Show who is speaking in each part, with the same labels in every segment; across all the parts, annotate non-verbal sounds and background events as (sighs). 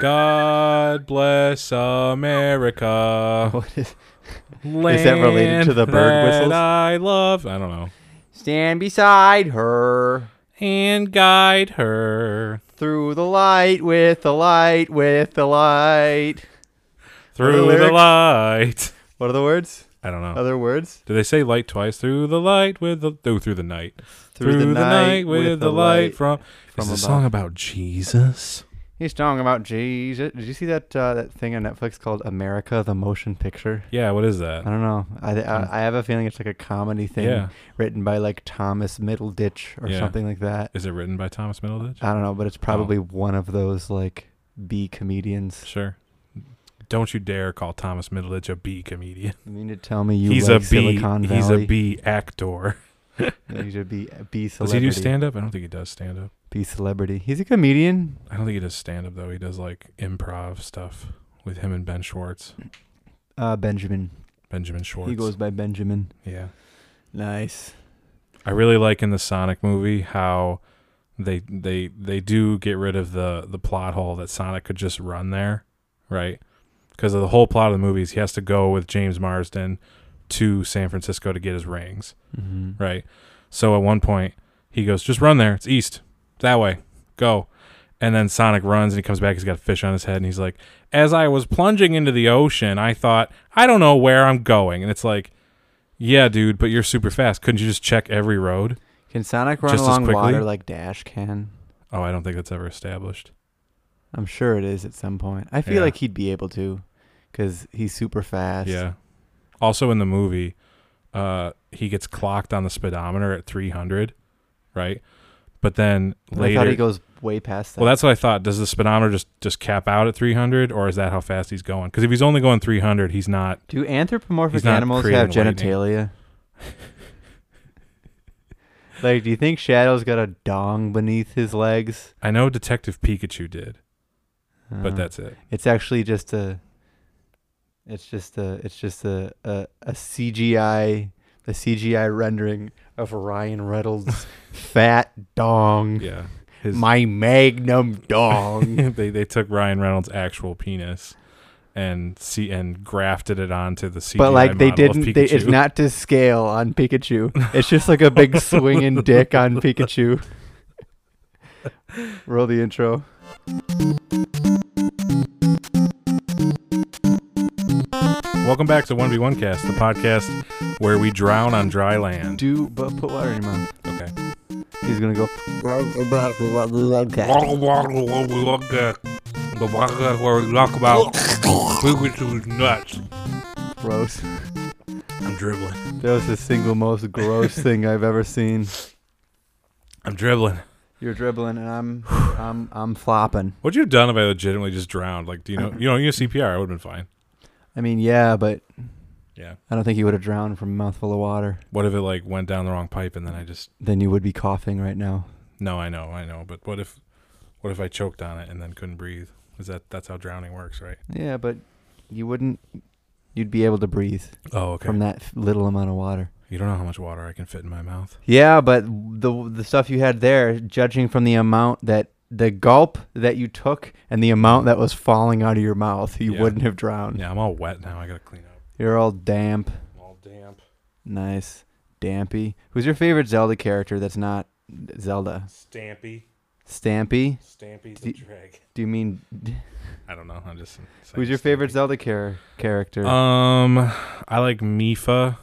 Speaker 1: God bless America.
Speaker 2: What is
Speaker 1: Is
Speaker 2: that related to the bird whistles?
Speaker 1: I love. I don't know.
Speaker 2: Stand beside her
Speaker 1: And guide her
Speaker 2: through the light with the light with the light.
Speaker 1: through
Speaker 2: What are the
Speaker 1: the light.
Speaker 2: What are Oh, the words?
Speaker 1: I don't know.
Speaker 2: Other words?
Speaker 1: Do they say light twice? Through the light with the no, through the night. from.
Speaker 2: from
Speaker 1: is
Speaker 2: above.
Speaker 1: the song about Jesus?
Speaker 2: He's talking about Jesus. Did you see that uh, that thing on Netflix called America the Motion Picture?
Speaker 1: Yeah. What is
Speaker 2: I
Speaker 1: that?
Speaker 2: don't know. I I, I have a feeling it's like a comedy thing
Speaker 1: Hmm. Yeah.
Speaker 2: written by like Thomas Middleditch or
Speaker 1: Yeah.
Speaker 2: something like that.
Speaker 1: Is it written by Thomas Middleditch?
Speaker 2: I don't know, but it's probably one of those like B comedians.
Speaker 1: Sure. Don't you dare call Thomas Middleditch a B comedian.
Speaker 2: You mean to tell me you
Speaker 1: he's
Speaker 2: like
Speaker 1: a B.
Speaker 2: Silicon
Speaker 1: He's
Speaker 2: Valley?
Speaker 1: a B actor.
Speaker 2: (laughs) He's a B. a B
Speaker 1: Does he
Speaker 2: uh, celebrity.
Speaker 1: do stand up? I don't think he does stand up.
Speaker 2: B celebrity. He's a comedian.
Speaker 1: I don't think he does stand up though. He does like improv stuff with him and Ben Schwartz,
Speaker 2: Uh, Benjamin.
Speaker 1: Benjamin Schwartz.
Speaker 2: He goes by Benjamin.
Speaker 1: Yeah.
Speaker 2: Nice.
Speaker 1: I really like in the Sonic movie how they they they do get rid of the the plot hole that Sonic could just run there, right? Because the whole plot of the movie is he has to go with James Marsden to San Francisco to get his rings.
Speaker 2: Mm-hmm.
Speaker 1: right? So at one point, he goes, "Just run there. It's east, that way. Go." And then Sonic runs and he comes back. He's got a fish on his head, and he's like, "As I was plunging into the ocean, I thought, I don't know where I'm going." And it's like, "Yeah, dude, but you're super fast. Couldn't you just check every road?"
Speaker 2: Can Sonic run
Speaker 1: Just as
Speaker 2: along
Speaker 1: quickly?
Speaker 2: water like Dash can?
Speaker 1: Oh, I don't think that's ever established.
Speaker 2: I'm sure it is at some point. I feel
Speaker 1: Yeah.
Speaker 2: like he'd be able to, because he's super fast.
Speaker 1: Yeah. Also in the movie, uh, he gets clocked on the speedometer at 300, right? But then
Speaker 2: And
Speaker 1: later,
Speaker 2: I thought he goes way past that.
Speaker 1: Well, that's what I thought. Does the speedometer just just cap out at 300, or is that how fast he's going? Because if he's only going 300, he's not.
Speaker 2: do anthropomorphic
Speaker 1: He's not
Speaker 2: animals have
Speaker 1: creating lightning. (laughs)
Speaker 2: genitalia? like, do you think Shadow's got a dong beneath his legs?
Speaker 1: I know Detective Pikachu did,
Speaker 2: Uh,
Speaker 1: but that's it.
Speaker 2: it's actually just a. It's just a. It's just a a, a CGI a CGI rendering of Ryan
Speaker 1: (laughs)
Speaker 2: Reynolds' fat dong.
Speaker 1: Yeah, his
Speaker 2: My magnum
Speaker 1: (laughs)
Speaker 2: dong.
Speaker 1: they they took Ryan Reynolds' actual penis and see and grafted it onto the CGI
Speaker 2: but like they
Speaker 1: model of
Speaker 2: didn't they, it's
Speaker 1: Pikachu.
Speaker 2: not to scale
Speaker 1: (laughs)
Speaker 2: on pikachu it's just like a big swinging dick on pikachu roll the intro
Speaker 1: Welcome back to One v One Cast, the podcast where we drown on dry land.
Speaker 2: do but put water in your mouth
Speaker 1: Okay.
Speaker 2: he's gonna go
Speaker 1: The podcast where we talk about Pikachu's nuts.
Speaker 2: gross
Speaker 1: I'm dribbling.
Speaker 2: that was the single most gross thing i've ever seen
Speaker 1: I'm dribbling.
Speaker 2: you're dribbling and (sighs) i'm i'm i'm flopping
Speaker 1: What'd you have done if I legitimately just drowned? Like, do you know, you know, you have CPR, I would have been fine.
Speaker 2: i mean yeah but
Speaker 1: Yeah.
Speaker 2: i don't think you would have drowned from a mouthful of water
Speaker 1: What if it like went down the wrong pipe and then I just
Speaker 2: then you would be coughing right now
Speaker 1: no, I know, I know, but what if, what if I choked on it and then couldn't breathe? Is that that's how drowning works, right?
Speaker 2: yeah but you wouldn't you'd be able to breathe
Speaker 1: Oh, okay.
Speaker 2: from that little amount of water
Speaker 1: you don't know how much water I can fit in my mouth.
Speaker 2: Yeah, but the the stuff you had there, judging from the amount that the gulp that you took and the amount that was falling out of your mouth, you
Speaker 1: Yeah.
Speaker 2: wouldn't have drowned.
Speaker 1: Yeah, I'm all wet now. I gotta clean up.
Speaker 2: You're all damp,
Speaker 1: I'm all damp.
Speaker 2: nice, dampy. Who's your favorite Zelda character that's not Zelda?
Speaker 1: Stampy,
Speaker 2: Stampy?
Speaker 1: Stampy
Speaker 2: the
Speaker 1: drag.
Speaker 2: Do you mean
Speaker 1: I don't know. I'm just. saying
Speaker 2: who's your favorite
Speaker 1: Stampy.
Speaker 2: Zelda char- character?
Speaker 1: Um, I like Mifa.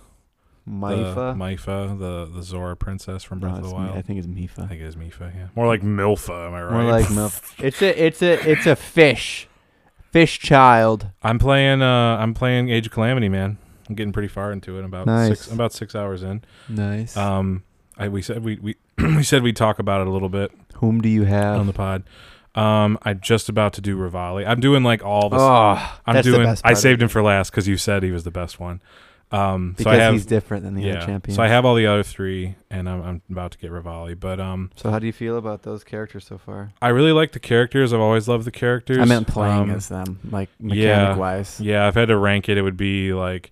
Speaker 2: Mifa.
Speaker 1: The, Mifa, the the Zora princess from
Speaker 2: No,
Speaker 1: uh, Breath of
Speaker 2: it's
Speaker 1: the
Speaker 2: Mi-
Speaker 1: Wild.
Speaker 2: I think it's
Speaker 1: I
Speaker 2: Mifa.
Speaker 1: think it is Mifa, yeah. More like Milfa, am I right?
Speaker 2: More like Milf. It's a it's a it's a fish, fish child.
Speaker 1: (laughs) I'm playing uh I'm playing Age of Calamity, man. I'm getting pretty far into it. About
Speaker 2: Nice.
Speaker 1: six about six hours in.
Speaker 2: Nice.
Speaker 1: Um I we said we (clears throat) we, we said we'd talk about it a little bit
Speaker 2: Whom do you
Speaker 1: on
Speaker 2: have?
Speaker 1: the pod. Um I'm just about to do Rivali. I'm doing like all the
Speaker 2: Oh,
Speaker 1: I'm
Speaker 2: that's the
Speaker 1: doing
Speaker 2: best
Speaker 1: I
Speaker 2: part of
Speaker 1: saved
Speaker 2: it.
Speaker 1: him for last because you said he was the best one. Um so
Speaker 2: because
Speaker 1: I have
Speaker 2: he's different than the
Speaker 1: yeah.
Speaker 2: other champions.
Speaker 1: So I have all the other three and I'm I'm about to get Rivali. But um
Speaker 2: So how do you feel about those characters so far?
Speaker 1: I really like the characters. I've always loved the characters.
Speaker 2: I meant playing
Speaker 1: Um,
Speaker 2: as them, like mechanic
Speaker 1: yeah.
Speaker 2: wise.
Speaker 1: Yeah, if I had to rank it, it would be like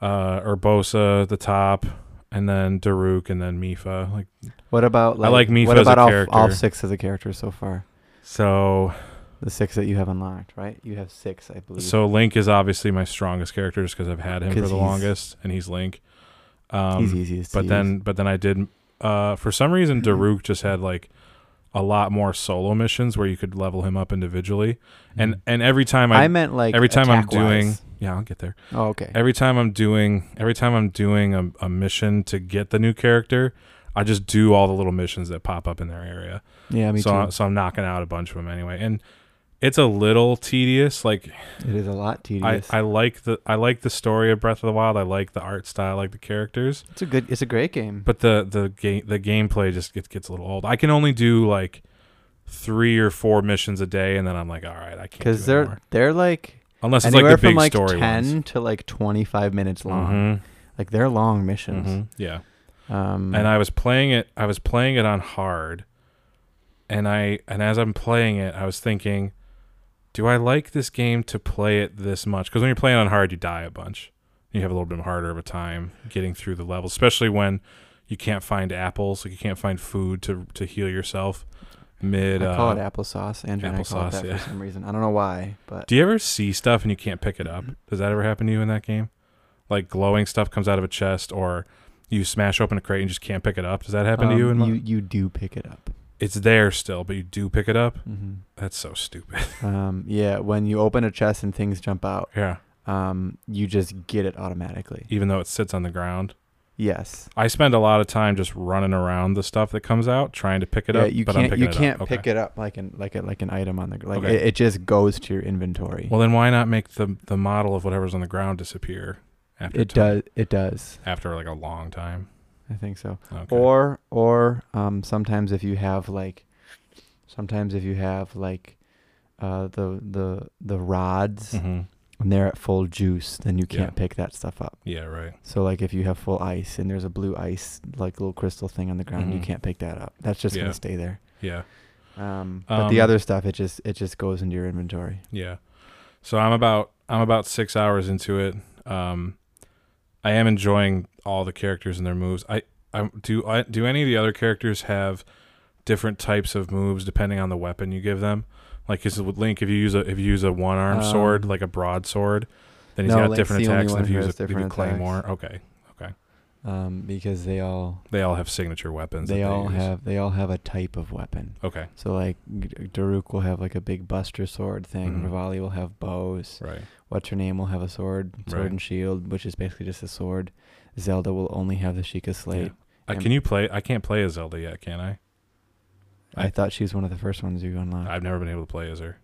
Speaker 1: uh Urbosa at the top, and then Daruk, and then Mifa. Like
Speaker 2: What about like,
Speaker 1: like Mifa
Speaker 2: what
Speaker 1: as a
Speaker 2: about all, all
Speaker 1: character.
Speaker 2: six of the characters so far?
Speaker 1: so,
Speaker 2: The six that you have unlocked, right? You have six, I believe.
Speaker 1: So Link is obviously my strongest character just because I've had him for
Speaker 2: 'Cause
Speaker 1: the
Speaker 2: he's-
Speaker 1: longest, and he's Link. Um,
Speaker 2: he's Mm-hmm. easiest. to
Speaker 1: but
Speaker 2: use.
Speaker 1: then, but then I did. Uh, for some reason, Daruk just had like a lot more solo missions where you could level him up individually,
Speaker 2: Mm.
Speaker 1: and and every time I,
Speaker 2: I meant like
Speaker 1: every time I'm doing,
Speaker 2: attack-wise.
Speaker 1: yeah, I'll get there.
Speaker 2: Oh, okay.
Speaker 1: Every time I'm doing, every time I'm doing a, a mission to get the new character, I just do all the little missions that pop up in their area
Speaker 2: yeah, me
Speaker 1: so I-
Speaker 2: too.
Speaker 1: so I'm knocking out a bunch of them anyway, and it's a little tedious. Like
Speaker 2: It is a lot
Speaker 1: I,
Speaker 2: tedious.
Speaker 1: I like the I like the story of Breath of the Wild. I like the art style, I like the characters,
Speaker 2: it's a good. It's a great game.
Speaker 1: but the the game the gameplay just gets gets a little old. I can only do like three or four missions a day, and then I'm like, all right, I can't. Because
Speaker 2: because they're they're like
Speaker 1: unless it's
Speaker 2: anywhere
Speaker 1: like the
Speaker 2: from
Speaker 1: big
Speaker 2: like
Speaker 1: story
Speaker 2: ten
Speaker 1: ones.
Speaker 2: to like twenty five minutes long.
Speaker 1: Mhm,
Speaker 2: Like they're long missions.
Speaker 1: mhm, yeah.
Speaker 2: Um,
Speaker 1: and I was playing it. I was playing it on hard, and I and as I'm playing it, I was thinking, do I like this game to play it this much? Because when you're playing on hard, you die a bunch. You have a little bit harder of a time getting through the level, especially when you can't find apples, like you can't find food to to heal yourself. Mid,
Speaker 2: I call
Speaker 1: uh,
Speaker 2: it applesauce. Andrew and I call
Speaker 1: applesauce,
Speaker 2: it that
Speaker 1: yeah.
Speaker 2: for some reason. I don't know why, but
Speaker 1: do you ever see stuff and you can't pick it up?
Speaker 2: Mm-hmm.
Speaker 1: Does that ever happen to you in that game? Like glowing stuff comes out of a chest, or you smash open a crate and just can't pick it up. Does that happen to you? In
Speaker 2: um,
Speaker 1: Mo-
Speaker 2: you you do pick it up.
Speaker 1: it's there still, but you do pick it up.
Speaker 2: hmm
Speaker 1: That's so stupid. (laughs)
Speaker 2: Um, yeah, when you open a chest and things jump out,
Speaker 1: yeah.
Speaker 2: um, you just get it automatically.
Speaker 1: Even though it sits on the ground.
Speaker 2: Yes.
Speaker 1: I spend a lot of time just running around the stuff that comes out, trying to pick it
Speaker 2: yeah,
Speaker 1: up.
Speaker 2: you
Speaker 1: but I'm
Speaker 2: can't
Speaker 1: picking
Speaker 2: you
Speaker 1: it
Speaker 2: can't
Speaker 1: up.
Speaker 2: pick it up like an like a, like an item on the gr- like
Speaker 1: Okay.
Speaker 2: it, it just goes to your inventory.
Speaker 1: Well, then why not make the the model of whatever's on the ground disappear after
Speaker 2: it
Speaker 1: time-
Speaker 2: does it does.
Speaker 1: after like a long time?
Speaker 2: I think so.
Speaker 1: Okay.
Speaker 2: Or or um sometimes if you have like sometimes if you have like uh the the the rods
Speaker 1: Mhm.
Speaker 2: and they're at full juice, then you
Speaker 1: Yeah.
Speaker 2: can't pick that stuff up.
Speaker 1: Yeah. Right.
Speaker 2: So like if you have full ice and there's a blue ice like little crystal thing on the ground, you
Speaker 1: Mhm.
Speaker 2: can't pick that up. That's just
Speaker 1: Yeah.
Speaker 2: gonna stay there.
Speaker 1: Yeah.
Speaker 2: Um, but the
Speaker 1: Um,
Speaker 2: other stuff, it just it just goes into your inventory.
Speaker 1: Yeah. So I'm about I'm about six hours into it. Um, I am enjoying all the characters and their moves. I, I do I, do any of the other characters have different types of moves depending on the weapon you give them? Like is it with Link, if you use a if you use a one arm
Speaker 2: Um,
Speaker 1: sword, like a broadsword, then he's
Speaker 2: no,
Speaker 1: got
Speaker 2: Link's
Speaker 1: different
Speaker 2: the only
Speaker 1: attacks. than
Speaker 2: one
Speaker 1: if you
Speaker 2: who
Speaker 1: use a
Speaker 2: has
Speaker 1: if you
Speaker 2: different attacks.
Speaker 1: claymore, okay,
Speaker 2: Um, because they all
Speaker 1: they all have signature weapons.
Speaker 2: they
Speaker 1: that
Speaker 2: all
Speaker 1: use.
Speaker 2: have they all have a type of weapon.
Speaker 1: okay,
Speaker 2: So like G- Daruk will have like a big buster sword thing.
Speaker 1: Mhm.
Speaker 2: Rivali will have bows.
Speaker 1: right,
Speaker 2: What's her name will have a sword, sword
Speaker 1: Right.
Speaker 2: and shield, which is basically just a sword. Zelda will only have the Sheikah
Speaker 1: yeah.
Speaker 2: Slate.
Speaker 1: Uh,
Speaker 2: And-
Speaker 1: can you play? I can't play as Zelda yet, can I?
Speaker 2: I thought she was one of the first ones you unlocked.
Speaker 1: I've never been able to play as her.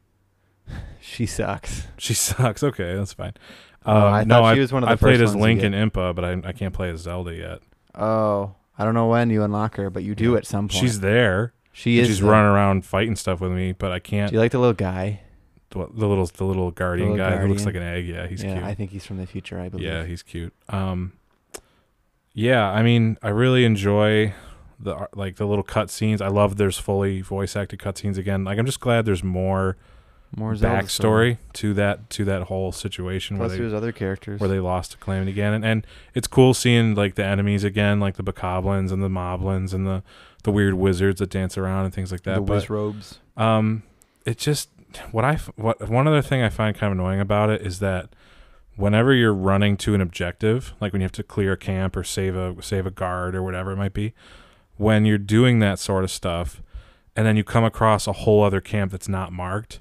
Speaker 2: she sucks.
Speaker 1: She (laughs) sucks. Okay, that's fine.
Speaker 2: Oh,
Speaker 1: Um,
Speaker 2: I
Speaker 1: no,
Speaker 2: thought
Speaker 1: I,
Speaker 2: she was one of the
Speaker 1: I played
Speaker 2: first
Speaker 1: as
Speaker 2: ones you
Speaker 1: Link
Speaker 2: get.
Speaker 1: and Impa, but I, I can't play as Zelda yet.
Speaker 2: Oh, I don't know when you unlock her, but you do
Speaker 1: Yeah.
Speaker 2: at some point.
Speaker 1: She's there.
Speaker 2: she
Speaker 1: and
Speaker 2: is
Speaker 1: she's
Speaker 2: the-
Speaker 1: running around fighting stuff with me, but I
Speaker 2: Do
Speaker 1: can't.
Speaker 2: you like the little guy?
Speaker 1: The, the little the little guardian
Speaker 2: little
Speaker 1: guy who looks like
Speaker 2: guardian?
Speaker 1: an egg. Yeah, he's
Speaker 2: yeah,
Speaker 1: cute.
Speaker 2: I think he's from the future. I believe.
Speaker 1: yeah, he's cute. Um, yeah, I mean, I really enjoy the ar- like the little cutscenes. I love there's fully voice acted cutscenes again. Like I'm just glad there's more
Speaker 2: More Zelda story.
Speaker 1: backstory to that to that whole situation. where
Speaker 2: Plus,
Speaker 1: they,
Speaker 2: there's other characters.
Speaker 1: where they lost to Calamity again. And, and it's cool seeing like the enemies again, like the Bokoblins and the Moblins and the, the weird wizards that dance around and things like that.
Speaker 2: the
Speaker 1: but
Speaker 2: whiz robes.
Speaker 1: um, it just what I f- what one other thing I find kind of annoying about it is that whenever you're running to an objective, like when you have to clear a camp or save a save a guard or whatever it might be, when you're doing that sort of stuff, and then you come across a whole other camp that's not marked,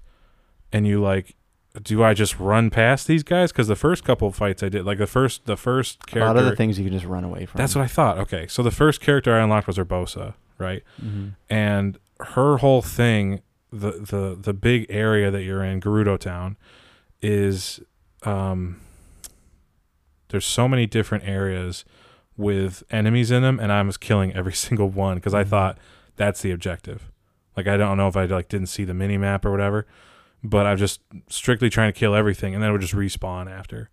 Speaker 1: and you like. Do I just run past these guys? Because the first couple of fights I did, like the first, the first
Speaker 2: A lot of the
Speaker 1: character.
Speaker 2: things you can just run away from.
Speaker 1: That's what I thought. Okay, so the first character I unlocked was Urbosa, right?
Speaker 2: hmm
Speaker 1: and her whole thing the the the big area that you're in Gerudo town is um there's so many different areas with enemies in them and I was killing every (laughs) single one cuz I thought that's the objective like I don't know if I like didn't see the mini map or whatever but I'm just strictly trying to kill everything and then it would just respawn after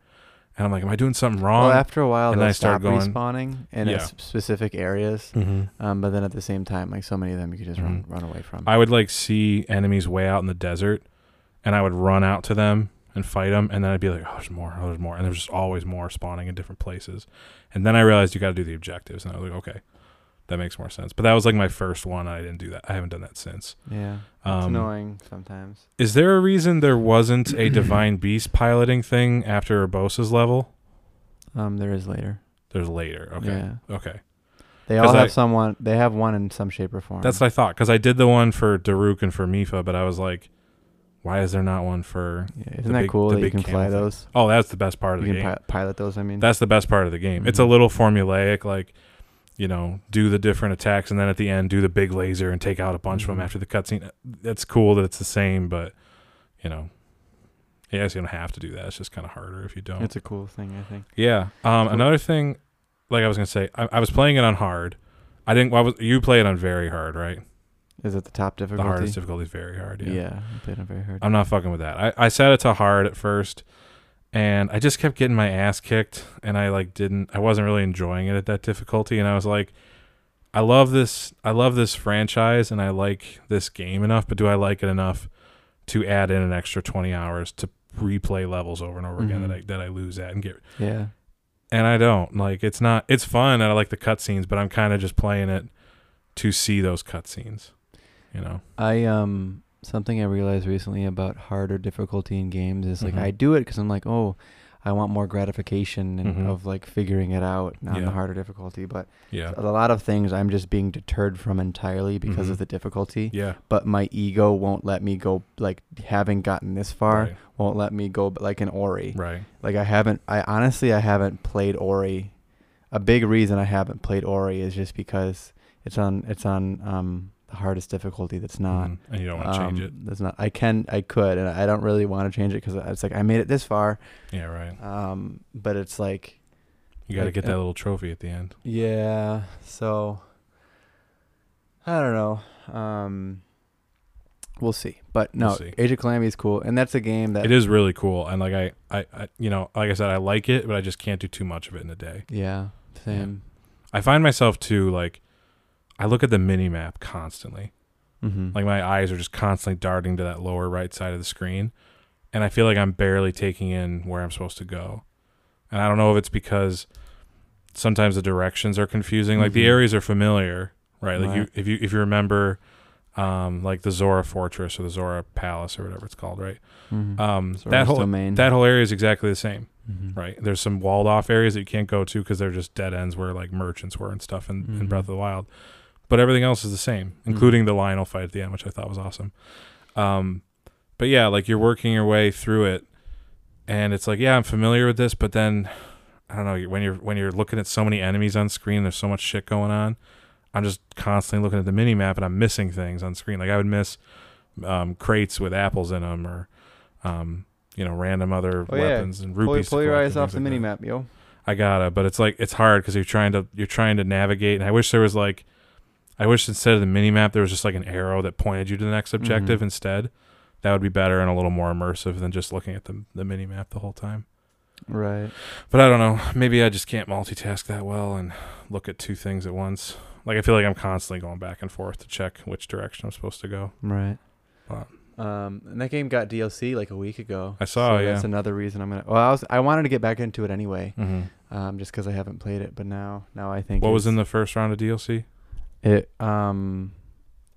Speaker 1: and I'm like am I doing something wrong
Speaker 2: Well, after a while,
Speaker 1: And
Speaker 2: they'll
Speaker 1: I start
Speaker 2: stop
Speaker 1: going-
Speaker 2: respawning in
Speaker 1: Yeah.
Speaker 2: s- specific areas.
Speaker 1: mm-hmm.
Speaker 2: Um, but then at the same time, like so many of them, you could just run, run away from.
Speaker 1: I would like see enemies way out in the desert, and I would run out to them and fight them, and then I'd be like, "Oh, there's more! Oh, there's more!" And there's just always more spawning in different places. And then I realized you got to do the objectives, and I was like, "Okay, That makes more sense. But that was like my first one. I didn't do that. I haven't done that since.
Speaker 2: Yeah. It's
Speaker 1: Um,
Speaker 2: annoying sometimes.
Speaker 1: Is there a reason there wasn't
Speaker 2: (clears throat)
Speaker 1: a Divine Beast piloting thing after Urbosa's level?
Speaker 2: Um, there is later.
Speaker 1: There's later. Okay.
Speaker 2: Yeah.
Speaker 1: Okay.
Speaker 2: They
Speaker 1: 'Cause
Speaker 2: all have
Speaker 1: I-
Speaker 2: someone. They have one in some shape or form.
Speaker 1: That's what I thought. Because I did the one for Daruk and for Mifa, but I was like, why is there not one for.
Speaker 2: yeah,
Speaker 1: the
Speaker 2: isn't that
Speaker 1: big-
Speaker 2: cool
Speaker 1: the
Speaker 2: that you
Speaker 1: big
Speaker 2: can fly
Speaker 1: camel thing.
Speaker 2: those?
Speaker 1: Oh, that's the best part of
Speaker 2: You
Speaker 1: the
Speaker 2: can
Speaker 1: game.
Speaker 2: pi- pilot those. I mean,
Speaker 1: That's the best part of the game. It's a
Speaker 2: Mhm.
Speaker 1: little formulaic, like you know, do the different attacks, and then at the end, do the big laser and take out a bunch of them
Speaker 2: Mhm.
Speaker 1: after the cutscene. Uh, That's cool that it's the same, but you know, I guess you don't have to do that. It's just kind of harder if you don't.
Speaker 2: it's a cool thing. I think.
Speaker 1: yeah. Um.
Speaker 2: Cool.
Speaker 1: Another thing, like I was gonna say, I, I was playing it on hard. I didn't. I was, you play it on very hard, right?
Speaker 2: Is it the top difficulty?
Speaker 1: The hardest difficulty is very hard.
Speaker 2: Yeah, I played on very hard.
Speaker 1: I'm not fucking with that. I, I set it to hard at first and I just kept getting my ass kicked and I like didn't I wasn't really enjoying it at that difficulty and I was like I love this I love this franchise and I like this game enough, but do I like it enough to add in an extra 20 hours to replay levels over and over again that I
Speaker 2: Mhm.
Speaker 1: that I lose at and get
Speaker 2: yeah,
Speaker 1: and I don't. Like it's not it's fun and I like the cutscenes, but I'm kind of just playing it to see those cutscenes. You know.
Speaker 2: I um something I realized recently about harder difficulty in games is like
Speaker 1: Mhm.
Speaker 2: I do it because I'm like, oh, I want more gratification and
Speaker 1: Mhm.
Speaker 2: of like figuring it out on
Speaker 1: Yeah. Uh,
Speaker 2: the harder difficulty. But
Speaker 1: Yeah.
Speaker 2: a lot of things I'm just being deterred from entirely because
Speaker 1: Mhm.
Speaker 2: of the difficulty.
Speaker 1: Yeah.
Speaker 2: But my ego won't let me go. Like having gotten this far
Speaker 1: Right.
Speaker 2: won't let me go. But like an Ori,
Speaker 1: Right.
Speaker 2: like I haven't. I honestly I haven't played Ori. A big reason I haven't played Ori is just because it's on it's on um the hardest difficulty that's not
Speaker 1: Mhm. and you don't want to change it.
Speaker 2: um, That's not. I can. I could, and I don't really want to change it because it's like I made it this far.
Speaker 1: Yeah, right.
Speaker 2: Um, but it's like,
Speaker 1: You got to
Speaker 2: Like,
Speaker 1: get
Speaker 2: uh,
Speaker 1: that little trophy at the end.
Speaker 2: yeah. So I don't know. Um, we'll see. But no,
Speaker 1: We'll see.
Speaker 2: Age of Calamity is cool, and that's a game that
Speaker 1: It is really cool, and like I, I, I, you know, like I said, I like it, but I just can't do too much of it in a day.
Speaker 2: Yeah. Same.
Speaker 1: I find myself too like, I look at the mini map constantly.
Speaker 2: Mm-hmm.
Speaker 1: Like my eyes are just constantly darting to that lower right side of the screen, and I feel like I'm barely taking in where I'm supposed to go. And I don't know if it's because sometimes the directions are confusing. Like the
Speaker 2: Mhm.
Speaker 1: areas are familiar, right? Like you,
Speaker 2: Right.
Speaker 1: if you if you remember, um, like the Zora Fortress or the Zora Palace or whatever it's called, right?
Speaker 2: Mm-hmm.
Speaker 1: Um, that whole
Speaker 2: domain.
Speaker 1: That whole area is exactly the same,
Speaker 2: Mhm.
Speaker 1: right? There's some walled off areas that you can't go to because they're just dead ends where like merchants were and stuff in, in
Speaker 2: Mhm.
Speaker 1: Breath of the Wild. But everything else is the same,
Speaker 2: Mm-hmm.
Speaker 1: including the Lionel fight at the end, which I thought was awesome. Um, but yeah, like you're working your way through it, and it's like, yeah, I'm familiar with this, but then I don't know when you're when you're looking at so many enemies on screen, there's so much shit going on. I'm just constantly looking at the mini map and I'm missing things on screen. Like I would miss um, crates with apples in them, or um, you know, random other
Speaker 2: Oh, yeah.
Speaker 1: weapons and
Speaker 2: Pull,
Speaker 1: rupees. to
Speaker 2: pull your
Speaker 1: collect
Speaker 2: eyes
Speaker 1: and
Speaker 2: off the
Speaker 1: things like
Speaker 2: mini
Speaker 1: that.
Speaker 2: map, yo.
Speaker 1: I gotta, but it's like it's hard because you're trying to you're trying to navigate. And I wish there was like, I wish instead of the mini map there was just like an arrow that pointed you to the next objective
Speaker 2: Mhm.
Speaker 1: instead. That would be better and a little more immersive than just looking at the the mini map the whole time.
Speaker 2: Right.
Speaker 1: But I don't know. Maybe I just can't multitask that well and look at two things at once. Like I feel like I'm constantly going back and forth to check which direction I'm supposed to go.
Speaker 2: Right.
Speaker 1: Wow.
Speaker 2: Um, and that game got DLC like a week ago.
Speaker 1: I saw,
Speaker 2: so That's
Speaker 1: Oh, yeah.
Speaker 2: another reason I'm gonna. Well, I was I wanted to get back into it anyway,
Speaker 1: Mm-hmm.
Speaker 2: um, just because I haven't played it. But now, now I think
Speaker 1: What was
Speaker 2: it's-
Speaker 1: in the first round of DLC?
Speaker 2: it? Um,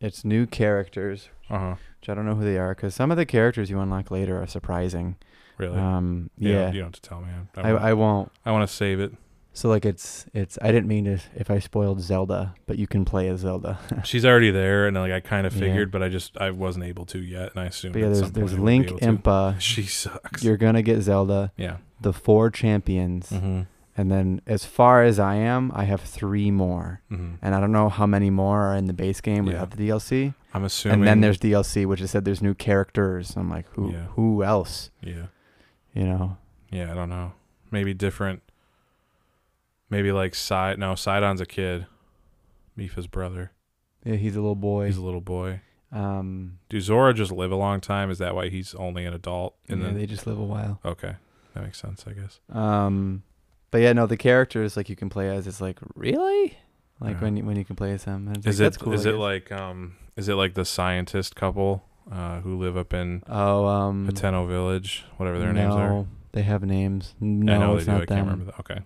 Speaker 2: it's new characters,
Speaker 1: Uh huh.
Speaker 2: which I don't know who they are, because some of the characters you unlock later are surprising.
Speaker 1: Really?
Speaker 2: Um,
Speaker 1: You don't-
Speaker 2: yeah,
Speaker 1: You don't have to tell me. I,
Speaker 2: I I won't.
Speaker 1: want to save it.
Speaker 2: So like it's it's I didn't mean to if I spoiled Zelda, but you can play as Zelda. (laughs)
Speaker 1: She's already there, and like I kind of
Speaker 2: Yeah.
Speaker 1: figured, but I just I wasn't able to yet, and I assume.
Speaker 2: but yeah,
Speaker 1: at
Speaker 2: there's
Speaker 1: some point
Speaker 2: there's
Speaker 1: I would be
Speaker 2: Link,
Speaker 1: able to.
Speaker 2: Impa.
Speaker 1: She sucks.
Speaker 2: You're gonna get Zelda,
Speaker 1: yeah.
Speaker 2: the four champions,
Speaker 1: Mm-hmm.
Speaker 2: and then as far as I am, I have three more.
Speaker 1: Mm-hmm.
Speaker 2: and I don't know how many more are in the base game
Speaker 1: Yeah.
Speaker 2: without the DLC.
Speaker 1: I'm assuming.
Speaker 2: And then there's DLC, which is said there's new characters. I'm like, who
Speaker 1: Yeah.
Speaker 2: who else?
Speaker 1: yeah.
Speaker 2: You know?
Speaker 1: Yeah, I don't know. Maybe different. Maybe like side. No, Sidon's a kid. Mifa's brother.
Speaker 2: Yeah, he's a little boy.
Speaker 1: He's a little boy.
Speaker 2: um,
Speaker 1: Do Zora just live a long time? Is that why he's only an adult? And
Speaker 2: yeah,
Speaker 1: then Oh.
Speaker 2: they just live a while.
Speaker 1: okay, that makes sense, I guess.
Speaker 2: Um, but yeah, no, the characters like you can play as. It's like really, like
Speaker 1: Yeah.
Speaker 2: when you, when you can play as him. And it's
Speaker 1: Is
Speaker 2: like,
Speaker 1: it
Speaker 2: that's
Speaker 1: is
Speaker 2: cool? I
Speaker 1: it
Speaker 2: guess.
Speaker 1: like um is it like the scientist couple uh, who live up in
Speaker 2: oh um
Speaker 1: Pateno Village, whatever their
Speaker 2: no,
Speaker 1: names are?
Speaker 2: They have names. No,
Speaker 1: I know
Speaker 2: it's
Speaker 1: they do.
Speaker 2: not
Speaker 1: I
Speaker 2: them.
Speaker 1: can't remember. That. Okay,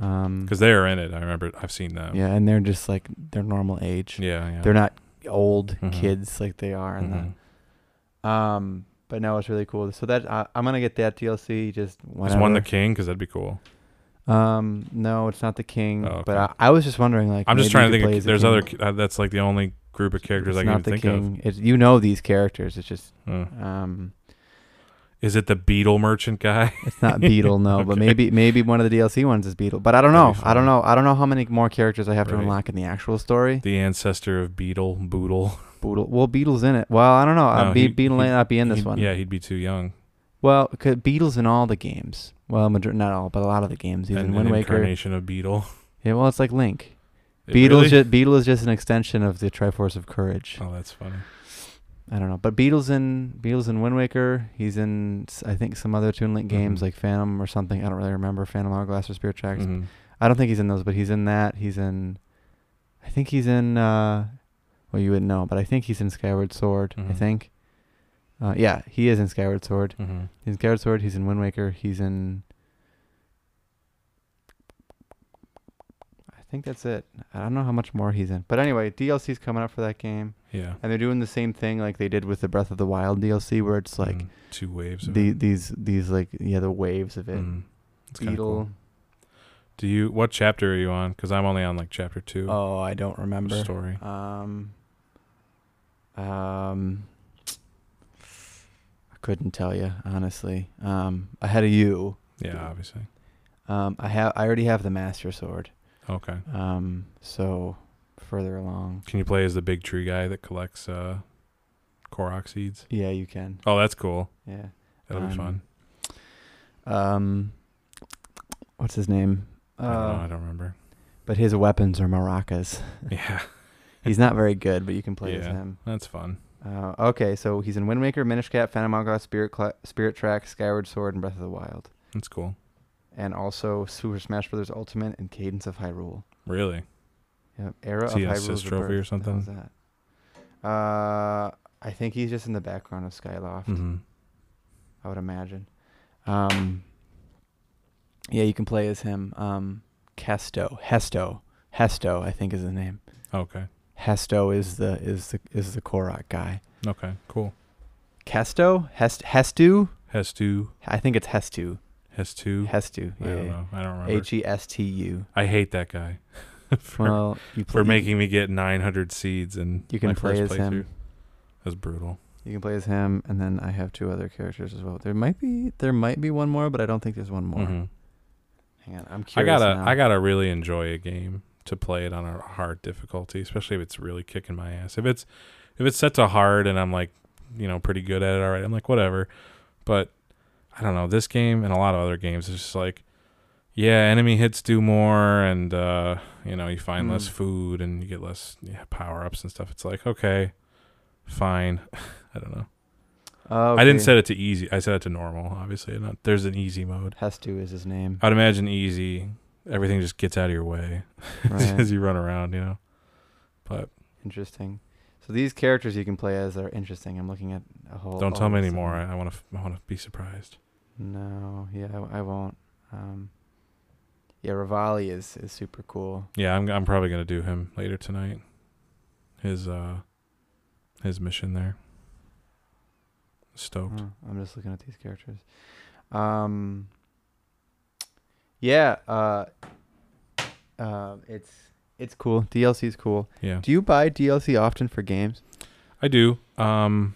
Speaker 2: Um,
Speaker 1: because they're in it. I remember I've seen them.
Speaker 2: yeah, and they're just like their normal age.
Speaker 1: yeah, yeah.
Speaker 2: They're not old
Speaker 1: Mhm.
Speaker 2: kids like they are in
Speaker 1: Mhm.
Speaker 2: the. Um, but no, it's really cool. So that I I'm gonna get that DLC. Just
Speaker 1: Is one the
Speaker 2: whenever.
Speaker 1: king? Because that'd be cool.
Speaker 2: Um, no, it's not the king.
Speaker 1: Oh,
Speaker 2: But
Speaker 1: okay.
Speaker 2: I, I was just wondering, like,
Speaker 1: I'm just
Speaker 2: maybe
Speaker 1: trying
Speaker 2: you
Speaker 1: to
Speaker 2: could play
Speaker 1: think.
Speaker 2: as
Speaker 1: Of,
Speaker 2: a
Speaker 1: there's
Speaker 2: king.
Speaker 1: other. Uh, that's like the only group of characters I
Speaker 2: It's
Speaker 1: can even
Speaker 2: not the
Speaker 1: think of.
Speaker 2: king. It's, you know these characters. It's just
Speaker 1: Uh,
Speaker 2: um,
Speaker 1: is it the beetle merchant guy? (laughs)
Speaker 2: it's not Beetle, no, but
Speaker 1: Okay.
Speaker 2: maybe maybe one of the DLC ones is Beetle. But I don't know.
Speaker 1: That'd be
Speaker 2: I don't
Speaker 1: fun.
Speaker 2: know. I don't know how many more characters I have to
Speaker 1: Right.
Speaker 2: unlock in the actual story.
Speaker 1: the ancestor of Beetle Boodle.
Speaker 2: Beetle. Well, Beetle's in it. Well, I don't know.
Speaker 1: No,
Speaker 2: uh, Be-
Speaker 1: he-
Speaker 2: Beetle may
Speaker 1: he-
Speaker 2: not be in this
Speaker 1: He'd-
Speaker 2: one.
Speaker 1: Yeah, he'd be too young.
Speaker 2: Well, 'cause Beetle's in all the games. Well, major- not all, but a lot of the games. He's
Speaker 1: An-
Speaker 2: in
Speaker 1: an
Speaker 2: Wind Waker.
Speaker 1: incarnation of Beetle. (laughs)
Speaker 2: Yeah. Well, it's like Link.
Speaker 1: It
Speaker 2: Beetle's
Speaker 1: really-
Speaker 2: just, Beetle is just an extension of the Triforce of Courage.
Speaker 1: Oh, that's funny.
Speaker 2: I don't know, but Beetle's in Beetle's in Wind Waker. He's in s- I think some other Toon Link games
Speaker 1: Mhm.
Speaker 2: like Phantom or something. I don't really remember Phantom Hourglass or Spirit Tracks.
Speaker 1: Mhm.
Speaker 2: I don't think he's in those, but he's in that. He's in, I think he's in. uh Well, you wouldn't know, but I think he's in Skyward Sword. I
Speaker 1: Mhm.
Speaker 2: think. Uh, yeah, he is in Skyward Sword.
Speaker 1: Mhm.
Speaker 2: He's in Skyward Sword. He's in Wind Waker. He's in. I think that's it. I don't know how much more he's in, but anyway, DLC's coming up for that game.
Speaker 1: Yeah.
Speaker 2: And they're doing the same thing like they did with the Breath of the Wild DLC, where it's like
Speaker 1: Mhm. two waves. of
Speaker 2: the
Speaker 1: it.
Speaker 2: these these like yeah the waves of it.
Speaker 1: Mhm. It's kinda
Speaker 2: Beetle.
Speaker 1: cool. Do you? What chapter are you on? Because I'm only on like chapter two. of
Speaker 2: Oh, I don't
Speaker 1: the
Speaker 2: remember.
Speaker 1: Story.
Speaker 2: Um. Um. I couldn't tell you honestly. Um, ahead of you.
Speaker 1: Yeah, obviously.
Speaker 2: Um, I have I already have the Master Sword.
Speaker 1: Okay.
Speaker 2: Um, so further along.
Speaker 1: Can you play as the big tree guy that collects uh, Korok seeds?
Speaker 2: Yeah, you can.
Speaker 1: Oh, that's cool.
Speaker 2: Yeah.
Speaker 1: That'll be
Speaker 2: Um,
Speaker 1: fun.
Speaker 2: Um. What's his name?
Speaker 1: I don't know.
Speaker 2: Uh,
Speaker 1: I don't remember.
Speaker 2: but his weapons are maracas.
Speaker 1: (laughs) Yeah,
Speaker 2: (laughs) He's not very good, but you can play as
Speaker 1: Yeah.
Speaker 2: him.
Speaker 1: that's fun.
Speaker 2: Uh, okay, so he's in Wind Waker, Minish Cap, Phantom Hourglass, Spirit Cla- Spirit Track, Skyward Sword, and Breath of the Wild,
Speaker 1: That's cool.
Speaker 2: and also Super Smash Bros. Ultimate and Cadence of Hyrule.
Speaker 1: Really?
Speaker 2: Yep, Era
Speaker 1: Is
Speaker 2: of
Speaker 1: he an
Speaker 2: Hyrule.
Speaker 1: assist trophy or
Speaker 2: How's that? Uh, I think he's just in the background of Skyloft.
Speaker 1: Mm-hmm.
Speaker 2: I would imagine. Um, yeah, you can play as him. Um, Kesto, Hesto, Hesto, I think is the name.
Speaker 1: Okay.
Speaker 2: Hesto is the is the is the Korok guy.
Speaker 1: Okay. Cool.
Speaker 2: Kesto, Hest, Hestu.
Speaker 1: Has two.
Speaker 2: I think it's Hestu.
Speaker 1: Has two.
Speaker 2: Hestu.
Speaker 1: I don't
Speaker 2: Yeah.
Speaker 1: know. I don't remember.
Speaker 2: H E S T U.
Speaker 1: I hate that guy (laughs) for,
Speaker 2: Well, you
Speaker 1: for
Speaker 2: pl-
Speaker 1: making me get 900 seeds and
Speaker 2: You can
Speaker 1: my
Speaker 2: play
Speaker 1: first
Speaker 2: as
Speaker 1: playthrough.
Speaker 2: him.
Speaker 1: That's brutal.
Speaker 2: You can play as him, and then I have two other characters as well. There might be there might be one more, but I don't think there's one more.
Speaker 1: Mhm.
Speaker 2: Hang on, I'm
Speaker 1: I
Speaker 2: curious.
Speaker 1: gotta
Speaker 2: now.
Speaker 1: I gotta really enjoy a game to play it on a hard difficulty, especially if it's really kicking my ass. If it's if it's set to hard and I'm like, you know, pretty good at it already, I'm like whatever. But I don't know, this game and a lot of other games it's just like yeah, enemy hits do more and uh, you know, you find less
Speaker 2: Mm.
Speaker 1: food and you get less yeah, power-ups and stuff. It's like, okay, fine. (laughs) I don't know.
Speaker 2: Oh,
Speaker 1: I didn't set it to easy. I set it to normal, obviously. Not, there's an easy mode.
Speaker 2: Hestu is his
Speaker 1: (laughs)
Speaker 2: name.
Speaker 1: I'd imagine easy. Everything just gets out of your way (laughs)
Speaker 2: Right.
Speaker 1: as you run around, you know. But
Speaker 2: interesting. So these characters you can play as are interesting. I'm looking at a whole.
Speaker 1: don't
Speaker 2: all
Speaker 1: tell me
Speaker 2: this
Speaker 1: anymore.
Speaker 2: thing.
Speaker 1: I want to. I want to be surprised.
Speaker 2: No, yeah, I, I won't. Um, yeah, Rivali is is super cool.
Speaker 1: Yeah, I'm. I'm probably gonna do him later tonight. His uh, his mission there. Stoked.
Speaker 2: Oh, I'm just looking at these characters. Um. Yeah. Uh. Uh. It's it's cool. DLC is cool.
Speaker 1: Yeah,
Speaker 2: Do you buy DLC often for games?
Speaker 1: I do. Um,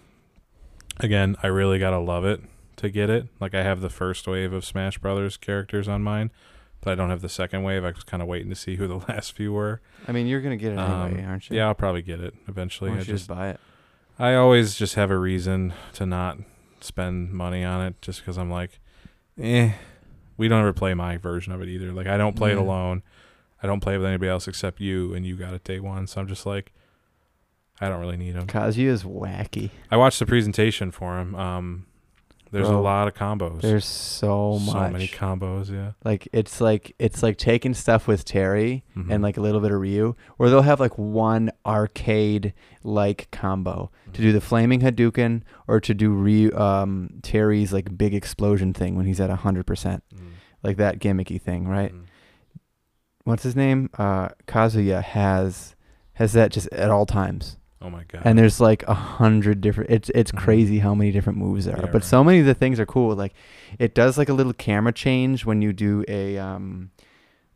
Speaker 1: again, I really gotta love it to get it. Like I have the first wave of Smash Brothers characters on mine, but I don't have the second wave. I was kind of waiting to see who the (laughs) last few were.
Speaker 2: I mean, you're gonna get it anyway,
Speaker 1: Um,
Speaker 2: aren't you?
Speaker 1: Yeah, I'll probably get it eventually.
Speaker 2: Why
Speaker 1: I
Speaker 2: don't you
Speaker 1: just
Speaker 2: just buy it?
Speaker 1: I always just have a reason to not spend money on it just because I'm like, eh. We don't ever play my version of it either. Like, I don't play it
Speaker 2: Yeah.
Speaker 1: alone. I don't play it with anybody else except you, and you got it day one. So I'm just like, I don't really need them.
Speaker 2: Kazuya is wacky.
Speaker 1: I watched the presentation for him. Um, there's a
Speaker 2: Bro,
Speaker 1: lot of combos.
Speaker 2: There's so much.
Speaker 1: so many combos, yeah.
Speaker 2: like it's like it's like taking stuff with Terry
Speaker 1: Mhm.
Speaker 2: and like a little bit of Ryu, where they'll have like one arcade like combo to do the flaming Hadouken or to do Ryu, um, Terry's like big explosion thing when he's at hundred percent,
Speaker 1: Mhm.
Speaker 2: like that gimmicky thing, right?
Speaker 1: Mhm.
Speaker 2: what's his name? Uh, Kazuya has has that just at all times.
Speaker 1: Oh my god.
Speaker 2: And there's like a hundred different. It's it's
Speaker 1: Mhm.
Speaker 2: crazy how many different moves there are.
Speaker 1: Yeah,
Speaker 2: but
Speaker 1: right.
Speaker 2: so many of the things are cool. Like it does like a little camera change when you do a um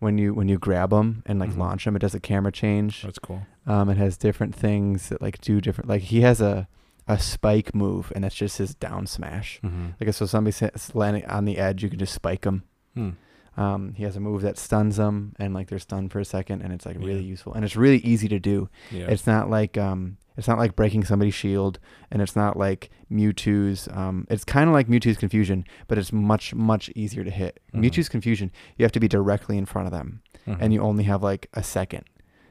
Speaker 2: when you when you grab them and like
Speaker 1: Mhm.
Speaker 2: launch them. It does a camera change.
Speaker 1: That's cool.
Speaker 2: Um, it has different things that like do different. Like he has a a spike move, and that's just his down smash.
Speaker 1: Mm-hmm.
Speaker 2: Like so, somebody sits landing on the edge, you can just spike him.
Speaker 1: Hmm.
Speaker 2: Um, he has a move that stuns them, and like they're stunned for a second, and it's like really
Speaker 1: Yeah.
Speaker 2: useful, and it's really easy to do.
Speaker 1: Yeah.
Speaker 2: It's not like um, it's not like breaking somebody's shield, and it's not like Mewtwo's. Um, it's kind of like Mewtwo's confusion, but it's much much easier to hit.
Speaker 1: Mhm.
Speaker 2: Mewtwo's confusion, you have to be directly in front of them,
Speaker 1: Mhm.
Speaker 2: and you only have like a second.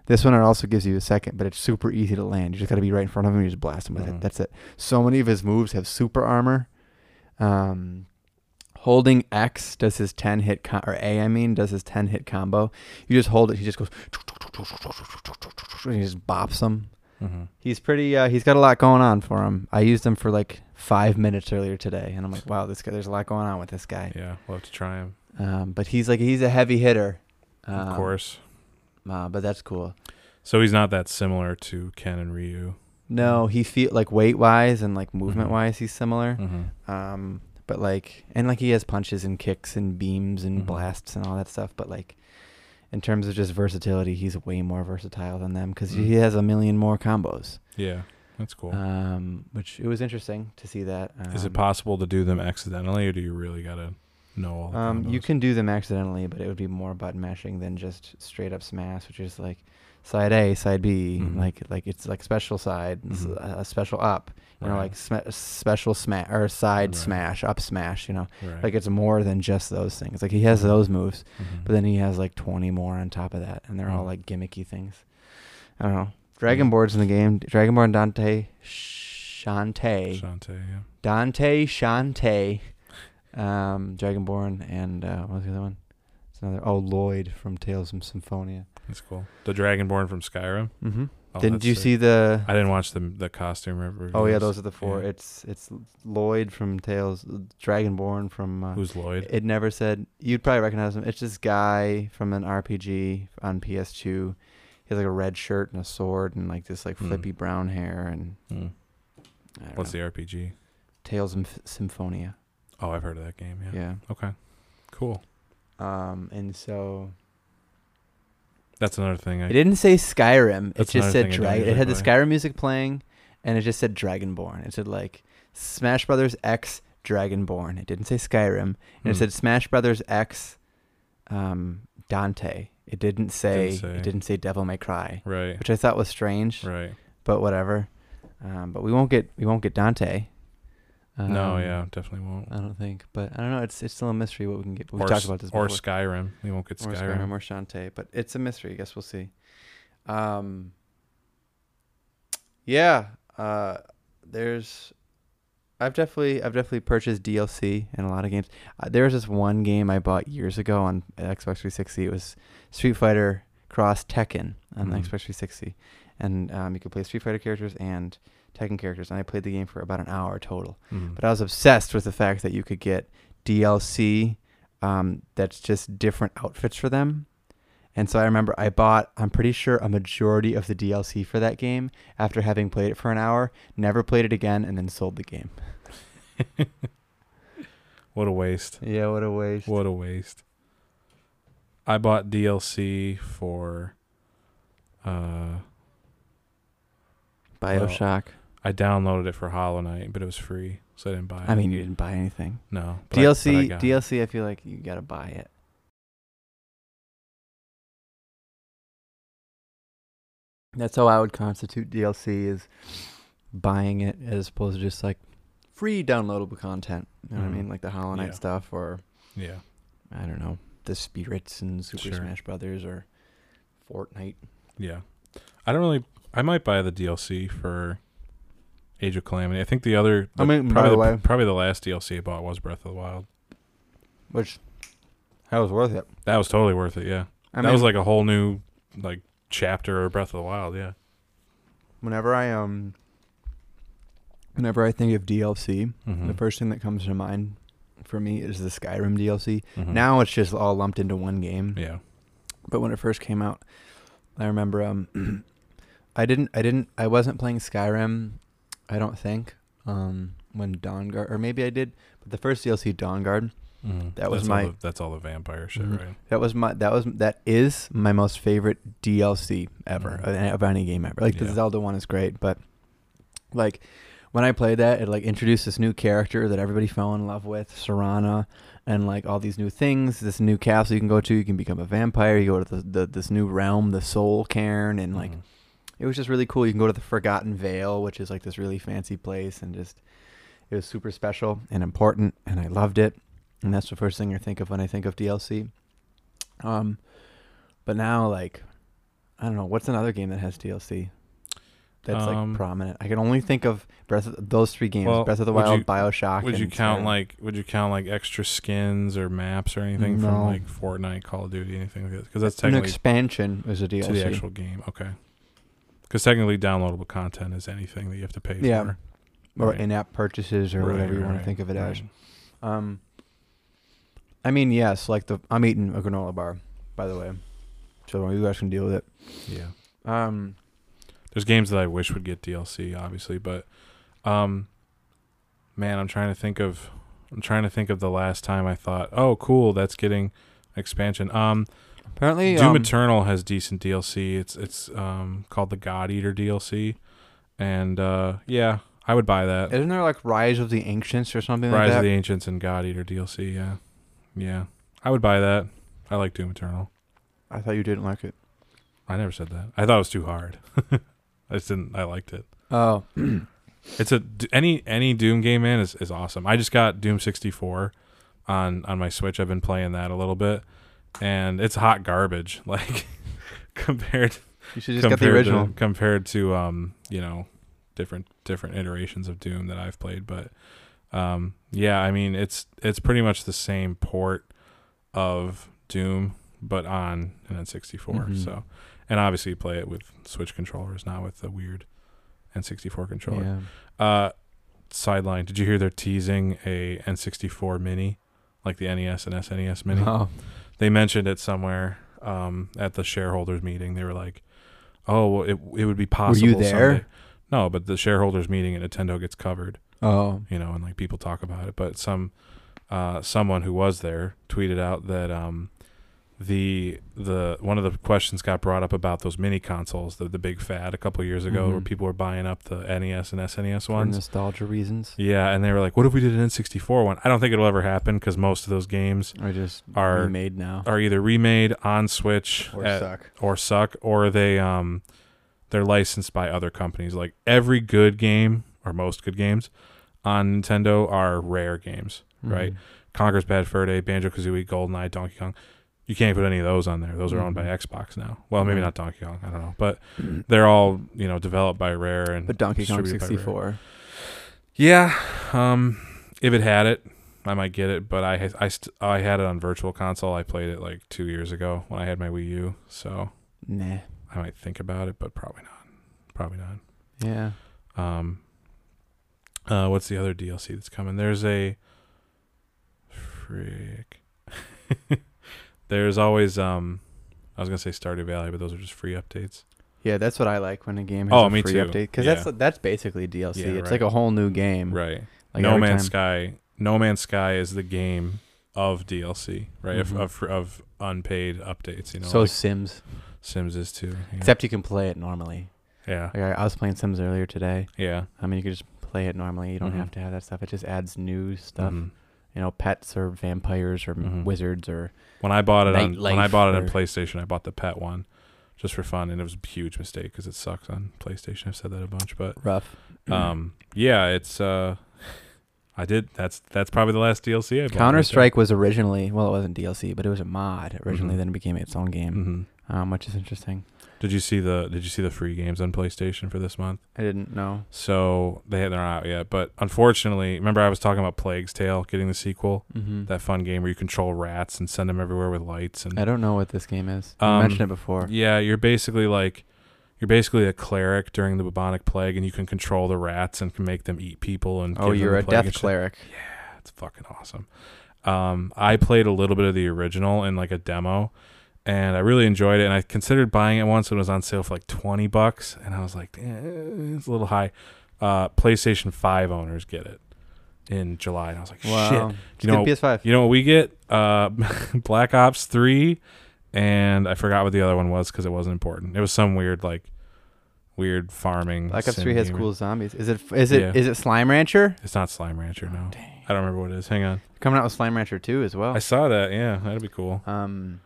Speaker 2: This one it also gives you a second, but it's super easy to land. You just got to be right in front of him. You just blast him with
Speaker 1: Mhm.
Speaker 2: it. That's it. So many of his moves have super armor. Um, holding X does his ten hit co- or A I mean does his ten hit combo. You just hold it. He just goes. And he just bops him.
Speaker 1: Mhm.
Speaker 2: He's pretty. Uh, he's got a lot going on for him. I used him for like five minutes earlier today, and I'm like, wow, this guy. There's a lot going on with this guy.
Speaker 1: Yeah, we'll have to try him.
Speaker 2: Um, but he's like he's a heavy hitter.
Speaker 1: of
Speaker 2: Um,
Speaker 1: course.
Speaker 2: uh, but that's cool.
Speaker 1: So he's not that similar to Ken and Ryu. Mm.
Speaker 2: No, he feel like weight wise and like movement
Speaker 1: Mhm.
Speaker 2: wise, he's similar.
Speaker 1: Mm-hmm.
Speaker 2: Um, but like and like he has punches and kicks and beams and
Speaker 1: Mhm.
Speaker 2: blasts and all that stuff. But like in terms of just versatility, he's way more versatile than them because he
Speaker 1: Mm.
Speaker 2: has a million more combos.
Speaker 1: Yeah, that's cool.
Speaker 2: Um, which it was interesting to see that. Um,
Speaker 1: Is it possible to do them accidentally, or do you really gotta know all? The
Speaker 2: Um, you
Speaker 1: combos?
Speaker 2: can do them accidentally, but it would be more button mashing than just straight up smash, which is like side A, side B,
Speaker 1: Mhm.
Speaker 2: like like it's like special side, s-
Speaker 1: Mhm.
Speaker 2: uh, special up, you know,
Speaker 1: Right,
Speaker 2: like sma special smash or side
Speaker 1: Right.
Speaker 2: smash, up smash, you know,
Speaker 1: right.
Speaker 2: like it's more than just those things. Like he has those moves,
Speaker 1: Mhm.
Speaker 2: but then he has like 20 more on top of that, and they're all
Speaker 1: Mhm.
Speaker 2: like gimmicky things. I don't know. Dragon boards in the game. Dragonborn Dante, Shantae,
Speaker 1: Shantae, yeah.
Speaker 2: Dante Shantae, um, Dragonborn, and uh, what was the other one? It's another. Oh, Lloyd from Tales from Symphonia.
Speaker 1: That's cool. The Dragonborn from Skyrim.
Speaker 2: Mm-hmm.
Speaker 1: Oh,
Speaker 2: Didn't
Speaker 1: that's
Speaker 2: you
Speaker 1: sick.
Speaker 2: see the?
Speaker 1: I didn't watch the the costume reviews.
Speaker 2: Oh yeah, those are the four.
Speaker 1: Yeah.
Speaker 2: It's it's Lloyd from Tales, Dragonborn from. Uh,
Speaker 1: Who's Lloyd?
Speaker 2: it never said. You'd probably recognize him. It's this guy from an RPG on PS2. He has like a red shirt and a sword and like this like
Speaker 1: Hmm.
Speaker 2: flippy brown hair and.
Speaker 1: Mm.
Speaker 2: I don't
Speaker 1: What's
Speaker 2: know.
Speaker 1: the RPG?
Speaker 2: Tales of Symphonia?
Speaker 1: Oh, I've heard of that game. Yeah.
Speaker 2: yeah.
Speaker 1: Okay. Cool.
Speaker 2: Um, and so
Speaker 1: That's another thing.
Speaker 2: It
Speaker 1: I,
Speaker 2: didn't say Skyrim.
Speaker 1: That's
Speaker 2: it just
Speaker 1: another
Speaker 2: said
Speaker 1: thing I don't
Speaker 2: Dragon. It had the
Speaker 1: usually
Speaker 2: Skyrim music playing, and it just said Dragonborn. It said like Smash Brothers X Dragonborn. It didn't say Skyrim, and
Speaker 1: Hmm.
Speaker 2: it said Smash Brothers X um, Dante. It didn't say,
Speaker 1: say.
Speaker 2: It didn't say Devil May Cry,
Speaker 1: right.
Speaker 2: which I thought was strange,
Speaker 1: Right.
Speaker 2: but whatever. Um, but we won't get we won't get Dante.
Speaker 1: no.
Speaker 2: Um,
Speaker 1: Yeah. Definitely won't.
Speaker 2: I don't think, but I don't know. It's it's still a mystery what we can get. We've
Speaker 1: or
Speaker 2: talked
Speaker 1: S-
Speaker 2: about this before
Speaker 1: or Skyrim. We won't get
Speaker 2: or
Speaker 1: Skyrim.
Speaker 2: or Shantae, but it's a mystery. I guess we'll see. Um, yeah, uh, there's. I've definitely I've definitely purchased DLC in a lot of games. Uh, there was this one game I bought years ago on Xbox 360. It was Street Fighter Cross Tekken on the
Speaker 1: Mhm.
Speaker 2: Xbox 360, and um, you could play Street Fighter characters and Tekken characters. And I played the game for about an hour total
Speaker 1: Mhm.
Speaker 2: but I was obsessed with the fact that you could get DLC um, that's just different outfits for them. And so I remember I bought, I'm pretty sure, a majority of the DLC for that game after having played it for an hour, never played it again, and then sold the game.
Speaker 1: what a waste.
Speaker 2: Yeah, what a waste.
Speaker 1: What a waste. I bought DLC for uh
Speaker 2: Bioshock.
Speaker 1: I downloaded it for Hollow Knight, but it was free, so I didn't buy it.
Speaker 2: I mean, you didn't buy anything.
Speaker 1: no. but I- but I
Speaker 2: DLC,
Speaker 1: got it.
Speaker 2: DLC, I feel like you got to buy it. That's how I would constitute DLC is buying it as opposed to just like free downloadable content. You know what
Speaker 1: Mhm.
Speaker 2: I mean? Like the Hollow Knight
Speaker 1: Yeah.
Speaker 2: stuff or
Speaker 1: Yeah.
Speaker 2: I don't know, the Spirits and Super
Speaker 1: Sure.
Speaker 2: Smash Brothers or Fortnite.
Speaker 1: Yeah. I don't really I might buy the DLC for Age of Calamity. I think the other
Speaker 2: I mean, by
Speaker 1: probably
Speaker 2: the way-
Speaker 1: probably the last DLC I bought was Breath of the Wild.
Speaker 2: Which that was worth it.
Speaker 1: That was totally worth it, yeah.
Speaker 2: I
Speaker 1: that
Speaker 2: mean,
Speaker 1: was like a whole new like chapter of Breath of the Wild, yeah.
Speaker 2: whenever I um whenever I think of DLC,
Speaker 1: Mhm.
Speaker 2: The first thing that comes to mind for me is the Skyrim DLC.
Speaker 1: Mhm.
Speaker 2: Now it's just all lumped into one game.
Speaker 1: Yeah.
Speaker 2: But when it first came out, I remember um, (clears throat) I didn't, I didn't, I wasn't playing Skyrim. I don't think um, when Dawnguard, or maybe I did, but the first DLC Dawnguard,
Speaker 1: Mhm.
Speaker 2: That was
Speaker 1: That's
Speaker 2: my-
Speaker 1: All the, that's all the vampire shit,
Speaker 2: Mhm.
Speaker 1: right?
Speaker 2: that was my, that was that is my most favorite DLC ever
Speaker 1: Mhm.
Speaker 2: of any- of any game ever. Like the
Speaker 1: Yeah.
Speaker 2: Zelda one is great, but like when I played that, it like introduced this new character that everybody fell in love with, Serana, and like all these new things. This new castle you can go to, you can become a vampire. You go to the, the this new realm, the Soul Cairn, and like
Speaker 1: Mhm.
Speaker 2: it was just really cool. You can go to the Forgotten Vale, which is like this really fancy place, and just it was super special and important, and I loved it. And that's the first thing I think of when I think of DLC. Um, but now like I don't know what's another game that has DLC that's
Speaker 1: Um,
Speaker 2: like prominent. I can only think of Breath of those three games:
Speaker 1: Well,
Speaker 2: Breath of the
Speaker 1: would
Speaker 2: Wild,
Speaker 1: you-
Speaker 2: BioShock.
Speaker 1: would you
Speaker 2: and
Speaker 1: count
Speaker 2: Skyrim.
Speaker 1: like would you count like extra skins or maps or anything
Speaker 2: No.
Speaker 1: from like Fortnite, Call of Duty, anything like that? Because that's
Speaker 2: an
Speaker 1: technically
Speaker 2: expansion is a DLC?
Speaker 1: to the actual game. Okay. Because technically, downloadable content is anything that you have to pay
Speaker 2: Yeah,
Speaker 1: for,
Speaker 2: or
Speaker 1: Right.
Speaker 2: in-app purchases or
Speaker 1: Right,
Speaker 2: whatever you want
Speaker 1: right,
Speaker 2: to think of it as.
Speaker 1: right.
Speaker 2: Um, I mean, yes, like the I'm eating a granola bar, by the way, so you guys can deal with it.
Speaker 1: Yeah.
Speaker 2: Um,
Speaker 1: There's games that I wish would get DLC, obviously, but um, man, I'm trying to think of I'm trying to think of the last time I thought, oh, cool, that's getting expansion. Um,
Speaker 2: apparently,
Speaker 1: Doom
Speaker 2: um,
Speaker 1: Eternal has decent DLC. It's it's um called the God Eater DLC, and uh, yeah, I would buy that.
Speaker 2: isn't there like Rise of the Ancients or something
Speaker 1: Rise
Speaker 2: like
Speaker 1: of
Speaker 2: that?
Speaker 1: the Ancients and God Eater DLC. Yeah, yeah, I would buy that. I like Doom Eternal.
Speaker 2: I thought you didn't like it.
Speaker 1: I never said that. I thought it was too hard. (laughs) I just didn't. I liked it.
Speaker 2: Oh,
Speaker 1: It's a d- any any Doom game man is is awesome. I just got Doom 64 on on my Switch. I've been playing that a little bit, and it's hot garbage. (laughs) Like compared
Speaker 2: you should just get the
Speaker 1: compared to-
Speaker 2: original.
Speaker 1: compared to um you know different different iterations of Doom that I've played, but um yeah, I mean it's it's pretty much the same port of Doom but on an N64.
Speaker 2: Mhm.
Speaker 1: So and obviously you play it with Switch controllers, not with the weird N64 controller.
Speaker 2: yeah.
Speaker 1: Uh sideline, did you hear they're teasing a N64 mini like the NES and SNES mini?
Speaker 2: (laughs) Oh,
Speaker 1: they mentioned it somewhere um, at the shareholders meeting. They were like, "Oh, well, it it would be possible."
Speaker 2: there?
Speaker 1: someday." No, but the shareholders meeting at Nintendo gets covered,
Speaker 2: oh,
Speaker 1: you know, and like people talk about it. But some uh, someone who was there tweeted out that um, the the one of the questions got brought up about those mini consoles, the the big fad a couple years ago, where
Speaker 2: Mhm.
Speaker 1: people were buying up the NES and SNES
Speaker 2: for E
Speaker 1: ones.
Speaker 2: nostalgia reasons.
Speaker 1: yeah, and they were like, "What if we did an N64 one?" I don't think it'll ever happen because most of those games
Speaker 2: Or just
Speaker 1: Are-
Speaker 2: remade now, Uh,
Speaker 1: are either remade on Switch
Speaker 2: or
Speaker 1: at-
Speaker 2: suck.
Speaker 1: or suck or they um they're licensed by other companies like every good game or most good games on Nintendo are rare games right?
Speaker 2: Mhm.
Speaker 1: Conker's Bad Fur Day Banjo Kazooie Goldeneye Donkey Kong you can't put any of those on there those are owned by Xbox now well maybe
Speaker 2: Mm-hmm. Right.
Speaker 1: not Donkey Kong I don't know but they're all you know developed by Rare and
Speaker 2: But Donkey Kong
Speaker 1: distributed by Rare.
Speaker 2: 64.
Speaker 1: yeah um if it had it I might get it but I I st- I had it on Virtual Console I played it like 2 years ago when I had my Wii U so
Speaker 2: Nah.
Speaker 1: I might think about it, but probably not. Probably not.
Speaker 2: Yeah.
Speaker 1: Um, uh, what's the other DLC that's coming? There's a freak. (laughs) There's always um, I was gonna say Stardew Valley, but those are just free updates.
Speaker 2: Yeah, that's what I like when a game has
Speaker 1: Oh,
Speaker 2: a
Speaker 1: me
Speaker 2: free
Speaker 1: too.
Speaker 2: update because
Speaker 1: Yeah.
Speaker 2: that's that's basically DLC.
Speaker 1: Yeah,
Speaker 2: it's
Speaker 1: right.
Speaker 2: like a whole new game.
Speaker 1: Right.
Speaker 2: Mm. Like
Speaker 1: no
Speaker 2: every
Speaker 1: Man's
Speaker 2: time-
Speaker 1: Sky. No Man's Sky is the game of DLC, right?
Speaker 2: Mhm.
Speaker 1: Of, of of unpaid updates. You know,
Speaker 2: so
Speaker 1: like
Speaker 2: Sims,
Speaker 1: Sims is too. Yeah.
Speaker 2: except you can play it normally.
Speaker 1: yeah, Mm-hmm.
Speaker 2: Like I, I was playing Sims earlier today.
Speaker 1: yeah.
Speaker 2: I mean, you can just play it normally. You don't
Speaker 1: Mhm.
Speaker 2: have to have that stuff. It just adds new stuff.
Speaker 1: Mhm.
Speaker 2: You know, pets or vampires or
Speaker 1: Mhm.
Speaker 2: wizards or
Speaker 1: When I bought it on when I
Speaker 2: Nightlife
Speaker 1: bought it on
Speaker 2: or-
Speaker 1: PlayStation, I bought the pet one just for fun, and it was a huge mistake because it sucks on PlayStation. I've said that a bunch, but
Speaker 2: rough.
Speaker 1: um, yeah, it's uh, I did that's that's probably the last DLC I bought.
Speaker 2: Counter Strike was originally well, it wasn't DLC, but it was a mod originally.
Speaker 1: Mhm.
Speaker 2: Then it became its own game,
Speaker 1: hmm
Speaker 2: um, which is interesting.
Speaker 1: Did you see the Did you see the free games on PlayStation for this month?
Speaker 2: I didn't know.
Speaker 1: So they they're not out yet, but unfortunately, remember I was talking about Plague's Tale getting the sequel,
Speaker 2: Mm-hmm.
Speaker 1: that fun game where you control rats and send them everywhere with lights and
Speaker 2: I don't know what this game is.
Speaker 1: Um,
Speaker 2: I mentioned it before.
Speaker 1: Yeah, you're basically like you're basically a cleric during the bubonic plague, and you can control the rats and can make them eat people. And
Speaker 2: Oh,
Speaker 1: give them
Speaker 2: you're
Speaker 1: the
Speaker 2: a
Speaker 1: plague
Speaker 2: death
Speaker 1: and shit.
Speaker 2: cleric.
Speaker 1: It's fucking awesome. Um, I played a little bit of the original in like a demo, and I really enjoyed it. And I considered buying it once when it was on sale for like twenty bucks, and I was like, eh, it's a little high. Uh, PlayStation Five owners get it in July, and I was like,
Speaker 2: Wow.
Speaker 1: shit.
Speaker 2: It's
Speaker 1: You know,
Speaker 2: good PS5.
Speaker 1: You know what we get? Uh, (laughs) Black Ops Three, and I forgot what the other one was because it wasn't important. It was some weird like weird farming.
Speaker 2: Black Ops
Speaker 1: sim
Speaker 2: 3 has
Speaker 1: game.
Speaker 2: cool zombies. Is it is it is
Speaker 1: Yeah.
Speaker 2: it Slime Rancher?
Speaker 1: It's not Slime Rancher, no.
Speaker 2: Oh, Dang.
Speaker 1: I don't remember what it is. Hang on.
Speaker 2: Coming out with Slime Rancher 2 as well.
Speaker 1: I saw that. Yeah, that'd be cool.
Speaker 2: Um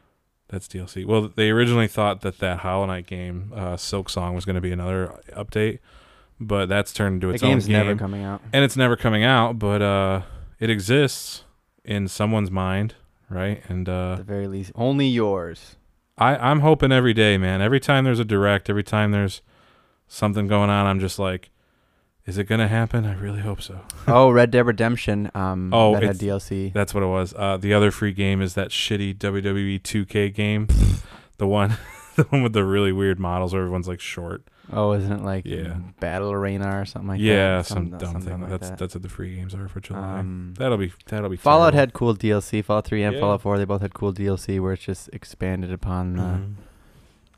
Speaker 1: That's DLC. Well, they originally thought that that Hollow Knight game, uh, Silk Song, was going to be another update, but that's turned into
Speaker 2: the
Speaker 1: its own
Speaker 2: game's
Speaker 1: game,
Speaker 2: never coming out.
Speaker 1: and it's never coming out. But uh, it exists in someone's mind, right? And
Speaker 2: At
Speaker 1: uh,
Speaker 2: the very least, only yours. (laughs)
Speaker 1: I, I'm hoping every day, man. Every time there's a direct, every time there's something going on, I'm just like, is it gonna happen? I really hope so.
Speaker 2: oh, Red Dead Redemption. Um,
Speaker 1: Oh,
Speaker 2: that had
Speaker 1: it's-
Speaker 2: DLC.
Speaker 1: That's what it was. Uh, the other free game is that shitty WWE 2K
Speaker 2: (laughs)
Speaker 1: game, the one, (laughs) the one with the really weird models where everyone's like short.
Speaker 2: Oh, isn't it like
Speaker 1: Yeah.
Speaker 2: Battle Arena or something like that?
Speaker 1: yeah, some,
Speaker 2: Something-
Speaker 1: dumb
Speaker 2: something
Speaker 1: thing.
Speaker 2: like
Speaker 1: that's
Speaker 2: that.
Speaker 1: that's what the free games are for July.
Speaker 2: Um,
Speaker 1: that'll be that'll be
Speaker 2: Fallout
Speaker 1: terrible.
Speaker 2: had cool DLC. Fallout 3 and
Speaker 1: Yeah.
Speaker 2: Fallout 4, they both had cool DLC where it's just expanded upon. Uh,
Speaker 1: Mhm.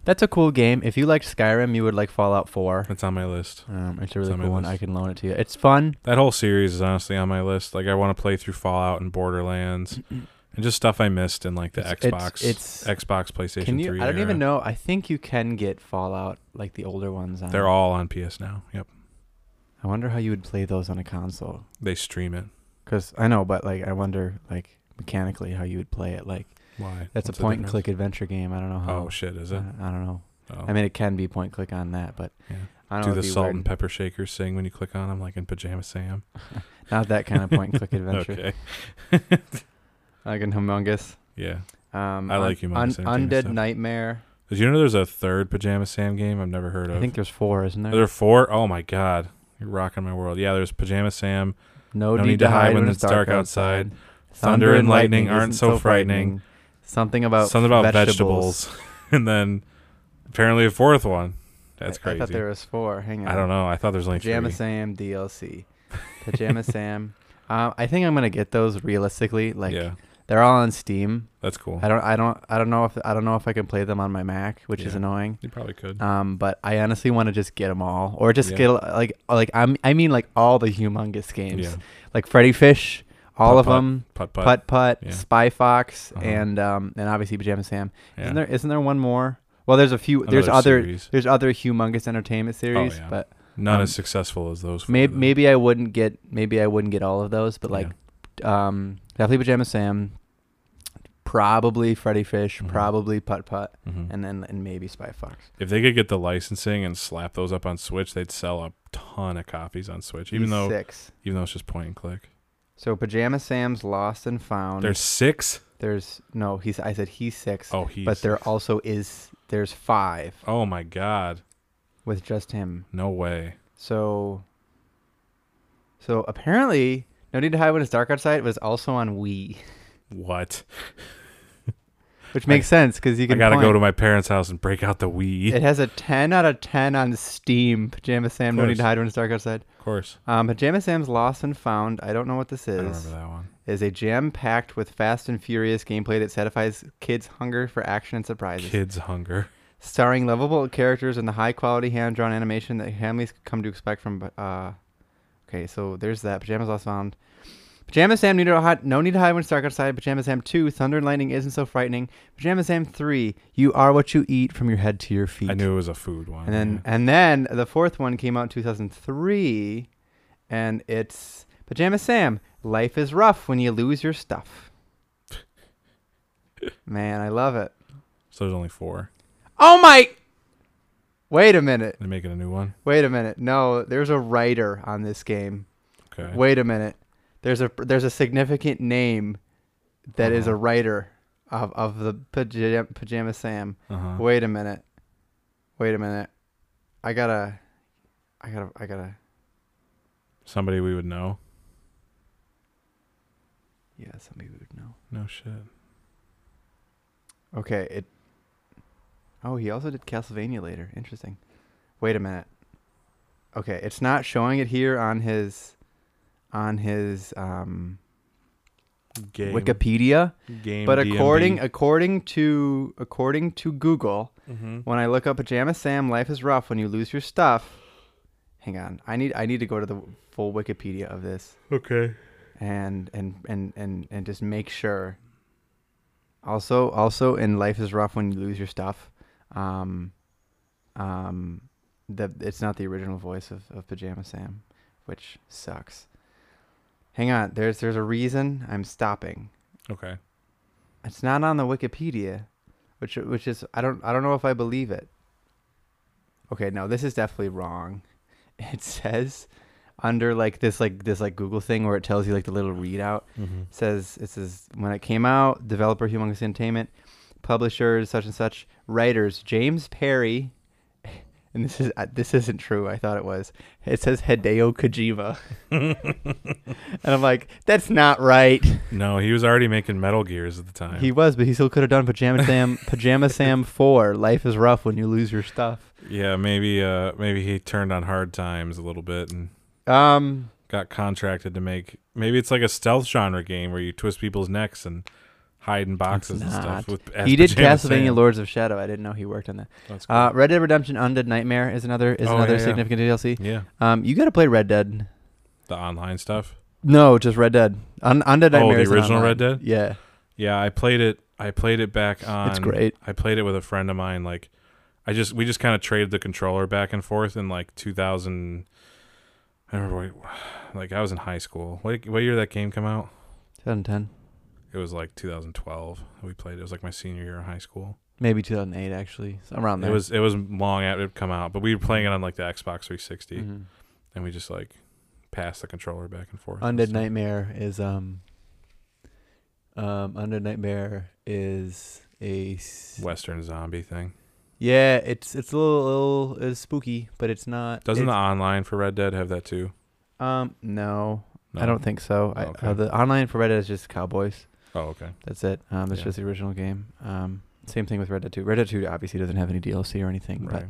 Speaker 2: That's a cool game. If you liked Skyrim, you would like Fallout 4.
Speaker 1: That's on my list.
Speaker 2: Um, it's a really
Speaker 1: on my
Speaker 2: cool one.
Speaker 1: list.
Speaker 2: I can loan it to you. It's fun.
Speaker 1: That whole series is honestly on my list. Like I want to play through Fallout and
Speaker 2: (clears throat)
Speaker 1: Borderlands, and just stuff I missed in like the
Speaker 2: It's- it's-
Speaker 1: Xbox,
Speaker 2: it's-
Speaker 1: Xbox, PlayStation
Speaker 2: Can you?
Speaker 1: 3.
Speaker 2: I don't
Speaker 1: era.
Speaker 2: even know. I think you can get Fallout like the older ones. On.
Speaker 1: They're all on PS now. Yep,
Speaker 2: I wonder how you would play those on a console.
Speaker 1: they stream it.
Speaker 2: Because I know, but like I wonder, like mechanically, how you would play it. Like
Speaker 1: Why?
Speaker 2: that's
Speaker 1: What's
Speaker 2: a
Speaker 1: the
Speaker 2: point and
Speaker 1: difference?
Speaker 2: click adventure game. I don't know how.
Speaker 1: Oh shit, is
Speaker 2: I,
Speaker 1: it?
Speaker 2: I don't know.
Speaker 1: Oh.
Speaker 2: I mean, it can be point click on that, but
Speaker 1: Yeah.
Speaker 2: I don't
Speaker 1: do
Speaker 2: know.
Speaker 1: the
Speaker 2: it'd be
Speaker 1: salt
Speaker 2: weird.
Speaker 1: and pepper shakers sing when you click on them, like in Pajama Sam.
Speaker 2: Not that kind of point
Speaker 1: (laughs)
Speaker 2: and click adventure.
Speaker 1: Okay.
Speaker 2: Like in Humongous.
Speaker 1: Yeah.
Speaker 2: Um,
Speaker 1: I like
Speaker 2: un-
Speaker 1: Humongous Entertainment
Speaker 2: Un- Undead
Speaker 1: stuff.
Speaker 2: Nightmare.
Speaker 1: Did you know there's a third Pajama Sam game I've never heard of?
Speaker 2: I think there's four, isn't
Speaker 1: Are
Speaker 2: there?
Speaker 1: there four? Oh my god. You're rocking my world. Yeah, there's Pajama Sam,
Speaker 2: no, need, to hide when it's dark
Speaker 1: outside.
Speaker 2: outside.
Speaker 1: Thunder and lightning aren't
Speaker 2: isn't
Speaker 1: so frightening.
Speaker 2: Something about
Speaker 1: something about vegetables, (laughs) and then apparently a fourth one. That's
Speaker 2: I-
Speaker 1: crazy.
Speaker 2: I thought there was four. Hang on.
Speaker 1: I don't know. I thought there's only
Speaker 2: Pajama
Speaker 1: three.
Speaker 2: Sam
Speaker 1: (laughs)
Speaker 2: DLC. Pajama Sam. Um, I think I'm gonna get those realistically. Like
Speaker 1: yeah,
Speaker 2: they're all on Steam.
Speaker 1: that's cool.
Speaker 2: I don't I don't I don't know if I don't know if I can play them on my Mac, which is
Speaker 1: Yeah.
Speaker 2: annoying.
Speaker 1: You probably could.
Speaker 2: Um, but I honestly want to just get them all, or just
Speaker 1: Yeah.
Speaker 2: get like like I'm I mean like all the humongous games,
Speaker 1: yeah,
Speaker 2: like Freddy Fish, all of
Speaker 1: Putt-Putt,
Speaker 2: them,
Speaker 1: putt putt.
Speaker 2: Putt Putt,
Speaker 1: yeah.
Speaker 2: Spy Fox,
Speaker 1: Uh-huh.
Speaker 2: and um and obviously Pajama Sam.
Speaker 1: yeah.
Speaker 2: Isn't there isn't there one more? Well, there's a few. there's
Speaker 1: Another
Speaker 2: other
Speaker 1: series. Oh,
Speaker 2: there's other humongous entertainment series,
Speaker 1: yeah.
Speaker 2: but
Speaker 1: Not
Speaker 2: um,
Speaker 1: as successful as those. four,
Speaker 2: Maybe
Speaker 1: though.
Speaker 2: maybe I wouldn't get maybe I wouldn't get all of those, but like um definitely pajama Sam, probably Freddy Fish,
Speaker 1: Mhm.
Speaker 2: probably Putt Putt,
Speaker 1: Mhm.
Speaker 2: and then and maybe Spy Fox.
Speaker 1: if they could get the licensing and slap those up on Switch, they'd sell a ton of copies on Switch. Even
Speaker 2: These
Speaker 1: though,
Speaker 2: six.
Speaker 1: even though it's just point and click.
Speaker 2: So pajama Sam's Lost and Found.
Speaker 1: There's six.
Speaker 2: there's no he's I said he's six,
Speaker 1: Oh, he's.
Speaker 2: but there also is there's five
Speaker 1: Oh my god!
Speaker 2: with just him.
Speaker 1: No way.
Speaker 2: So so apparently No Need to Hide When It's Dark Outside was also on Wii,
Speaker 1: What?
Speaker 2: which makes sense because you
Speaker 1: I
Speaker 2: can
Speaker 1: gotta
Speaker 2: point.
Speaker 1: go to my parents' house and break out the Wii.
Speaker 2: It has a 10 out of 10 on Steam. Pajama Sam, no need
Speaker 1: course.
Speaker 2: to hide when it's dark outside.
Speaker 1: Of course.
Speaker 2: Um, Pajama Sam's Lost and Found, I don't know what this
Speaker 1: I don't
Speaker 2: is,
Speaker 1: remember that one.
Speaker 2: is a jam packed with fast and furious gameplay that satisfies kids' hunger for action and surprises.
Speaker 1: Kids hunger.
Speaker 2: Starring lovable characters and the high quality hand drawn animation that families come to expect from. Uh, okay, so there's that. Pajama Lost Found. Pajama Sam, need to hide, no need to hide when it's dark outside. Pajama Sam 2, Thunder and Lightning isn't so frightening. Pajama Sam 3, you are what you eat from your head to your feet.
Speaker 1: I knew it was a food one.
Speaker 2: And then
Speaker 1: yeah.
Speaker 2: and then the fourth one came out in 2003 and it's Pajama Sam, life is rough when you lose
Speaker 1: (laughs)
Speaker 2: your stuff. Man, I love it.
Speaker 1: so there's only four.
Speaker 2: Oh my Wait a minute.
Speaker 1: They're making a new one.
Speaker 2: Wait a minute. No, there's a writer on this game.
Speaker 1: Okay.
Speaker 2: Wait a minute. There's a there's a significant name that is a
Speaker 1: Uh-huh.
Speaker 2: writer of of the Pajama, Pajama Sam.
Speaker 1: Uh-huh.
Speaker 2: Wait a minute. Wait a minute. I gotta. I gotta. I gotta.
Speaker 1: Somebody we would know.
Speaker 2: Yeah, somebody would know.
Speaker 1: No shit.
Speaker 2: Okay. It. Oh, he also did Castlevania later. Interesting. Wait a minute. Okay, it's not showing it here on his, on his um,
Speaker 1: Game.
Speaker 2: Wikipedia.
Speaker 1: Game
Speaker 2: But
Speaker 1: DMB.
Speaker 2: according according to according to Google,
Speaker 1: Mhm.
Speaker 2: when I look up Pajama Sam, life is rough when you lose your stuff. Hang on, I need I need to go to the full Wikipedia of this
Speaker 1: Okay.
Speaker 2: and and and and and just make sure. Also, also in life is rough when you lose your stuff. Um, um, the it's not the original voice of, of Pajama Sam, which sucks. Hang on, there's there's a reason I'm stopping.
Speaker 1: Okay.
Speaker 2: It's not on the Wikipedia, which which is I don't I don't know if I believe it. Okay, no, this is definitely wrong. (laughs) It says under like this like this like Google thing where it tells you like the little readout
Speaker 1: Mhm.
Speaker 2: it says it says when it came out, developer Humongous Entertainment, publishers such and such, writers James Perry, (laughs) and this is uh, this isn't true. I thought it was. It says Hideo Kojima, (laughs) and I'm like, that's
Speaker 1: (laughs)
Speaker 2: not right.
Speaker 1: No, he was already making Metal Gears at the time.
Speaker 2: He was, but he still could have done Pajama Sam,
Speaker 1: (laughs)
Speaker 2: Pajama Sam Four. Life is rough when you lose your stuff.
Speaker 1: yeah, maybe uh maybe he turned on hard times a little bit and
Speaker 2: Um,
Speaker 1: got contracted to make maybe it's like a stealth genre game where you twist people's necks and hide in boxes and
Speaker 2: not.
Speaker 1: stuff with as
Speaker 2: he did
Speaker 1: Pajama
Speaker 2: Castlevania
Speaker 1: Sam.
Speaker 2: Lords of Shadow. I didn't know he worked on that.
Speaker 1: That's cool.
Speaker 2: Uh, Red Dead Redemption Undead Nightmare is another is
Speaker 1: Oh,
Speaker 2: another
Speaker 1: yeah, yeah.
Speaker 2: significant DLC.
Speaker 1: yeah.
Speaker 2: Um, you got to play Red Dead.
Speaker 1: The online stuff.
Speaker 2: No, just Red Dead. Un- Undead
Speaker 1: Oh,
Speaker 2: Nightmare.
Speaker 1: the
Speaker 2: is an
Speaker 1: original
Speaker 2: online-
Speaker 1: Red Dead?
Speaker 2: Yeah,
Speaker 1: Yeah, I played it I played it back on
Speaker 2: it's great.
Speaker 1: I played it with a friend of mine. Like, I just we just kind of traded the controller back and forth in like 2000. I remember, what- like I was in high school. What what year that game come out?
Speaker 2: 2010,
Speaker 1: It was like 2012. that We played. It It was like my senior year in high school.
Speaker 2: maybe 2008 actually, so around there.
Speaker 1: It was it was long after it come out, but we were playing it on like the Xbox 360,
Speaker 2: Mhm.
Speaker 1: and we just like passed the controller back and forth.
Speaker 2: Undead
Speaker 1: So-
Speaker 2: Nightmare is um. Um, Undead Nightmare is a s-
Speaker 1: Western zombie thing.
Speaker 2: yeah. It's it's a little, little it's spooky, but it's not.
Speaker 1: Doesn't the
Speaker 2: it's,
Speaker 1: online for Red Dead have that too?
Speaker 2: um no,
Speaker 1: No.
Speaker 2: I don't think so. I,
Speaker 1: Okay.
Speaker 2: uh, the online for Red Dead is just cowboys.
Speaker 1: Oh, okay.
Speaker 2: That's it. Um, that's
Speaker 1: Yeah.
Speaker 2: just the original game. Um, same thing with Red Dead 2. Red Dead 2 obviously doesn't have any DLC or anything, but uh,
Speaker 1: Right.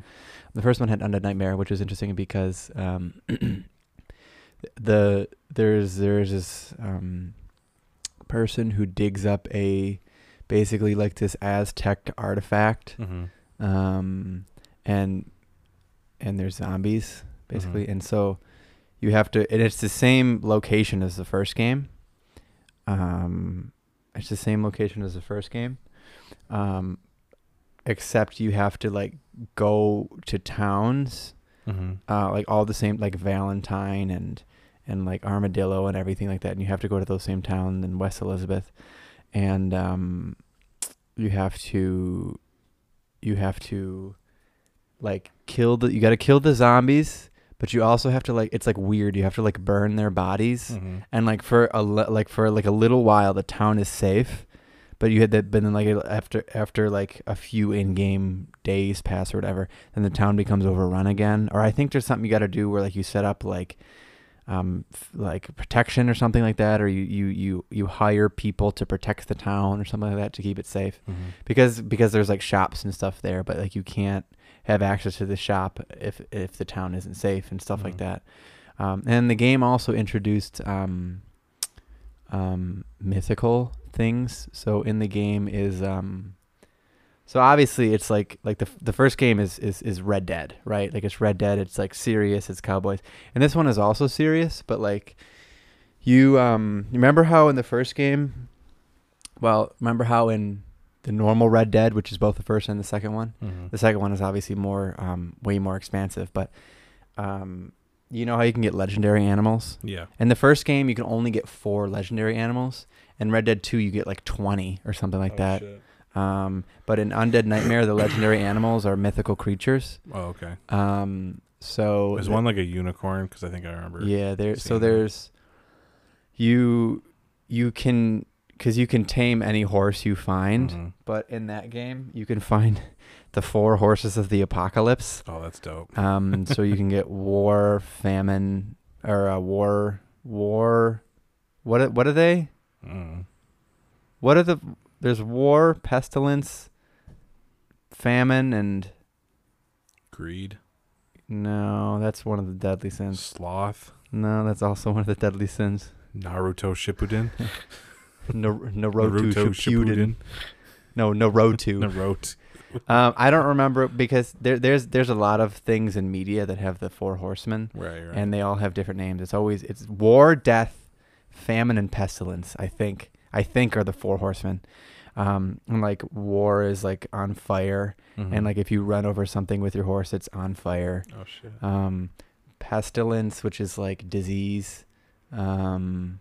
Speaker 2: The first one had Undead Nightmare, which was interesting because um, (clears throat) the there's there's this um, person who digs up a basically like this Aztec artifact,
Speaker 1: hmm
Speaker 2: um, and and there's zombies basically, and so you have to, and it's the same location as the first game. Um, it's the same location as the first game, um, except you have to like go to towns,
Speaker 1: hmm
Speaker 2: uh, like all the same, like Valentine and and like Armadillo and everything like that. And you have to go to those same towns in West Elizabeth, and um, you have to you have to like kill the you got to kill the zombies, but you also have to like it's like weird. You have to like burn their bodies
Speaker 1: hmm
Speaker 2: and like for a li- like for like a little while the town is safe but you had that but then like after after like a few in-game days pass or whatever then the town becomes overrun again or i think there's something you got to do where like you set up like um f- like protection or something like that or you you you you hire people to protect the town or something like that to keep it safe
Speaker 1: hmm
Speaker 2: because because there's like shops and stuff there but like you can't have access to the shop if if the town isn't safe and stuff like
Speaker 1: Mhm.
Speaker 2: that um, and the game also introduced um, um, mythical things so in the game is um so obviously it's like like the f- the first game is is is Red Dead right like it's Red Dead it's like serious it's cowboys and this one is also serious but like you um remember how in the first game well remember how in the normal Red Dead, which is both the first and the second one.
Speaker 1: hmm
Speaker 2: The second one is obviously more, um, way more expansive, but um, you know how you can get legendary animals?
Speaker 1: Yeah.
Speaker 2: In the first game, you can only get four legendary animals. In Red Dead 2, you get like 20 or something
Speaker 1: Oh,
Speaker 2: like that. Um, but in Undead Nightmare, the legendary animals are mythical creatures.
Speaker 1: Oh, okay.
Speaker 2: Um, so.
Speaker 1: Is
Speaker 2: the-
Speaker 1: one like a unicorn? Because I think I remember.
Speaker 2: yeah, there. So
Speaker 1: seeing that.
Speaker 2: there's you you can because you can tame any horse you find,
Speaker 1: Mhm.
Speaker 2: but in that game you can find the four horses of the apocalypse.
Speaker 1: Oh, that's dope.
Speaker 2: Um, so you can (laughs) get war, famine, or uh, war, war. What are- what are they?
Speaker 1: Mm.
Speaker 2: What are the? There's war, pestilence, famine, and
Speaker 1: Greed,
Speaker 2: no, that's one of the deadly sins.
Speaker 1: sloth,
Speaker 2: No, that's also one of the deadly sins.
Speaker 1: Naruto Shippuden.
Speaker 2: Nar- Naruto, Shippuden.
Speaker 1: Shippuden. (laughs)
Speaker 2: No, Naruto.
Speaker 1: Naruto.
Speaker 2: um, I don't remember because there, there's there's a lot of things in media that have the four horsemen,
Speaker 1: Right, right.
Speaker 2: and they all have different names. It's always it's war, death, famine, and pestilence. I think I think are the four horsemen. Um, and like war is like on fire,
Speaker 1: Mhm.
Speaker 2: and like if you run over something with your horse, it's on fire.
Speaker 1: oh shit.
Speaker 2: Um, pestilence, which is like disease. Um,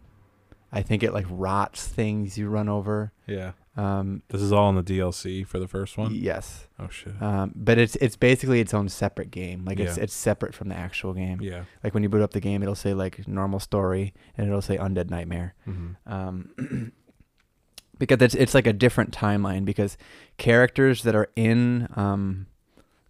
Speaker 2: I think it like rots things you run over.
Speaker 1: Yeah.
Speaker 2: Um,
Speaker 1: This is all in the DLC for the first one.
Speaker 2: yes.
Speaker 1: Oh shit.
Speaker 2: Um, but it's it's basically its own separate game. Like it's
Speaker 1: Yeah.
Speaker 2: it's separate from the actual game.
Speaker 1: yeah.
Speaker 2: Like when you boot up the game, it'll say like normal story, and it'll say Undead Nightmare.
Speaker 1: Mhm.
Speaker 2: Um, (clears throat) because it's it's like a different timeline because characters that are in um,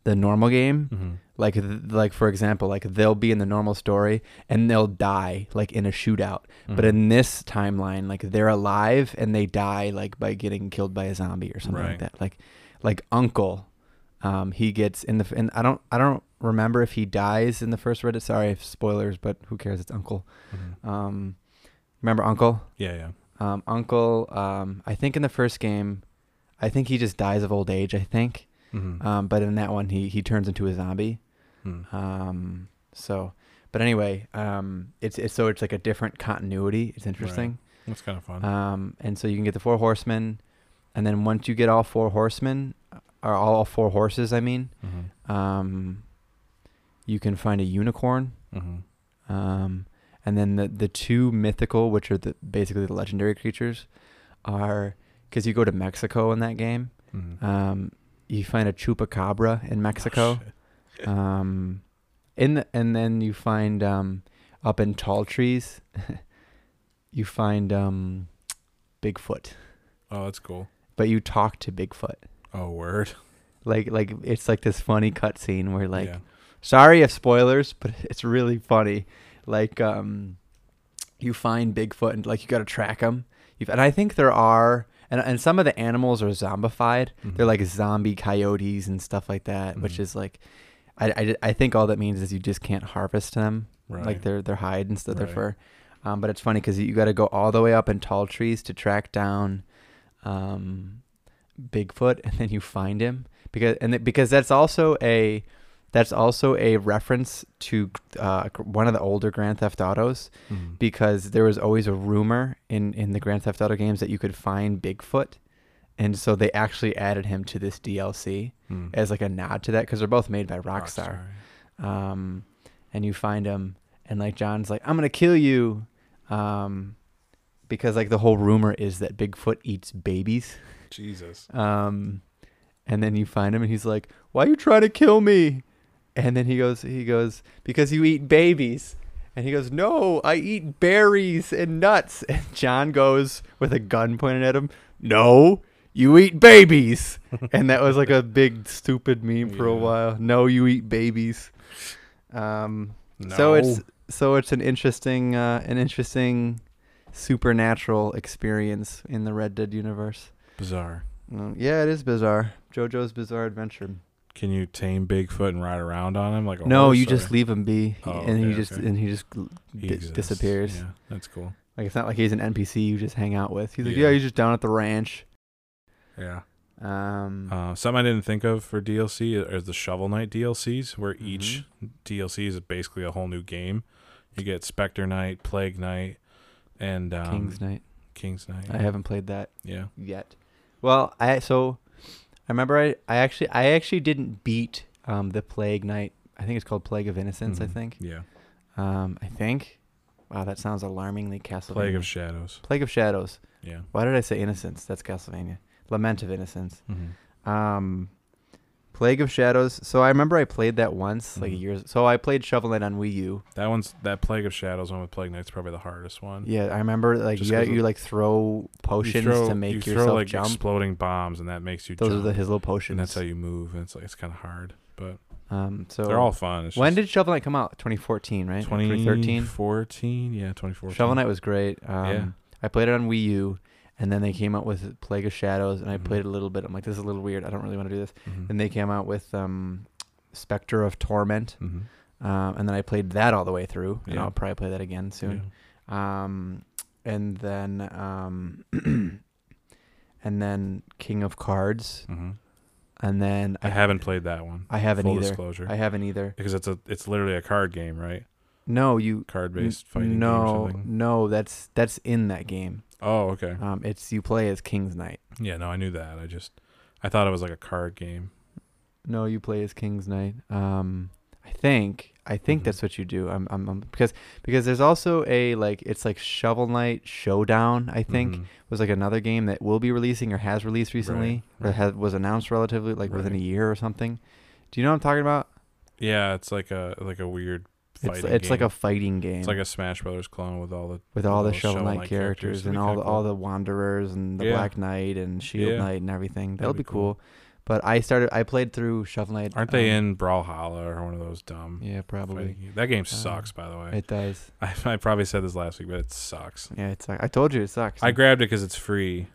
Speaker 2: the normal game,
Speaker 1: Mhm.
Speaker 2: like th- like for example, like they'll be in the normal story and they'll die like in a shootout. But
Speaker 1: Mhm.
Speaker 2: in this timeline, like they're alive and they die like by getting killed by a zombie or something like
Speaker 1: Right.
Speaker 2: that. Like, like Uncle, um, he gets in the f- and I don't I don't remember if he dies in the first Reddit. Sorry, if spoilers, but who cares? It's Uncle.
Speaker 1: Mhm.
Speaker 2: Um, remember Uncle?
Speaker 1: Yeah, yeah.
Speaker 2: Um, Uncle. Um, I think in the first game, I think he just dies of old age. I think.
Speaker 1: Mhm.
Speaker 2: Um, but in that one, he he turns into a zombie.
Speaker 1: Mhm.
Speaker 2: Um, so, but anyway, um, it's, it's so it's like a different continuity. It's interesting.
Speaker 1: That's kind of fun.
Speaker 2: Um, and so you can get the four horsemen, and then once you get all four horsemen, or all four horses, I mean,
Speaker 1: Mhm.
Speaker 2: um, you can find a unicorn.
Speaker 1: Mhm.
Speaker 2: Um, and then the the two mythical, which are the basically the legendary creatures, are because you go to Mexico in that game.
Speaker 1: Mhm.
Speaker 2: Um, you find a chupacabra in
Speaker 1: Oh,
Speaker 2: Mexico
Speaker 1: shit.
Speaker 2: um in the, and then you find um up in tall trees (laughs) you find um bigfoot
Speaker 1: Oh, that's cool.
Speaker 2: but you talk to bigfoot
Speaker 1: Oh, word.
Speaker 2: like like it's like this funny cutscene where like
Speaker 1: yeah.
Speaker 2: sorry if spoilers but (laughs) it's really funny like um you find bigfoot and like you got to track him You've, and i think there are and, and some of the animals are zombified they're
Speaker 1: Mhm.
Speaker 2: like zombie coyotes and stuff like that which
Speaker 1: Mhm.
Speaker 2: is like I, I, I think all that means is you just can't harvest them
Speaker 1: right.
Speaker 2: like their their hide and stuff, their
Speaker 1: Right.
Speaker 2: fur. Um, but it's funny because you got to go all the way up in tall trees to track down um, Bigfoot, (laughs) and then you find him because and it- because that's also a that's also a reference to uh, gr- one of the older Grand Theft Autos
Speaker 1: Mhm.
Speaker 2: because there was always a rumor in in the Grand Theft Auto games that you could find Bigfoot. And so they actually added him to this DLC
Speaker 1: Mhm.
Speaker 2: as like a nod to that because they're both made by Rockstar um, and you find him, and like John's like, "I'm gonna kill you," um, because like the whole rumor is that Bigfoot eats babies.
Speaker 1: Jesus.
Speaker 2: Um, and then you find him, and he's like, "Why you trying to kill me?" And then he goes, he goes, "Because you eat babies." And he goes, "No, I eat berries and nuts." And John goes with a gun pointed at him, "No." You eat babies, and that was like a big stupid meme for a
Speaker 1: Yeah.
Speaker 2: while. No, you eat babies. Um, so it's so it's an interesting uh, an interesting supernatural experience in the Red Dead universe.
Speaker 1: bizarre.
Speaker 2: Mm, yeah, it is bizarre. JoJo's Bizarre Adventure.
Speaker 1: Can you tame Bigfoot and ride around on him like a
Speaker 2: no,
Speaker 1: horse,
Speaker 2: you
Speaker 1: or-
Speaker 2: just leave him be,
Speaker 1: Oh,
Speaker 2: and he
Speaker 1: okay,
Speaker 2: just
Speaker 1: okay.
Speaker 2: and he just gl-
Speaker 1: He
Speaker 2: di-
Speaker 1: exists.
Speaker 2: disappears.
Speaker 1: Yeah, that's cool.
Speaker 2: like it's not like he's an NPC you just hang out with. He's like, yeah,
Speaker 1: Yeah.
Speaker 2: he's just down at the ranch.
Speaker 1: Yeah.
Speaker 2: Um,
Speaker 1: Uh, something I didn't think of for DLC is the Shovel Knight DLCs, where
Speaker 2: Mm-hmm.
Speaker 1: each DLC is basically a whole new game. You get Spectre Knight, Plague Knight, and um,
Speaker 2: King's Night.
Speaker 1: King's Knight.
Speaker 2: I haven't played that
Speaker 1: Yeah.
Speaker 2: yet. Well, I so I remember I, I actually I actually didn't beat um the Plague Knight. I think it's called Plague of Innocence. I
Speaker 1: Mhm.
Speaker 2: think.
Speaker 1: Yeah.
Speaker 2: Um, I think. Wow, that sounds alarmingly Castlevania.
Speaker 1: Plague of Shadows.
Speaker 2: Plague of Shadows.
Speaker 1: Yeah.
Speaker 2: Why did I say Innocence? That's Castlevania. Lament of Innocence.
Speaker 1: Mm-hmm.
Speaker 2: Um, Plague of Shadows. So I remember I played that once, like a
Speaker 1: Mhm.
Speaker 2: years. So I played Shovel Knight on Wii U.
Speaker 1: That one's that Plague of Shadows one with Plague Knight's probably the hardest one.
Speaker 2: Yeah, I remember like
Speaker 1: Just
Speaker 2: yeah,
Speaker 1: 'cause
Speaker 2: you like throw
Speaker 1: You
Speaker 2: potions
Speaker 1: throw-
Speaker 2: to make
Speaker 1: you
Speaker 2: yourself
Speaker 1: throw like
Speaker 2: jump.
Speaker 1: exploding bombs, and that makes you
Speaker 2: Those
Speaker 1: jump,
Speaker 2: are the his little potions.
Speaker 1: and that's how you move. And it's like it's kind of hard, but
Speaker 2: um, so
Speaker 1: they're all fun. It's
Speaker 2: when
Speaker 1: just
Speaker 2: did Shovel Knight come out? 2014, right? Or
Speaker 1: 2013, 14? Yeah, 2014.
Speaker 2: Shovel Knight was great. Um,
Speaker 1: Yeah.
Speaker 2: I played it on Wii U, and then they came out with Plague of Shadows, and I
Speaker 1: Mhm.
Speaker 2: played it a little bit. I'm like, this is a little weird. I don't really want to do this.
Speaker 1: Mhm.
Speaker 2: And they came out with um, Spectre of Torment,
Speaker 1: Mhm.
Speaker 2: um, and then I played that all the way through, and
Speaker 1: Yeah.
Speaker 2: I'll probably play that again soon.
Speaker 1: Yeah.
Speaker 2: Um, and then um, (clears throat) and then King of Cards,
Speaker 1: hmm
Speaker 2: and then
Speaker 1: I haven't played that one.
Speaker 2: I haven't
Speaker 1: Full
Speaker 2: either.
Speaker 1: disclosure,
Speaker 2: I haven't either.
Speaker 1: because it's a it's literally a card game, right?
Speaker 2: No, you
Speaker 1: Card
Speaker 2: n-
Speaker 1: based fighting game
Speaker 2: no,
Speaker 1: or something.
Speaker 2: no. That's that's in that game.
Speaker 1: Oh, okay.
Speaker 2: Um, it's you play as King's Knight.
Speaker 1: Yeah, no, I knew that. I just I thought it was like a card game.
Speaker 2: No, you play as King's Knight. Um, I think I think
Speaker 1: Mhm.
Speaker 2: that's what you do. I'm, I'm, i because because there's also a like it's like Shovel Knight Showdown. I think
Speaker 1: Mhm.
Speaker 2: was like another game that will be releasing or has released recently or
Speaker 1: right.
Speaker 2: has, was announced relatively like within a
Speaker 1: Right.
Speaker 2: year or something. Do you know what I'm talking about?
Speaker 1: Yeah, it's like a like a weird fighting.
Speaker 2: It's it's like
Speaker 1: game.
Speaker 2: a fighting game
Speaker 1: it's like a Smash Brothers clone with all the
Speaker 2: with all the
Speaker 1: little
Speaker 2: Shovel Knight characters
Speaker 1: That'd
Speaker 2: and
Speaker 1: be
Speaker 2: all the,
Speaker 1: kinda
Speaker 2: all the Wanderers and the
Speaker 1: Yeah.
Speaker 2: Black Knight and Shield
Speaker 1: Yeah.
Speaker 2: Knight and everything. That'll
Speaker 1: be
Speaker 2: be cool.
Speaker 1: cool.
Speaker 2: But I started. I played through Shovel Knight.
Speaker 1: cool. aren't they
Speaker 2: um,
Speaker 1: in Brawlhalla or one of those dumb?
Speaker 2: Yeah, probably. Uh,
Speaker 1: fighting games? That game sucks, by the way.
Speaker 2: It does.
Speaker 1: I, (laughs) I probably said this last week, but it sucks.
Speaker 2: Yeah, it sucks. I told you it sucks.
Speaker 1: I grabbed it because it's free,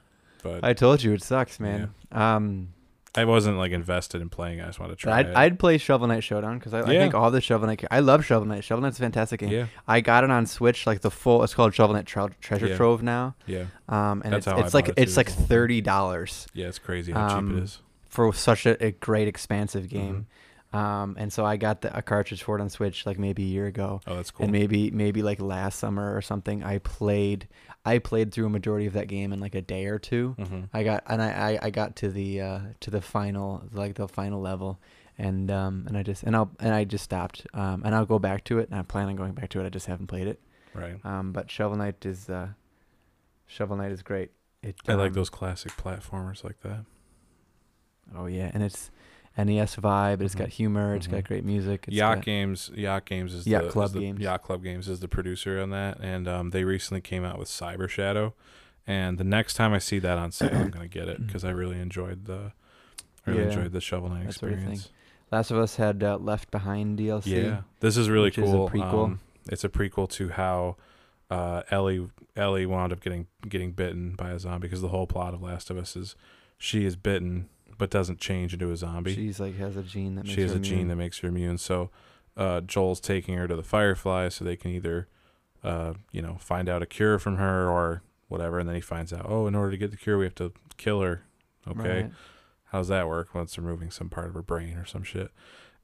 Speaker 1: but I,
Speaker 2: I told you it sucks, man. Um,
Speaker 1: wasn't like invested in playing. it. I just wanted to
Speaker 2: but
Speaker 1: try
Speaker 2: I'd,
Speaker 1: it.
Speaker 2: I'd play Shovel Knight Showdown because I, I
Speaker 1: Yeah.
Speaker 2: think all the Shovel Knight. I love Shovel Knight. Shovel Knight's a fantastic game.
Speaker 1: yeah,
Speaker 2: I got it on Switch, like the full. It's called Shovel Knight Trou- Treasure
Speaker 1: Yeah.
Speaker 2: Trove now.
Speaker 1: yeah,
Speaker 2: Um, and
Speaker 1: That's
Speaker 2: it's,
Speaker 1: how I
Speaker 2: it's like
Speaker 1: bought it, too,
Speaker 2: it's like
Speaker 1: is the whole thing.
Speaker 2: thirty dollars
Speaker 1: yeah. It's crazy how cheap
Speaker 2: Um,
Speaker 1: it is.
Speaker 2: for such a, a great
Speaker 1: Mm-hmm.
Speaker 2: expansive game. Um, and so I got the, a cartridge for it on Switch like maybe a year ago.
Speaker 1: Oh, that's cool.
Speaker 2: And maybe maybe like last summer or something, I played I played through a majority of that game in like a day or two.
Speaker 1: hmm
Speaker 2: I got and I, I, I got to the uh, to the final like the final level and um and I just and I'll and I just stopped um and I'll go back to it and I plan on going back to it I just haven't played it
Speaker 1: Right.
Speaker 2: um but Shovel Knight is uh Shovel Knight is great it
Speaker 1: I like
Speaker 2: um,
Speaker 1: those classic platformers like that.
Speaker 2: oh yeah and it's NES vibe it's got
Speaker 1: Mhm.
Speaker 2: humor it's got
Speaker 1: Mhm.
Speaker 2: great music it's
Speaker 1: Yacht
Speaker 2: got-
Speaker 1: Games, Yacht Games is
Speaker 2: Yacht
Speaker 1: the, is
Speaker 2: Club
Speaker 1: the-
Speaker 2: Games.
Speaker 1: Yacht Club Games is the producer on that, and um, they recently came out with Cyber Shadow. And the next time I see that on sale, I'm gonna get
Speaker 2: (clears throat)
Speaker 1: it because I really enjoyed the, I really
Speaker 2: Yeah,
Speaker 1: enjoyed the Shovel Knight
Speaker 2: that sort of thing.
Speaker 1: experience.
Speaker 2: Last of Us had uh, Left Behind DLC
Speaker 1: yeah, this is really
Speaker 2: which is a
Speaker 1: cool.
Speaker 2: prequel.
Speaker 1: Um, it's a prequel to how uh, Ellie Ellie wound up getting getting bitten by a zombie because the whole plot of Last of Us is she is bitten but doesn't change into a zombie.
Speaker 2: she's like has a gene that makes
Speaker 1: she has
Speaker 2: her
Speaker 1: a gene
Speaker 2: immune.
Speaker 1: that makes her immune. So uh, Joel's taking her to the Firefly so they can either, uh, you know, find out a cure from her or whatever. And then he finds out, oh, in order to get the cure, we have to kill her. Okay,
Speaker 2: Right.
Speaker 1: how does that work? Well, it's removing some part of her brain or some shit.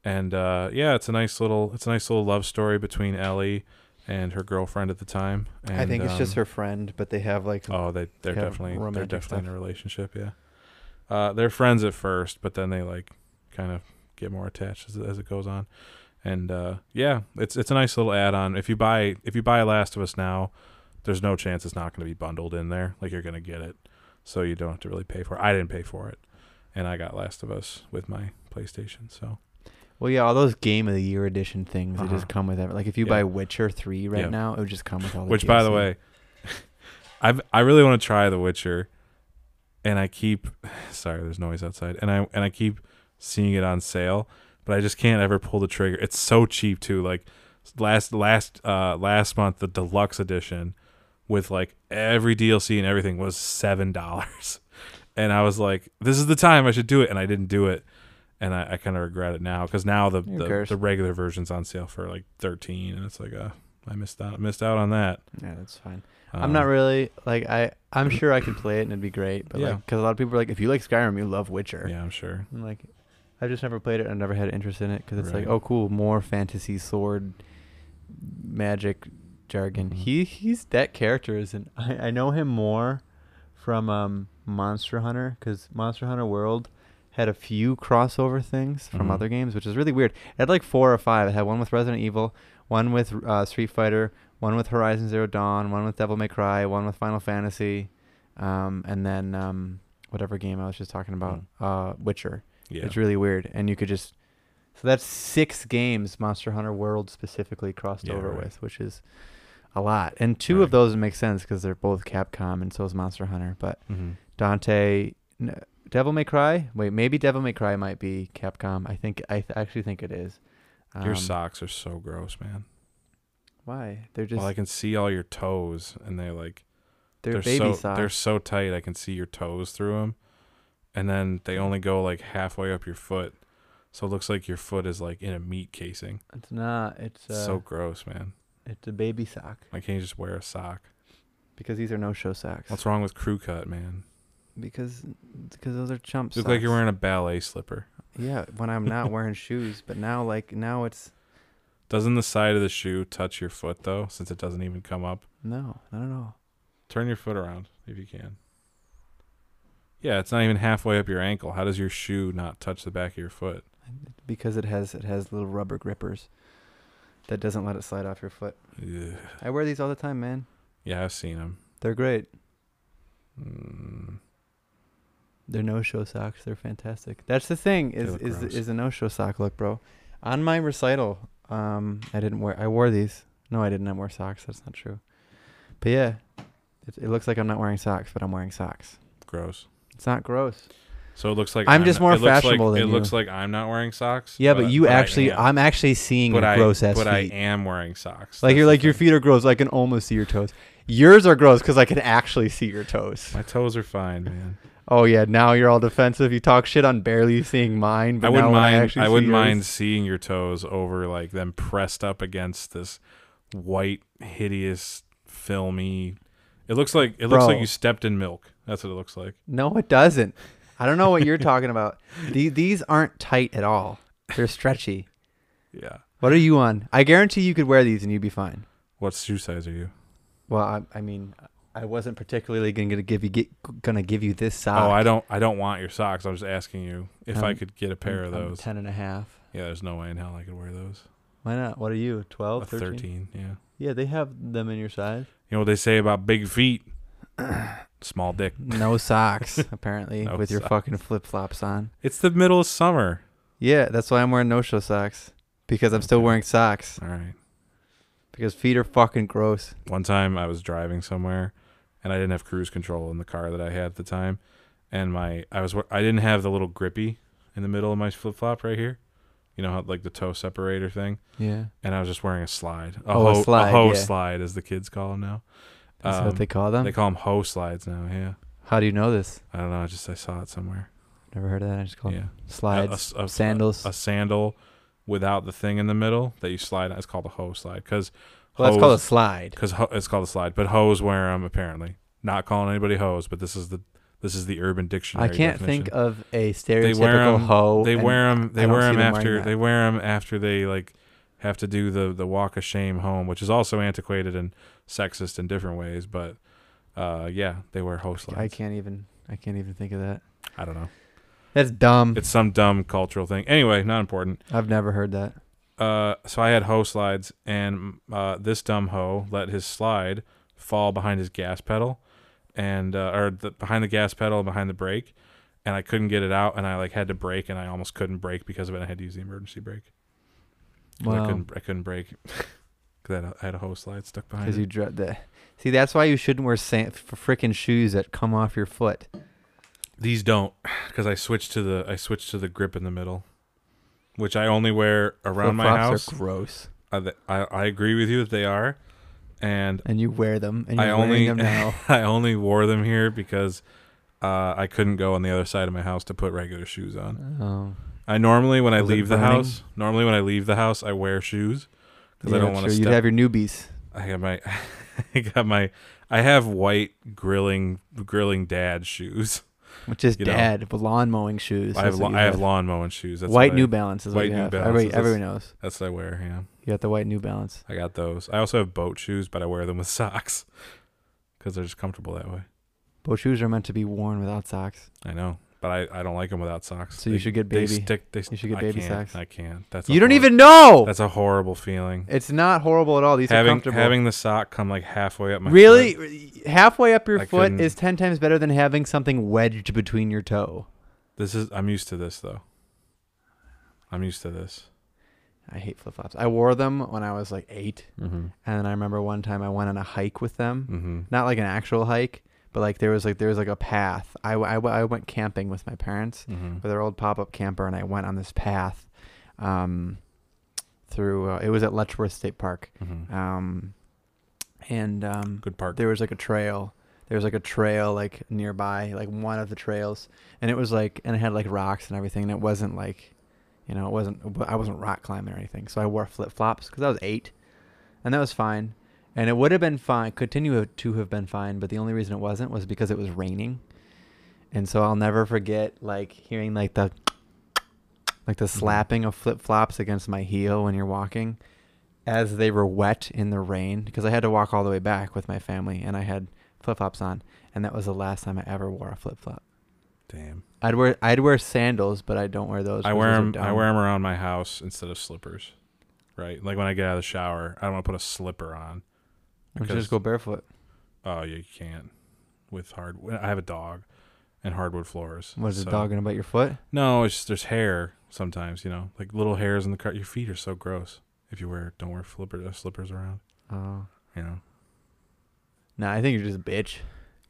Speaker 1: And uh, yeah, it's a nice little it's a nice little love story between Ellie and her girlfriend at the time. And,
Speaker 2: I think it's just
Speaker 1: um,
Speaker 2: her friend but they have like
Speaker 1: Oh, they they're
Speaker 2: Yeah,
Speaker 1: definitely they're
Speaker 2: romantic
Speaker 1: definitely in
Speaker 2: stuff.
Speaker 1: a relationship. Yeah, uh, they're friends at first, but then they like kind of get more attached as, as it goes on. And uh, yeah, it's it's a nice little add-on. If you buy if you buy Last of Us now, there's no chance it's not going to be bundled in there. Like you're going to get it, so you don't have to really pay for it. I didn't pay for it, and I got Last of Us with my PlayStation. So
Speaker 2: Well, yeah, all those Game of the Year edition things they just
Speaker 1: Uh-huh.
Speaker 2: come with every. Like if you
Speaker 1: Yeah.
Speaker 2: buy Witcher three right
Speaker 1: Yeah.
Speaker 2: now, it would just come with all. The
Speaker 1: Which, by the
Speaker 2: DLC.
Speaker 1: way, (laughs) I I really want to try The Witcher, and I keep (sighs) sorry, there's noise outside, and I and I keep seeing it on sale, but I just can't ever pull the trigger. It's so cheap too. Like last last uh last month, the deluxe edition with like every DLC and everything was seven dollars, (laughs) and I was like, this is the time I should do it, and I didn't do it. And I, I kind of regret it now because now the,
Speaker 2: Who
Speaker 1: the
Speaker 2: cares?
Speaker 1: the regular version's on sale for like thirteen, and it's like, uh, I missed out missed out on that.
Speaker 2: yeah, that's fine. I'm not
Speaker 1: Um,
Speaker 2: really like I. I'm sure I could play it and it'd be great, but like 'cause
Speaker 1: Yeah.
Speaker 2: because a lot of people are like, if you like Skyrim, you love Witcher.
Speaker 1: Yeah, I'm sure.
Speaker 2: I'm like, I've just never played it. I've never had interest in it because it's
Speaker 1: Right.
Speaker 2: like, oh, cool, more fantasy sword, magic jargon.
Speaker 1: Mhm.
Speaker 2: He he's that character is an. I, I know him more from um Monster Hunter because Monster Hunter World had a few crossover things from
Speaker 1: Mhm.
Speaker 2: other games, which is really weird. It had like four or five. It had one with Resident Evil, one with uh, Street Fighter, one with Horizon Zero Dawn, one with Devil May Cry, one with Final Fantasy, um, and then um, whatever game I was just talking about, uh, Witcher.
Speaker 1: Hmm. Yeah,
Speaker 2: It's really weird, and you could just so that's six games Monster Hunter World specifically crossed
Speaker 1: Yeah,
Speaker 2: over
Speaker 1: right.
Speaker 2: with, which is a lot. And two of
Speaker 1: Right.
Speaker 2: those make sense because they're both Capcom, and so is Monster Hunter. But
Speaker 1: mm-hmm.
Speaker 2: Dante, n- Devil May Cry. Wait, maybe Devil May Cry might be Capcom. I think I th- actually think it is. Um,
Speaker 1: your socks are so gross, man.
Speaker 2: Why? They're just
Speaker 1: well, I can see all your toes, and they're like
Speaker 2: they're,
Speaker 1: so
Speaker 2: baby
Speaker 1: they're
Speaker 2: socks.
Speaker 1: so tight. I can see your toes through them, and then they only go like halfway up your foot, so it looks like your foot is like in a meat casing.
Speaker 2: It's not. It's uh,
Speaker 1: so gross, man.
Speaker 2: it's a baby sock.
Speaker 1: Why can't you just wear a sock?
Speaker 2: because these are no show socks.
Speaker 1: What's wrong with crew cut, man?
Speaker 2: Because because those are chump
Speaker 1: You look
Speaker 2: socks.
Speaker 1: like you're wearing a ballet slipper.
Speaker 2: Yeah, when
Speaker 1: (laughs)
Speaker 2: I'm not wearing shoes, but now like now it's
Speaker 1: Doesn't the side of the shoe touch your foot though, since it doesn't even come up?
Speaker 2: no, not at all.
Speaker 1: Turn your foot around if you can. Yeah, it's not even halfway up your ankle. How does your shoe not touch the back of your foot?
Speaker 2: Because it has it has little rubber grippers that doesn't let it slide off your foot.
Speaker 1: Ugh.
Speaker 2: I wear these all the time, man.
Speaker 1: Yeah, I've seen them.
Speaker 2: They're great.
Speaker 1: Mm.
Speaker 2: They're no show socks. They're fantastic. That's the thing
Speaker 1: They
Speaker 2: is
Speaker 1: look
Speaker 2: is
Speaker 1: gross.
Speaker 2: is a no show sock look, bro. On my recital, um, I didn't wear. I wore these. No, I didn't. I wore socks. That's not true. But yeah, it, it looks like I'm not wearing socks, but I'm wearing socks.
Speaker 1: Gross.
Speaker 2: It's not gross.
Speaker 1: So it looks like
Speaker 2: I'm just
Speaker 1: not-
Speaker 2: more
Speaker 1: it looks like-
Speaker 2: fashionable than
Speaker 1: It looks
Speaker 2: you.
Speaker 1: like I'm not wearing socks.
Speaker 2: Yeah, but, you
Speaker 1: I
Speaker 2: actually,
Speaker 1: am.
Speaker 2: I'm actually seeing
Speaker 1: but
Speaker 2: your
Speaker 1: I-
Speaker 2: gross ass
Speaker 1: But
Speaker 2: feet.
Speaker 1: I am wearing socks.
Speaker 2: like
Speaker 1: That's
Speaker 2: you're
Speaker 1: the
Speaker 2: like your
Speaker 1: thing.
Speaker 2: feet are gross. I can almost see your toes. Yours are gross because I can actually see your toes.
Speaker 1: My toes are fine, man.
Speaker 2: Oh yeah, now you're all defensive. You talk shit on barely seeing mine, but
Speaker 1: I wouldn't
Speaker 2: now when
Speaker 1: mind.
Speaker 2: actually
Speaker 1: I,
Speaker 2: see
Speaker 1: wouldn't
Speaker 2: yours-
Speaker 1: mind seeing your toes over like them pressed up against this white, hideous, filmy. It looks like it looks
Speaker 2: Bro.
Speaker 1: like you stepped in milk. That's what it looks like.
Speaker 2: No, it doesn't. I don't know what you're talking about. The, these aren't tight at all. They're stretchy.
Speaker 1: Yeah.
Speaker 2: What are you on? I guarantee you could wear these and you'd be fine.
Speaker 1: What shoe size are you?
Speaker 2: Well, I, I mean, I wasn't particularly gonna give you get, gonna give you this size.
Speaker 1: Oh, I don't. I don't want your socks. I was just asking you if I
Speaker 2: Ah, Um,
Speaker 1: could get a pair
Speaker 2: I'm-
Speaker 1: of
Speaker 2: I'm
Speaker 1: those.
Speaker 2: Ten and a half.
Speaker 1: Yeah, there's no way in hell I could wear those.
Speaker 2: Why not? What are you?
Speaker 1: A
Speaker 2: 12, 13?
Speaker 1: 13. Yeah. You
Speaker 2: Yeah, they have them in your size.
Speaker 1: know what they say about big
Speaker 2: (clears throat)
Speaker 1: feet? Small dick.
Speaker 2: No (laughs) socks, apparently,
Speaker 1: No
Speaker 2: with your
Speaker 1: socks.
Speaker 2: fucking flip flops on.
Speaker 1: It's the middle of summer.
Speaker 2: Yeah, that's why I'm wearing no show socks because I'm still
Speaker 1: Okay.
Speaker 2: wearing socks
Speaker 1: All right.
Speaker 2: because feet are fucking gross.
Speaker 1: One time I was driving somewhere and I didn't have cruise control in the car that I had at the time and my I was wa- I didn't have the little grippy in the middle of my flip-flop right here. You know how like the toe separator thing
Speaker 2: Yeah,
Speaker 1: and I was just wearing a slide. A
Speaker 2: Oh, a
Speaker 1: hoe,
Speaker 2: slide,
Speaker 1: hoe
Speaker 2: yeah.
Speaker 1: slide as the kids call them now.
Speaker 2: that's what
Speaker 1: Um,
Speaker 2: they call them.
Speaker 1: They call them hoe slides now, yeah.
Speaker 2: How do you know this?
Speaker 1: I don't know, I just I saw it somewhere.
Speaker 2: Never heard of that. I just call
Speaker 1: yeah.
Speaker 2: them
Speaker 1: A- a
Speaker 2: slides,
Speaker 1: s- a s-
Speaker 2: sandals.
Speaker 1: a sandal without the thing in the middle that you slide on. It's called a hoe slide because
Speaker 2: well, that's called a slide.
Speaker 1: because ho- it's called a slide. But hoes wear them apparently. Not calling anybody hoes, but this is the this is the Urban
Speaker 2: I
Speaker 1: Dictionary.
Speaker 2: can't
Speaker 1: definition.
Speaker 2: think of a
Speaker 1: They wear
Speaker 2: stereotypical
Speaker 1: 'em-
Speaker 2: hoe.
Speaker 1: They
Speaker 2: and-
Speaker 1: wear 'em wear them. They
Speaker 2: I don't
Speaker 1: wear
Speaker 2: see
Speaker 1: them
Speaker 2: them wearing
Speaker 1: after
Speaker 2: that.
Speaker 1: they wear 'em after they like have to do the the walk of shame home, which is also antiquated and sexist in different ways. But uh, yeah, they wear hoe slides.
Speaker 2: I can't even. I can't even think of that.
Speaker 1: I don't know.
Speaker 2: That's dumb.
Speaker 1: It's some dumb cultural thing. Anyway, not important.
Speaker 2: I've never heard that.
Speaker 1: uh, so I had hoe slides, and uh, this dumb hoe let his slide fall behind his gas pedal, and uh, or the, behind the gas pedal and behind the brake, and I couldn't get it out, and I like had to brake, and I almost couldn't brake because of it. I had to use the emergency brake. 'Cause I
Speaker 2: Wow.
Speaker 1: couldn't. I couldn't brake (laughs) because I, had a- I had a hoe slide stuck behind.
Speaker 2: Because
Speaker 1: It.
Speaker 2: you dread that. See, that's why you shouldn't wear sa- f- frickin' shoes that come off your foot.
Speaker 1: These don't because I switched to the I switched to the grip in the middle, which I only wear around my
Speaker 2: Flip-flops
Speaker 1: house.
Speaker 2: are gross,
Speaker 1: Uh, th- I I agree with you that they are, and
Speaker 2: and you wear them, and
Speaker 1: I
Speaker 2: you're
Speaker 1: only-
Speaker 2: wearing
Speaker 1: (laughs)
Speaker 2: them now.
Speaker 1: I only wore them here because uh, I couldn't go on the other side of my house to put regular shoes on.
Speaker 2: oh,
Speaker 1: I normally when I
Speaker 2: Was it
Speaker 1: leave the
Speaker 2: burning?
Speaker 1: house, normally when I leave the house, I wear shoes because
Speaker 2: Yeah,
Speaker 1: I don't
Speaker 2: that's
Speaker 1: want to
Speaker 2: true.
Speaker 1: step.
Speaker 2: You'd have your newbies.
Speaker 1: I got my, (laughs) I got my, I have white grilling grilling dad
Speaker 2: (laughs)
Speaker 1: shoes.
Speaker 2: Which is
Speaker 1: you know.
Speaker 2: dad, with lawn mowing shoes.
Speaker 1: I
Speaker 2: That's
Speaker 1: have
Speaker 2: what
Speaker 1: lo-
Speaker 2: you
Speaker 1: I have lawn mowing shoes. That's
Speaker 2: white
Speaker 1: what
Speaker 2: New
Speaker 1: I,
Speaker 2: Balance is
Speaker 1: white
Speaker 2: what you
Speaker 1: New
Speaker 2: have.
Speaker 1: Balances,
Speaker 2: Every,
Speaker 1: that's-
Speaker 2: everyone knows.
Speaker 1: That's what I wear. Yeah,
Speaker 2: You got the white New Balance.
Speaker 1: I got those. I also have boat shoes, but I wear them with (laughs) socks because they're just comfortable that way.
Speaker 2: Both shoes are meant to be worn without socks.
Speaker 1: I know, but I, I don't like them without socks.
Speaker 2: So you
Speaker 1: They-
Speaker 2: should get
Speaker 1: They
Speaker 2: baby.
Speaker 1: stick. They
Speaker 2: You should get
Speaker 1: I
Speaker 2: baby
Speaker 1: can't,
Speaker 2: socks.
Speaker 1: I can't. That's a
Speaker 2: You don't
Speaker 1: horrible-
Speaker 2: even know.
Speaker 1: That's a horrible feeling.
Speaker 2: It's not horrible at all. These are
Speaker 1: having
Speaker 2: comfortable.
Speaker 1: having the sock come like halfway up my
Speaker 2: really,
Speaker 1: foot,
Speaker 2: halfway up your
Speaker 1: I
Speaker 2: foot
Speaker 1: couldn't-
Speaker 2: is ten times better than having something wedged between your toe.
Speaker 1: This is I'm used to this though. I'm used to this.
Speaker 2: I hate flip flops. I wore them when I was like eight,
Speaker 1: Mm-hmm.
Speaker 2: and I remember one time I went on a hike with them.
Speaker 1: Mm-hmm.
Speaker 2: Not like an actual hike, but like there was like there was like a path. I w- I w- I went camping with my parents,
Speaker 1: Mm-hmm.
Speaker 2: with our old pop-up camper and I went on this path um, through uh, it was at Letchworth State Park
Speaker 1: Mm-hmm.
Speaker 2: um, and um,
Speaker 1: Good park.
Speaker 2: there was like a trail there was like a trail like nearby like one of the trails and it was like and it had like rocks and everything and it wasn't like you know it wasn't I wasn't rock climbing or anything so I wore flip-flops because I was eight and that was fine And it would have been fine, continue to have been fine, but the only reason it wasn't was because it was raining. And so I'll never forget like hearing like the like
Speaker 1: Mm-hmm.
Speaker 2: the slapping of flip flops against my heel when you're walking as they were wet in the rain because I had to walk all the way back with my family and I had flip flops on. And that was the last time I ever wore a flip flop.
Speaker 1: Damn.
Speaker 2: I'd wear I'd wear sandals, but I don't wear those.
Speaker 1: I
Speaker 2: because
Speaker 1: wear
Speaker 2: those are
Speaker 1: them. I
Speaker 2: dumb.
Speaker 1: wear 'em around my house instead of slippers. Right, like when I get out of the shower, I don't want to put a slipper on.
Speaker 2: We should just go barefoot.
Speaker 1: Oh, yeah, you can't with hard. I have a dog, and hardwood floors.
Speaker 2: What is the
Speaker 1: so-
Speaker 2: dog gonna bite your foot?
Speaker 1: No, it's just there's hair sometimes. You know, like little hairs in the car. Your feet are so gross if you wear don't wear flipper, uh, slippers around.
Speaker 2: Oh.
Speaker 1: You know.
Speaker 2: Nah, I think you're just a bitch.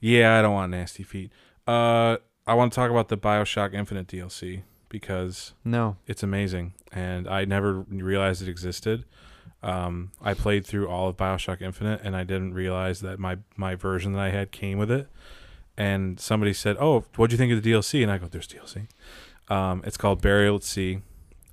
Speaker 1: Yeah, I don't want nasty feet. Uh, I want to talk about the Bioshock Infinite DLC because
Speaker 2: No.
Speaker 1: it's amazing and i never realized it existed um, i played through all of bioshock infinite and i didn't realize that my, my version that i had came with it and somebody said oh what'd you think of the dlc and i go there's dlc um, it's called burial at sea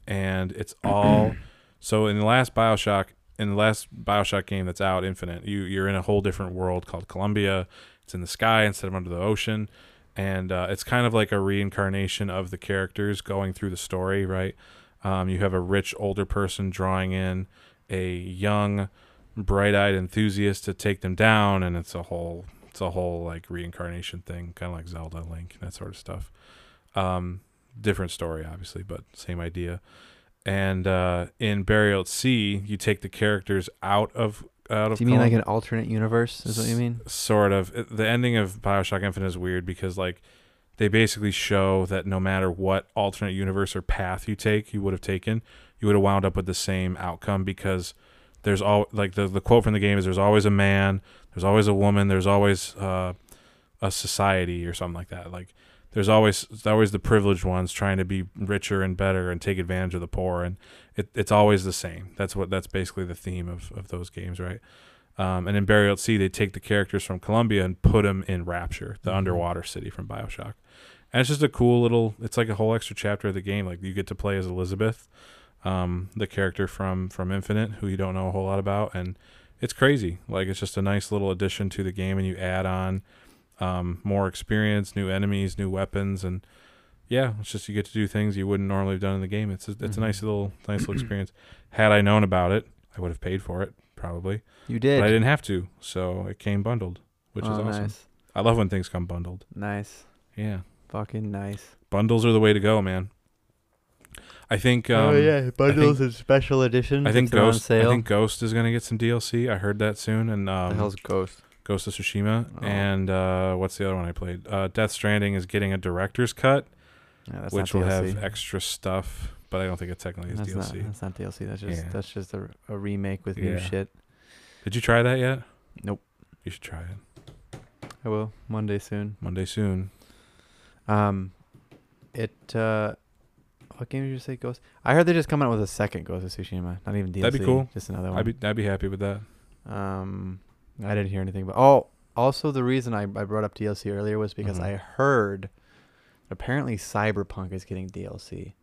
Speaker 1: and it's all so in the last bioshock in the last bioshock game that's out infinite you, you're in a whole different world called columbia it's in the sky instead of under the ocean and uh, it's kind of like a reincarnation of the characters going through the story, right? Um, you have a rich older person drawing in a young, bright-eyed enthusiast to take them down, and it's a whole, it's a whole like reincarnation thing, kind of like Zelda, Link, that sort of stuff. Um, different story, obviously, but same idea. And uh, in Burial at Sea, you take the characters out of out of.
Speaker 2: Do you mean
Speaker 1: Colum-
Speaker 2: like an alternate universe? Is what you mean?
Speaker 1: sort of It- the ending of bioshock infinite is weird because like they basically show that no matter what alternate universe or path you take you would have taken you would have wound up with the same outcome because there's all like the, the quote from the game is there's always a man there's always a woman there's always uh, a society or something like that like there's always there's always the privileged ones trying to be richer and better and take advantage of the poor and it, it's always the same that's what that's basically the theme of, of those games right um, and in Burial at Sea, they take the characters from Columbia and put them in Rapture, the
Speaker 2: Mhm.
Speaker 1: underwater city from Bioshock. And it's just a cool little. It's like a whole extra chapter of the game. Like you get to play as Elizabeth, um, the character from from Infinite, who you don't know a whole lot about, and it's crazy. Like it's just a nice little addition to the game, and you add on um, more experience, new enemies, new weapons, and yeah, it's just you get to do things you wouldn't normally have done in the game. It's a, it's a
Speaker 2: Mhm.
Speaker 1: nice little nice little experience. Had I known about it, I would have paid for it probably
Speaker 2: You
Speaker 1: but I
Speaker 2: did.
Speaker 1: didn't have to, so it came bundled, which is
Speaker 2: Oh,
Speaker 1: awesome.
Speaker 2: Nice.
Speaker 1: I love when things come bundled.
Speaker 2: Nice.
Speaker 1: Yeah,
Speaker 2: Fucking nice.
Speaker 1: bundles are the way to go, man. I think.
Speaker 2: Oh,
Speaker 1: Um, bundles
Speaker 2: and special edition.
Speaker 1: I think Ghost. I think Ghost is gonna get some DLC. I heard that soon, and
Speaker 2: the
Speaker 1: um,
Speaker 2: hell's Ghost?
Speaker 1: Ghost of Tsushima,
Speaker 2: Oh.
Speaker 1: and uh, what's the other one I played? Uh, Death Stranding is getting a director's cut,
Speaker 2: Yeah, that's
Speaker 1: which
Speaker 2: not
Speaker 1: will
Speaker 2: DLC.
Speaker 1: have extra stuff, but I don't think it technically is
Speaker 2: that's
Speaker 1: DLC.
Speaker 2: Not, that's not DLC. That's just
Speaker 1: Yeah.
Speaker 2: that's just a, a remake with new
Speaker 1: Yeah.
Speaker 2: shit.
Speaker 1: Did you try that yet?
Speaker 2: Nope.
Speaker 1: You should try it
Speaker 2: I will one day soon.
Speaker 1: Monday soon.
Speaker 2: Um, it. uh What game did you say Ghost? I heard they're just coming out with a second Ghost of Tsushima. Not even DLC.
Speaker 1: That'd be cool.
Speaker 2: Just another one.
Speaker 1: I'd be I'd be happy with that.
Speaker 2: Um, I didn't hear anything. But oh, also the reason I, I brought up DLC earlier was because
Speaker 1: Mhm.
Speaker 2: I heard apparently Cyberpunk is getting DLC.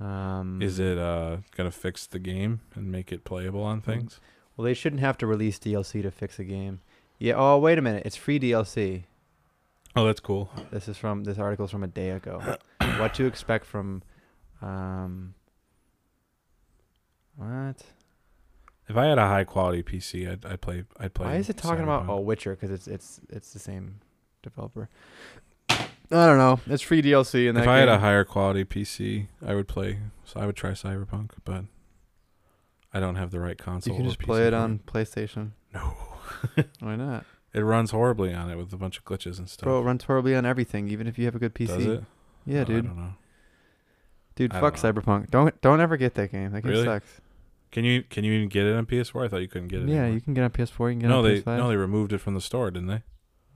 Speaker 2: Um,
Speaker 1: Is it uh gonna fix the game and make it playable on things?
Speaker 2: Well, they shouldn't have to release DLC to fix a game. Yeah. Oh, wait a minute. It's free DLC.
Speaker 1: Oh, that's cool.
Speaker 2: This is from this article is from a day ago. (coughs) what to expect from, um. What?
Speaker 1: If I had a high quality PC, I'd, I'd play. I'd play.
Speaker 2: Why is it talking about
Speaker 1: Cyberpunk.
Speaker 2: oh Witcher? Because it's it's it's the same developer. (coughs) I don't know. It's free DLC, and
Speaker 1: If I had a higher quality PC, I would play. So I would try Cyberpunk, but I don't have the right console.
Speaker 2: You can
Speaker 1: or
Speaker 2: just
Speaker 1: PC
Speaker 2: play it
Speaker 1: for
Speaker 2: on PlayStation.
Speaker 1: No,
Speaker 2: (laughs) Why not?
Speaker 1: it runs horribly on it with a bunch of glitches and stuff.
Speaker 2: Bro, it runs horribly on everything, even if you have a good PC.
Speaker 1: Does it?
Speaker 2: Yeah,
Speaker 1: Oh, I
Speaker 2: dude.
Speaker 1: don't know.
Speaker 2: Dude,
Speaker 1: I
Speaker 2: fuck
Speaker 1: don't
Speaker 2: Cyberpunk. Don't don't ever get that game. That game
Speaker 1: Really?
Speaker 2: sucks.
Speaker 1: Can you can you even get it on PS4? I thought you couldn't get it.
Speaker 2: yeah,
Speaker 1: anymore.
Speaker 2: you can get on PS4. You can get
Speaker 1: no,
Speaker 2: on
Speaker 1: they
Speaker 2: PS5.
Speaker 1: no, they removed it from the store, didn't they?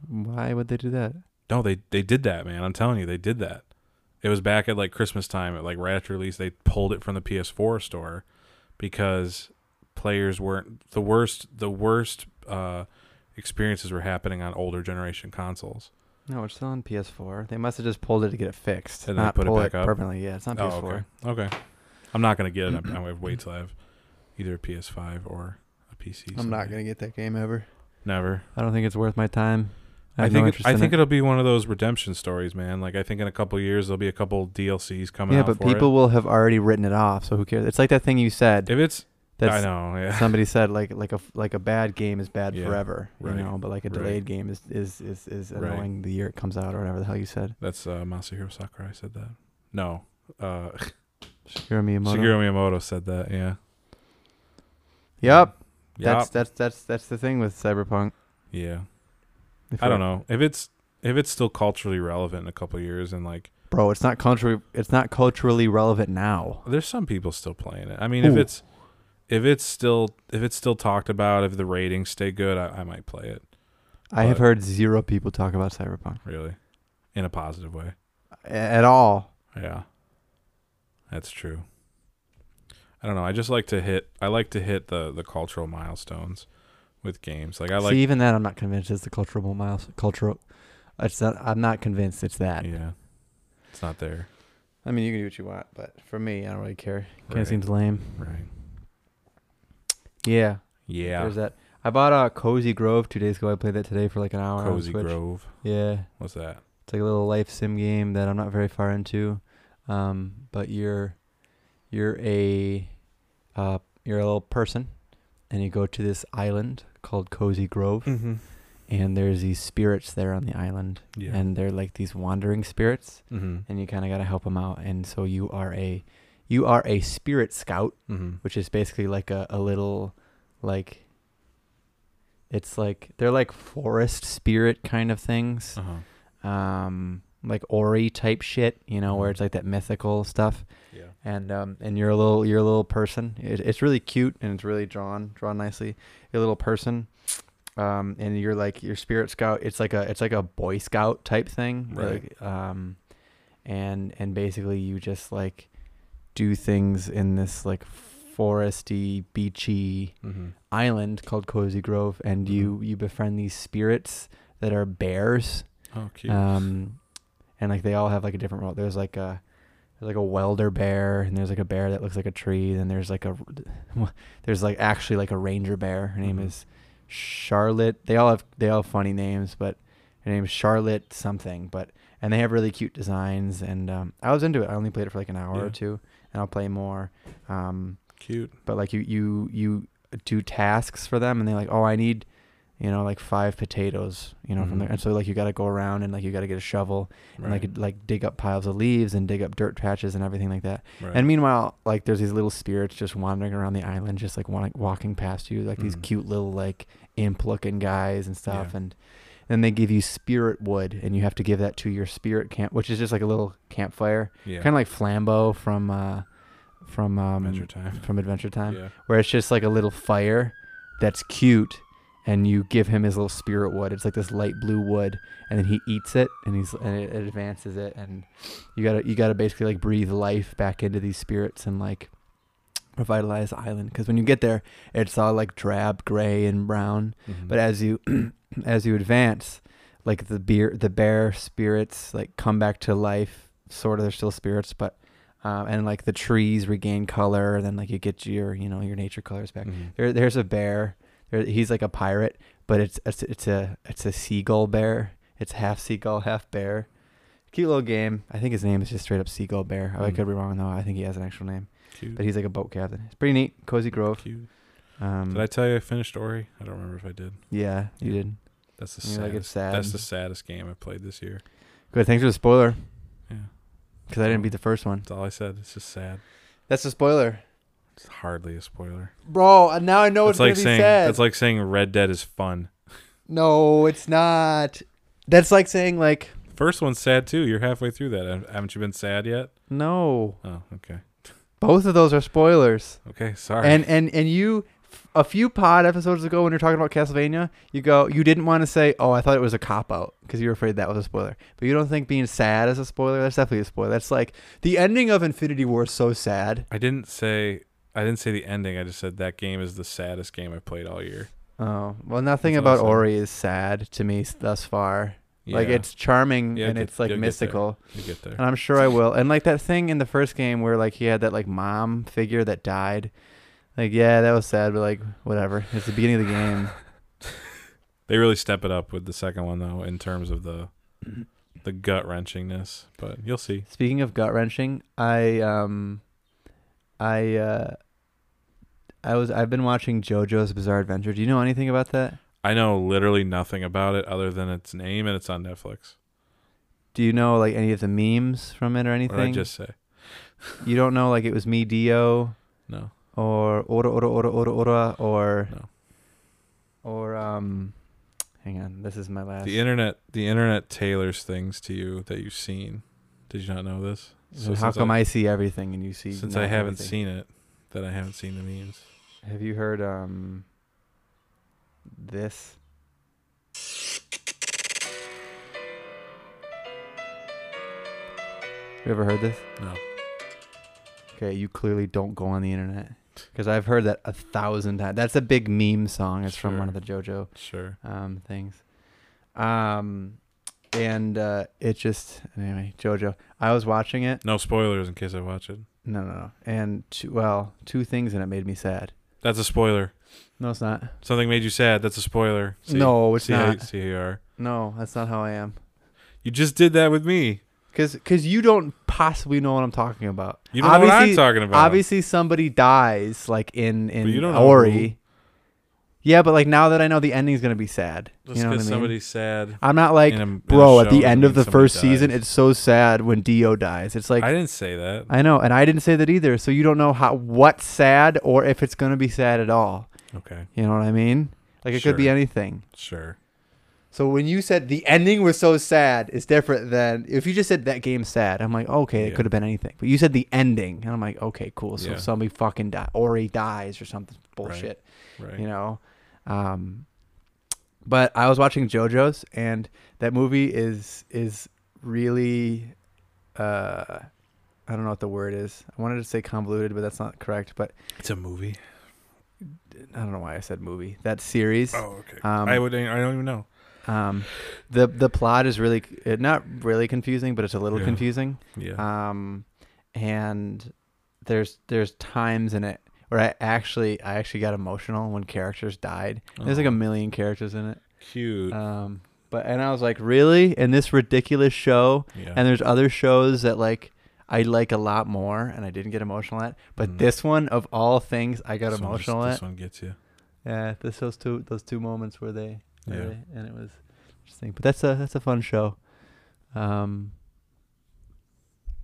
Speaker 2: Why would they do that?
Speaker 1: No, they they did that, man. I'm telling you, they did that. It was back at like Christmas time, at like right after release, they pulled it from the PS4 store because players weren't the worst. The worst uh, experiences were happening on older generation consoles.
Speaker 2: No, it's still on PS4. They must have just pulled it to get it fixed.
Speaker 1: And then
Speaker 2: not
Speaker 1: put it
Speaker 2: pull
Speaker 1: back up? Oh,
Speaker 2: permanently. Yeah, it's not PS4. (clears throat)
Speaker 1: okay, okay. I'm not gonna get it. I'm, I would wait till I have either a PS5 or a PC.
Speaker 2: I'm
Speaker 1: someday.
Speaker 2: not gonna get that game ever.
Speaker 1: Never.
Speaker 2: I don't think it's worth my time. I,
Speaker 1: I,
Speaker 2: have no
Speaker 1: think it,
Speaker 2: interest
Speaker 1: I
Speaker 2: in
Speaker 1: think
Speaker 2: it.
Speaker 1: it'll be one of those redemption stories, man. Like I think in a couple years there'll be a couple DLCs coming
Speaker 2: yeah,
Speaker 1: out
Speaker 2: but
Speaker 1: for it.
Speaker 2: people will have already written it off, so who cares? It's like that thing you said
Speaker 1: If it's I
Speaker 2: that
Speaker 1: know, yeah. (laughs)
Speaker 2: somebody said like like a like a bad game is bad
Speaker 1: Yeah,
Speaker 2: forever, you
Speaker 1: right,
Speaker 2: know, but like a
Speaker 1: right.
Speaker 2: delayed game is is is, is
Speaker 1: Right.
Speaker 2: annoying the year it comes out or whatever the hell you said.
Speaker 1: That's uh, Masahiro Sakurai said that. No, uh,
Speaker 2: Shigeru Miyamoto.
Speaker 1: Shigeru Miyamoto said that. Yeah.
Speaker 2: Yep.
Speaker 1: Yeah.
Speaker 2: That's that's that's that's the thing with Cyberpunk.
Speaker 1: yeah.
Speaker 2: If
Speaker 1: I don't
Speaker 2: it-
Speaker 1: know if it's if it's still culturally relevant in a couple years and like
Speaker 2: Bro, it's not culturally it's not culturally relevant now.
Speaker 1: there's some people still playing it. I mean, if
Speaker 2: Who?
Speaker 1: it's if it's still if it's still talked about, if the ratings stay good, I, I might play it.
Speaker 2: I have
Speaker 1: But-
Speaker 2: heard zero people talk about Cyberpunk
Speaker 1: Really, in a positive way.
Speaker 2: A- at all.
Speaker 1: Yeah. That's true. I don't know. I just like to hit I like to hit the the cultural milestones with games. Like I like
Speaker 2: See, even that I'm not convinced it's the cultural miles cultural it's not I'm not convinced it's that.
Speaker 1: Yeah. It's not there.
Speaker 2: I mean, you can do what you want, but for me, I don't really care. Kind
Speaker 1: Right.
Speaker 2: of seems lame.
Speaker 1: Right.
Speaker 2: Yeah.
Speaker 1: Yeah.
Speaker 2: There's that. I bought a Cozy Grove two days ago. I played that today for like an hour. on
Speaker 1: Cozy
Speaker 2: Switch.
Speaker 1: Grove.
Speaker 2: Yeah.
Speaker 1: What's that?
Speaker 2: It's like a little life sim game that I'm not very far into. Um, but you're you're a uh, you're a little person, and you go to this island called Cozy Grove,
Speaker 1: Mm-hmm.
Speaker 2: and there's these spirits there on the island,
Speaker 1: Yeah.
Speaker 2: and they're like these wandering spirits.
Speaker 1: mm-hmm.
Speaker 2: and you kind of got to help them out and so you are a you are a spirit scout
Speaker 1: Mm-hmm.
Speaker 2: which is basically like a, a little like it's like they're like forest spirit kind of things
Speaker 1: Uh-huh.
Speaker 2: um like ori type shit you know where it's like that mythical stuff
Speaker 1: Yeah.
Speaker 2: and um and you're a little you're a little person it, it's really cute and it's really drawn drawn nicely you're a little person um and you're like your spirit scout it's like a it's like a boy scout type thing
Speaker 1: Right.
Speaker 2: like, um and and basically you just like do things in this like foresty beachy
Speaker 1: Mm-hmm.
Speaker 2: island called cozy grove and you you befriend these spirits that are bears
Speaker 1: Oh, cute.
Speaker 2: um, and like they all have like a different role. There's like a there's like a welder bear, and there's like a bear that looks like a tree. Then there's like a (laughs) there's like actually like a ranger bear. Her name
Speaker 1: Mhm.
Speaker 2: is Charlotte. They all have they all have funny names, but her name is Charlotte something. But and they have really cute designs. And um, I was into it. I only played it for like an hour
Speaker 1: Yeah.
Speaker 2: or two, and I'll play more. Um,
Speaker 1: cute.
Speaker 2: but like you you you do tasks for them and they're like oh i need you know like five potatoes you know from
Speaker 1: Mhm.
Speaker 2: there and so like you got to go around and like you got to get a shovel
Speaker 1: Right.
Speaker 2: and like you'd, like dig up piles of leaves and dig up dirt patches and everything like that
Speaker 1: right.
Speaker 2: and meanwhile like there's these little spirits just wandering around the island just like wan- walking past you like these
Speaker 1: Mhm.
Speaker 2: cute little like imp looking guys and stuff
Speaker 1: Yeah.
Speaker 2: and then they give you spirit wood and you have to give that to your spirit camp which is just like a little campfire
Speaker 1: yeah.
Speaker 2: kind of like flambeau from uh from um
Speaker 1: Adventure Time.
Speaker 2: from adventure time
Speaker 1: Yeah.
Speaker 2: where it's just like a little fire that's cute and you give him his little spirit wood it's like this light blue wood and then he eats it and he's and it, it advances it and you gotta you gotta basically like breathe life back into these spirits and like revitalize the island because when you get there it's all like drab gray and brown
Speaker 1: Mhm.
Speaker 2: but as you (clears throat) as you advance like the beer the bear spirits like come back to life sort of they're still spirits but um, and like the trees regain color and then like you get your you know your nature colors back
Speaker 1: Mhm.
Speaker 2: there there's a bear there, he's like a pirate but it's, it's it's a it's a seagull bear it's half seagull half bear cute little game i think his name is just straight up seagull bear i
Speaker 1: Mm.
Speaker 2: could be wrong though i think he has an actual name
Speaker 1: cute.
Speaker 2: but he's like a boat captain it's pretty neat cozy grove
Speaker 1: cute.
Speaker 2: um
Speaker 1: Did I tell you I finished Ori? I don't remember if I did.
Speaker 2: yeah you did
Speaker 1: That's the
Speaker 2: You're like, it's
Speaker 1: saddest.
Speaker 2: sad
Speaker 1: that's the saddest game I played this year.
Speaker 2: good thanks for the spoiler
Speaker 1: Yeah.
Speaker 2: Because I didn't beat the first one.
Speaker 1: That's all I said. It's just sad.
Speaker 2: That's a spoiler.
Speaker 1: It's hardly a spoiler.
Speaker 2: Bro, and now I know
Speaker 1: it's like saying it's like saying Red Dead is fun.
Speaker 2: no, it's not. That's like saying like
Speaker 1: First one's sad too. You're halfway through that. Hav- Haven't you been sad yet?
Speaker 2: no.
Speaker 1: Oh, okay.
Speaker 2: Both of those are spoilers.
Speaker 1: Okay, sorry.
Speaker 2: And and and you f- a few pod episodes ago when you're talking about Castlevania, you go you didn't want to say, "Oh, I thought it was a cop out" because you were afraid that was a spoiler. But you don't think being sad is a spoiler? That's definitely a spoiler. That's like the ending of Infinity War is so sad.
Speaker 1: I didn't say I didn't say the ending. I just said that game is the saddest game I've played all year.
Speaker 2: Oh, well nothing
Speaker 1: That's
Speaker 2: about
Speaker 1: awesome.
Speaker 2: Ori is sad to me s- thus far. Like
Speaker 1: Yeah,
Speaker 2: it's charming
Speaker 1: Yeah,
Speaker 2: and
Speaker 1: get-
Speaker 2: it's like
Speaker 1: you'll get there.
Speaker 2: mystical.
Speaker 1: you get there.
Speaker 2: And I'm sure I will. And like that thing in the first game where like he had that like mom figure that died. Like, yeah, that was sad, but like, whatever. It's the beginning of the
Speaker 1: (laughs)
Speaker 2: game.
Speaker 1: They really step it up with the second one though, in terms of the the gut wrenchingness. But you'll see.
Speaker 2: Speaking of gut wrenching, I um, I uh, I was I've been watching JoJo's Bizarre Adventure. Do you know anything about that?
Speaker 1: I know literally nothing about it other than its name and it's on Netflix.
Speaker 2: Do you know like any of the memes from it or
Speaker 1: What did I
Speaker 2: anything?
Speaker 1: just say?
Speaker 2: you don't know like it was me Dio
Speaker 1: No.
Speaker 2: or Ora Ora Ora Ora Ora or
Speaker 1: No.
Speaker 2: or um, hang on, this is my last.
Speaker 1: The internet the internet tailors things to you that you've seen. Did you not know this?
Speaker 2: So how
Speaker 1: since
Speaker 2: come
Speaker 1: I,
Speaker 2: I, see everything and you see?
Speaker 1: since
Speaker 2: not
Speaker 1: I haven't
Speaker 2: everything?
Speaker 1: seen it, that I haven't seen the memes.
Speaker 2: Have you heard um this? You ever heard this?
Speaker 1: No.
Speaker 2: Okay, you clearly don't go on the internet because I've heard that a thousand times. That's a big meme song. It's from one of the JoJo
Speaker 1: Sure.
Speaker 2: um things, um, and uh, it just anyway JoJo. I was watching it.
Speaker 1: No spoilers in case I watch it.
Speaker 2: No, no, no. And two, well, two things and it made me sad.
Speaker 1: That's a spoiler.
Speaker 2: No, it's not.
Speaker 1: Something made you sad. That's a spoiler. See-
Speaker 2: no, it's
Speaker 1: see How,
Speaker 2: not.
Speaker 1: see how you are.
Speaker 2: No, that's not how I am.
Speaker 1: You just did that with me.
Speaker 2: Cause, cause you don't possibly know what I'm talking about.
Speaker 1: You don't know what I'm talking about.
Speaker 2: Obviously, somebody dies, like in in
Speaker 1: you don't know
Speaker 2: Ori. Yeah, but like now that I know the ending's gonna be sad,
Speaker 1: Just
Speaker 2: you know what I mean.
Speaker 1: somebody's sad.
Speaker 2: I'm not like,
Speaker 1: in a- in a
Speaker 2: bro. At
Speaker 1: show
Speaker 2: the
Speaker 1: doesn't
Speaker 2: end of
Speaker 1: mean
Speaker 2: the first
Speaker 1: somebody
Speaker 2: season,
Speaker 1: dies."
Speaker 2: it's so sad when Dio dies. It's like
Speaker 1: I
Speaker 2: I,
Speaker 1: didn't say that.
Speaker 2: know, and I didn't say that either. So you don't know how what's sad or if it's gonna be sad at all.
Speaker 1: Okay,
Speaker 2: You know what I mean? Like it could be
Speaker 1: Sure.
Speaker 2: anything.
Speaker 1: sure.
Speaker 2: So when you said the ending was so sad, it's different than if you just said that game's sad. I'm like, okay, it
Speaker 1: Yeah.
Speaker 2: could have been anything. But you said the ending, and I'm like, okay, cool. So
Speaker 1: Yeah.
Speaker 2: somebody fucking die, Ori dies or something bullshit,
Speaker 1: Right.
Speaker 2: you know. Um, but I was watching JoJo's, and that movie is is really, uh, I don't know what the word is. I wanted to say convoluted, but that's not correct. But
Speaker 1: It's a movie.
Speaker 2: I don't know why I said movie. That series.
Speaker 1: Oh, okay.
Speaker 2: Um,
Speaker 1: I would. I don't even know.
Speaker 2: Um, the the plot is really it, not really confusing, but it's a little
Speaker 1: Yeah.
Speaker 2: confusing.
Speaker 1: Yeah.
Speaker 2: Um, and there's there's times in it where I actually I actually got emotional when characters died. There's like
Speaker 1: Oh,
Speaker 2: a million characters in it.
Speaker 1: cute.
Speaker 2: Um, but and I was like, really? In this ridiculous show?
Speaker 1: yeah.
Speaker 2: And there's other shows that like I like a lot more, and I didn't get emotional at. But
Speaker 1: Mm.
Speaker 2: this one of all things, I got
Speaker 1: This one just-
Speaker 2: emotional
Speaker 1: This
Speaker 2: at.
Speaker 1: one gets you.
Speaker 2: Yeah, this those two those two moments where they, where
Speaker 1: Yeah.
Speaker 2: they- and it was interesting. But that's a that's a fun show. Um,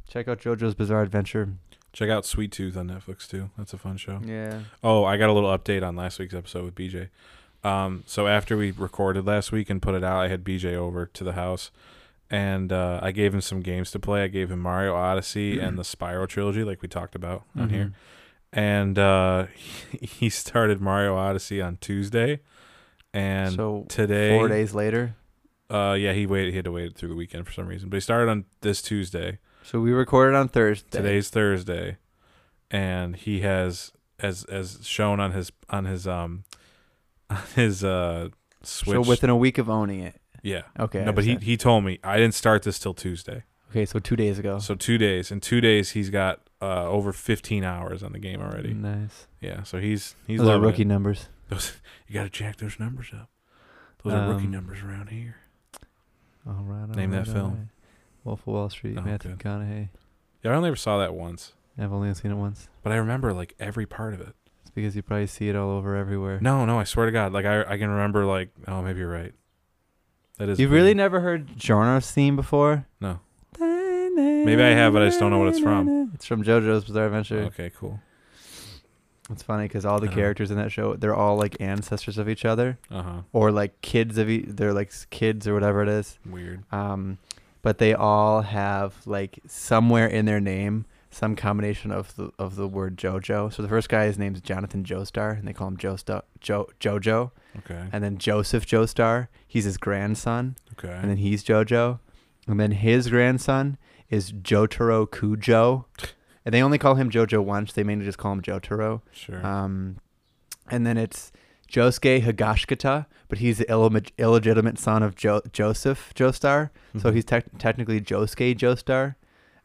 Speaker 2: check out JoJo's Bizarre Adventure.
Speaker 1: Check out Sweet Tooth on Netflix too. That's a fun show.
Speaker 2: Yeah.
Speaker 1: Oh, I got a little update on last week's episode with BJ. Um, so after we recorded last week and put it out, I had BJ over to the house, and uh, I gave him some games to play. I gave him Mario
Speaker 2: (clears throat)
Speaker 1: Odyssey and the Spyro trilogy, like we talked about
Speaker 2: Mm-hmm.
Speaker 1: on here. And uh, (laughs) he, he started Mario Odyssey on Tuesday, and
Speaker 2: so
Speaker 1: today,
Speaker 2: four days later.
Speaker 1: uh, yeah, he waited. He had to wait through the weekend for some reason, but he started on this Tuesday.
Speaker 2: So we recorded on Thursday.
Speaker 1: Today's Thursday, and he has as as shown on his on his um (laughs) on his uh switch.
Speaker 2: So within a week of owning it.
Speaker 1: yeah,
Speaker 2: Okay.
Speaker 1: no,
Speaker 2: I
Speaker 1: but he
Speaker 2: understand.
Speaker 1: he told me I didn't start this till Tuesday,
Speaker 2: Okay, so two days ago.
Speaker 1: so two days. In two days, he's got uh over fifteen hours on the game already.
Speaker 2: Nice.
Speaker 1: Yeah, so he's he's
Speaker 2: Mm. those are
Speaker 1: loving
Speaker 2: rookie
Speaker 1: it.
Speaker 2: numbers.
Speaker 1: Those, (laughs) you got to jack those numbers up. Those are rookie
Speaker 2: Um,
Speaker 1: numbers around here.
Speaker 2: All right. all
Speaker 1: Name that
Speaker 2: right, all
Speaker 1: film.
Speaker 2: right. Wolf of Wall Street.
Speaker 1: Oh,
Speaker 2: Matthew
Speaker 1: good.
Speaker 2: McConaughey.
Speaker 1: Yeah, I only ever saw that once,
Speaker 2: I've only seen it once.
Speaker 1: but I remember like every part of it.
Speaker 2: It's because you probably see it all over everywhere.
Speaker 1: No, no, I swear to God, like I I can remember like oh maybe you're right. That is
Speaker 2: You've
Speaker 1: weird.
Speaker 2: really never heard Jorno's theme before?
Speaker 1: No.
Speaker 2: Maybe
Speaker 1: I have, but I just don't know what it's from.
Speaker 2: It's from JoJo's Bizarre Adventure.
Speaker 1: Okay, cool.
Speaker 2: It's funny because all the
Speaker 1: I don't know.
Speaker 2: characters in that show, they're all like ancestors of each other
Speaker 1: Uh huh.
Speaker 2: or like kids of each, they're like s- kids or whatever it is.
Speaker 1: Weird.
Speaker 2: Um, but they all have like somewhere in their name some combination of the of the word JoJo. So the first guy, his name's Jonathan Joestar, and they call him Joestar, jo, JoJo.
Speaker 1: Okay.
Speaker 2: And then Joseph Joestar, he's his grandson.
Speaker 1: Okay.
Speaker 2: and then he's JoJo, and then his grandson is Jotaro Kujo, and they only call him JoJo once. They mainly just call him Jotaro.
Speaker 1: sure.
Speaker 2: Um, and then it's Josuke Higashikata, but he's the illeg- illegitimate son of jo- Joseph Joestar, so
Speaker 1: Mhm.
Speaker 2: he's tec- technically Josuke Joestar.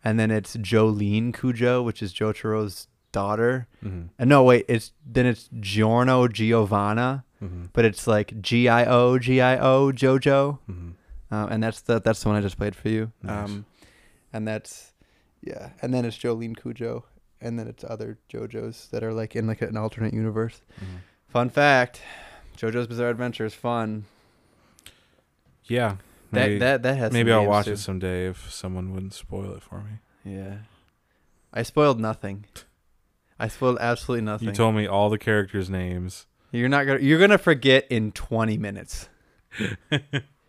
Speaker 2: And then it's Jolene Kujo, which is Jotaro's daughter.
Speaker 1: Mhm.
Speaker 2: And no, wait, it's then it's Giorno Giovanna,
Speaker 1: Mhm.
Speaker 2: but it's like G I O G I O Jojo,
Speaker 1: Mhm.
Speaker 2: um, and that's the that's the one I just played for you.
Speaker 1: Nice.
Speaker 2: Um, and that's yeah, and then it's Jolene Cujo, and then it's other Jojos that are like in like an alternate universe.
Speaker 1: Mhm.
Speaker 2: Fun fact: Jojo's Bizarre Adventure is fun.
Speaker 1: Yeah. Maybe,
Speaker 2: that that that has
Speaker 1: maybe
Speaker 2: some
Speaker 1: I'll
Speaker 2: games,
Speaker 1: watch
Speaker 2: too.
Speaker 1: it someday if someone wouldn't spoil it for me.
Speaker 2: Yeah, I spoiled nothing. I spoiled absolutely nothing.
Speaker 1: You told me all the characters' names.
Speaker 2: You're not gonna. You're gonna forget in
Speaker 1: (laughs)
Speaker 2: 20 minutes.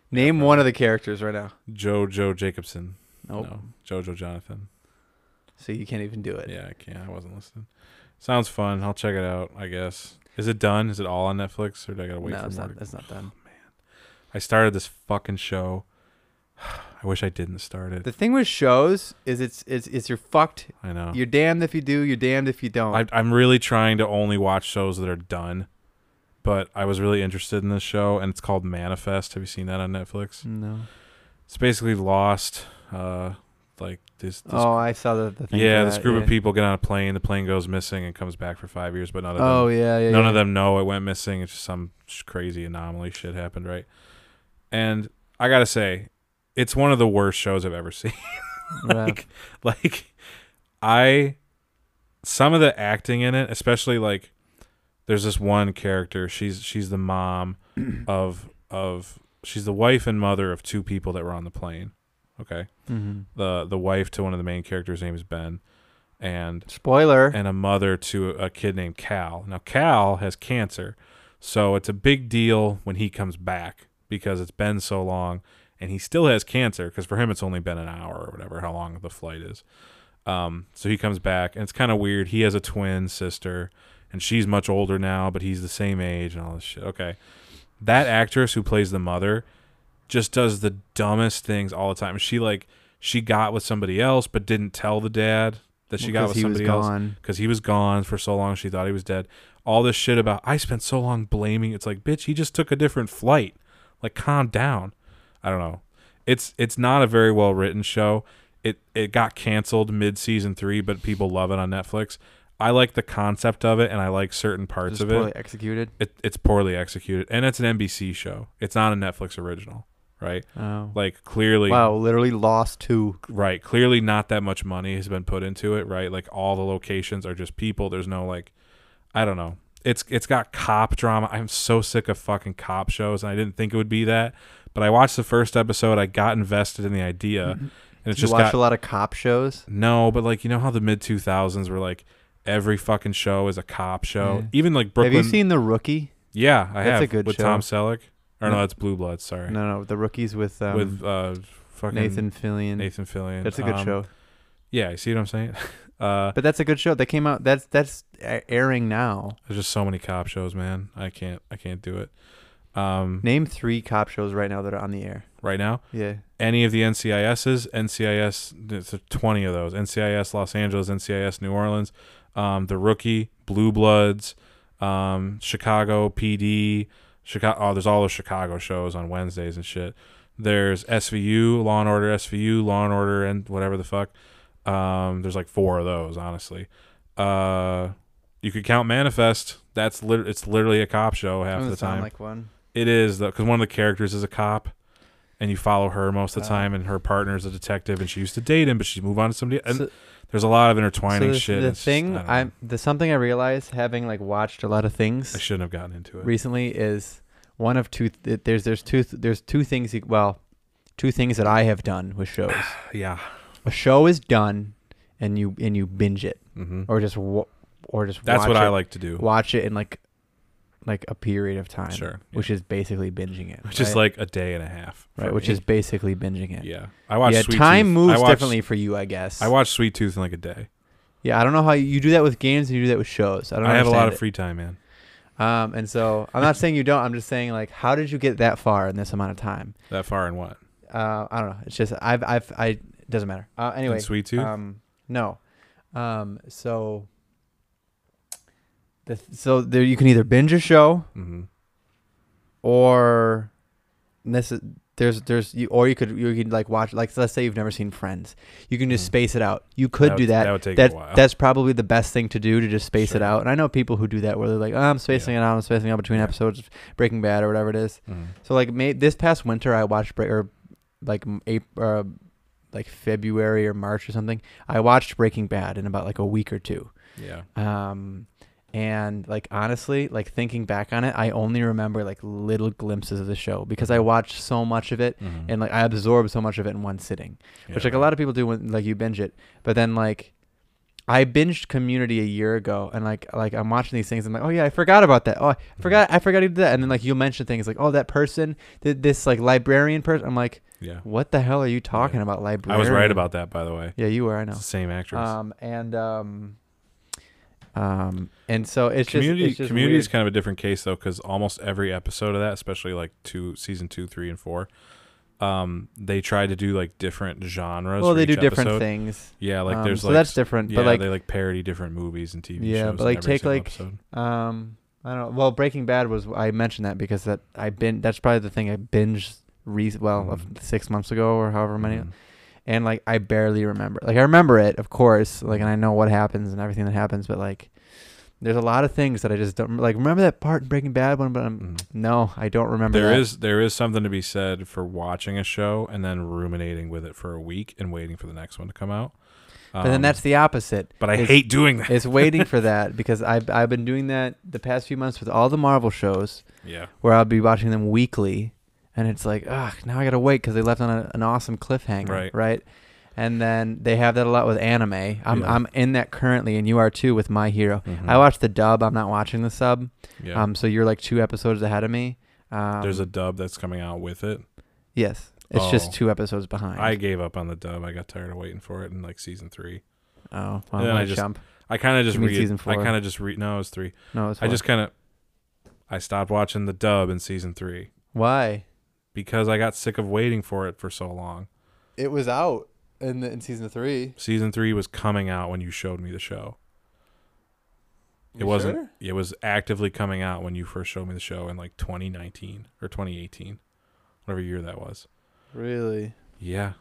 Speaker 2: Name one of the characters right now.
Speaker 1: Jojo Jacobson.
Speaker 2: Nope.
Speaker 1: No. Jojo Jonathan.
Speaker 2: So you can't even do it.
Speaker 1: Yeah, I can't. I wasn't listening. Sounds fun. I'll check it out, I guess. Is it done? Is it all on Netflix or do I gotta wait
Speaker 2: no,
Speaker 1: for
Speaker 2: it's
Speaker 1: more?
Speaker 2: not. It's
Speaker 1: (laughs)
Speaker 2: not done.
Speaker 1: I started this fucking show. (sighs) I wish I didn't start it.
Speaker 2: The thing with shows is it's it's it's you're fucked.
Speaker 1: I know.
Speaker 2: You're damned if you do. You're damned if you don't.
Speaker 1: Oh. I, I'm really trying to only watch shows that are done, but I was really interested in this show, and it's called Manifest. Have you seen that on Netflix?
Speaker 2: no.
Speaker 1: It's basically Lost. Uh, like this. this
Speaker 2: Oh, I saw the, the thing.
Speaker 1: yeah,
Speaker 2: for
Speaker 1: this
Speaker 2: that,
Speaker 1: group
Speaker 2: yeah.
Speaker 1: of people get on a plane. The plane goes missing and comes back for five years, but none of them
Speaker 2: Oh yeah, yeah.
Speaker 1: none
Speaker 2: yeah.
Speaker 1: of them know it went missing. It's just some sh- crazy anomaly shit happened, right? And I gotta say, it's one of the worst shows I've ever seen.
Speaker 2: Yeah.
Speaker 1: like, (laughs) like I, some of the acting in it, especially like, there's this one character. She's she's the mom of of she's the wife and mother of two people that were on the plane. Okay,
Speaker 2: Mhm.
Speaker 1: the the wife to one of the main characters' name is Ben, and
Speaker 2: Spoiler.
Speaker 1: and a mother to a kid named Cal. Now Cal has cancer, so it's a big deal when he comes back because it's been so long, and he still has cancer because for him it's only been an hour or whatever how long the flight is. Um, so he comes back, and it's kind of weird. He has a twin sister, and she's much older now, but he's the same age and all this shit. Okay, that actress who plays the mother just does the dumbest things all the time. She like she got with somebody else, but didn't tell the dad that she got
Speaker 2: Because
Speaker 1: with
Speaker 2: he was
Speaker 1: somebody else
Speaker 2: gone.
Speaker 1: because he was gone for so long. She thought he was dead. All this shit about I spent so long blaming. It's like, bitch, he just took a different flight. Like, calm down. I don't know. It's it's not a very well written show. It it got canceled mid season three, but people love it on Netflix. I like the concept of it, and I like certain parts
Speaker 2: Just
Speaker 1: of
Speaker 2: poorly
Speaker 1: it.
Speaker 2: executed.
Speaker 1: it. It's poorly executed, and it's an NBC show. It's not a Netflix original, right?
Speaker 2: Oh.
Speaker 1: Like clearly,
Speaker 2: wow, literally lost two.
Speaker 1: right clearly not that much money has been put into it right like all the locations are just people there's no like i don't know it's it's got cop drama i'm so sick of fucking cop shows and i didn't think it would be that but i watched the first episode i got invested in the
Speaker 2: (laughs)
Speaker 1: idea and it's
Speaker 2: Mm-hmm. you
Speaker 1: just
Speaker 2: watch
Speaker 1: got
Speaker 2: a lot of cop shows.
Speaker 1: no but like you know how the mid 2000s were like every fucking show is a cop show
Speaker 2: Yeah.
Speaker 1: even like brooklyn
Speaker 2: Mm-hmm. Have you seen The Rookie?
Speaker 1: yeah i
Speaker 2: That's
Speaker 1: have
Speaker 2: a good
Speaker 1: with
Speaker 2: show.
Speaker 1: tom selleck or no,
Speaker 2: No.
Speaker 1: that's blue blood sorry
Speaker 2: No, no, The Rookie's with um,
Speaker 1: with uh fucking
Speaker 2: Nathan Fillion.
Speaker 1: nathan fillion
Speaker 2: That's a good
Speaker 1: Um,
Speaker 2: show.
Speaker 1: yeah you see what i'm saying (laughs) uh
Speaker 2: But that's a good show. That came out. That's that's a- airing now.
Speaker 1: There's just so many cop shows, man. I can't I can't do it. Um,
Speaker 2: Name three cop shows right now that are on the air.
Speaker 1: right now,
Speaker 2: Yeah.
Speaker 1: any of the NCISs, NCIS, there's 20 of those. NCIS Los Angeles, NCIS New Orleans, um, the Rookie, Blue Bloods, um, Chicago PD, Chicago. Oh, there's all those Chicago shows on Wednesdays and shit. There's SVU, Law and Order, SVU, Law and Order, and whatever the fuck. Um, there's like four of those, honestly. Uh, you could count Manifest. That's lit- it's literally a cop show half
Speaker 2: Doesn't
Speaker 1: the
Speaker 2: sound
Speaker 1: time.
Speaker 2: like one.
Speaker 1: It is though, because one of the characters is a cop, and you follow her most of the
Speaker 2: Ah.
Speaker 1: time, and her partner is a detective, and she used to date him, but she moved on to somebody. And
Speaker 2: So-
Speaker 1: there's a lot of
Speaker 2: So
Speaker 1: intertwining
Speaker 2: the,
Speaker 1: shit.
Speaker 2: the
Speaker 1: it's just-
Speaker 2: thing
Speaker 1: I don't know.
Speaker 2: I'm the something I realized having like watched a lot of
Speaker 1: I
Speaker 2: things
Speaker 1: shouldn't have gotten into it.
Speaker 2: recently is one of two. Th- there's there's two th- there's two things. You, well, two things that I have done with shows.
Speaker 1: yeah.
Speaker 2: a show is done, and you and you binge it
Speaker 1: hmm
Speaker 2: or just wa- or just
Speaker 1: That's
Speaker 2: watch
Speaker 1: what
Speaker 2: it,
Speaker 1: I like to do.
Speaker 2: Watch it in like like a period of time.
Speaker 1: Sure. Yeah.
Speaker 2: Which is basically
Speaker 1: (laughs)
Speaker 2: binging it.
Speaker 1: Which is
Speaker 2: right?
Speaker 1: like a day and a half. for
Speaker 2: right, which
Speaker 1: me.
Speaker 2: is basically binging it.
Speaker 1: yeah. I watched
Speaker 2: yeah,
Speaker 1: Sweet
Speaker 2: time
Speaker 1: Tooth. I
Speaker 2: moves
Speaker 1: watched,
Speaker 2: differently for you, I guess.
Speaker 1: I watched Sweet Tooth in like a day.
Speaker 2: yeah, I don't know how you do that with games and you do that with shows. I don't.
Speaker 1: I, have a lot
Speaker 2: understand
Speaker 1: of free time, man.
Speaker 2: it. Um, and so I'm not saying you don't. I'm just saying like, how did you get that far in this amount of time?
Speaker 1: That far and what?
Speaker 2: Uh, I don't know. It's just I've I've I it doesn't matter. Uh,
Speaker 1: In
Speaker 2: anyway,
Speaker 1: Sweet Tooth.
Speaker 2: um, no, um, so the so there
Speaker 1: Mm-hmm.
Speaker 2: you can either binge a show
Speaker 1: hmm
Speaker 2: or and this is There's there's you or you could you could like watch like let's say you've never seen Friends. You can just
Speaker 1: Mhm.
Speaker 2: space it out. You could
Speaker 1: That
Speaker 2: do
Speaker 1: would-
Speaker 2: that.
Speaker 1: that would take a while.
Speaker 2: That's probably the best thing to do to just space
Speaker 1: Sure.
Speaker 2: it out. And I know people who do that where they're like, oh, I'm spacing it out. I'm spacing it out between
Speaker 1: Yeah.
Speaker 2: episodes, of Breaking Bad or whatever it is.
Speaker 1: Mhm.
Speaker 2: So like May, this past winter, I watched Bre- or like April, uh, like February or March or something. I watched Breaking Bad in about like a week or two.
Speaker 1: Yeah.
Speaker 2: Um, and like honestly, like thinking back on it, I only remember like little glimpses of the show because I watched so much of it
Speaker 1: Mhm.
Speaker 2: and like I absorbed so much of it in one sitting,
Speaker 1: Yeah.
Speaker 2: which like a lot of people do when like you binge it. But then like. I binged Community a year ago, and like like I'm watching these things. I'm like, oh yeah, I forgot about that. Oh, I forgot, I forgot to do that. And then like you'll mention things like, oh that person, th- this like librarian person. I'm like,
Speaker 1: Yeah.
Speaker 2: what the hell are you talking about,
Speaker 1: I
Speaker 2: librarian?
Speaker 1: was right about that, by the way.
Speaker 2: Yeah, you were. I
Speaker 1: It's
Speaker 2: know.
Speaker 1: the same actress.
Speaker 2: Um and um, um and so it's
Speaker 1: community
Speaker 2: just it's just
Speaker 1: community is
Speaker 2: weird.
Speaker 1: kind of a different case though because almost every episode of that especially like two season two three and four um they try to do like different genres
Speaker 2: well,
Speaker 1: for
Speaker 2: they do
Speaker 1: each
Speaker 2: different
Speaker 1: episode.
Speaker 2: things.
Speaker 1: yeah like
Speaker 2: Um,
Speaker 1: there's
Speaker 2: so
Speaker 1: like
Speaker 2: that's different.
Speaker 1: yeah
Speaker 2: but like
Speaker 1: they like parody different movies and tv
Speaker 2: Yeah,
Speaker 1: shows
Speaker 2: but,
Speaker 1: in
Speaker 2: like,
Speaker 1: every
Speaker 2: take,
Speaker 1: single
Speaker 2: like-
Speaker 1: episode.
Speaker 2: Um, I don't know. Well, Breaking Bad was I mentioned that because that I bin that's probably the thing I binged re- well
Speaker 1: Mhm.
Speaker 2: of six months ago or however many,
Speaker 1: Mhm.
Speaker 2: and like I barely remember. Like I remember it, of course, like and I know what happens and everything that happens, but like there's a lot of things that I just don't like. Remember that part in Breaking Bad one, but I'm,
Speaker 1: Mhm.
Speaker 2: no, I don't remember.
Speaker 1: There
Speaker 2: that.
Speaker 1: is there is something to be said for watching a show and then ruminating with it for a week and waiting for the next one to come out
Speaker 2: but then
Speaker 1: Um,
Speaker 2: that's the opposite.
Speaker 1: but i
Speaker 2: is-
Speaker 1: hate doing that
Speaker 2: It's waiting for that because I've I've been doing that the past few months with all the Marvel shows.
Speaker 1: yeah
Speaker 2: where I'll be watching them weekly, and it's like, ugh, now I gotta wait because they left on a, an awesome cliffhanger,
Speaker 1: Right.
Speaker 2: And then they have that a lot with anime. I'm
Speaker 1: Yeah.
Speaker 2: I'm in that currently, and you are too with My Hero.
Speaker 1: Mhm.
Speaker 2: I watched the dub. I'm not watching the sub.
Speaker 1: Mm-hmm. yeah
Speaker 2: Um, so you're like two episodes ahead of me. Um,
Speaker 1: there's a dub that's coming out with it
Speaker 2: yes. It's
Speaker 1: Oh.
Speaker 2: just two episodes behind.
Speaker 1: I gave up on the dub. I got tired of waiting for it in like season three.
Speaker 2: oh, well,
Speaker 1: then
Speaker 2: what
Speaker 1: I
Speaker 2: a
Speaker 1: just-
Speaker 2: jump.
Speaker 1: I kind of just
Speaker 2: You mean
Speaker 1: read.
Speaker 2: season
Speaker 1: I
Speaker 2: four?
Speaker 1: kind of just read. No, it's three.
Speaker 2: No, it's
Speaker 1: I just kind of. I stopped watching the dub in season three
Speaker 2: why
Speaker 1: because I got sick of waiting for it for so long.
Speaker 2: it was out in the, in season three.
Speaker 1: Season three was coming out when you showed me the show. It
Speaker 2: You
Speaker 1: wasn't.
Speaker 2: sure?
Speaker 1: It was actively coming out when you first showed me the show in like 2019 or 2018, whatever year that was.
Speaker 2: really.
Speaker 1: Yeah,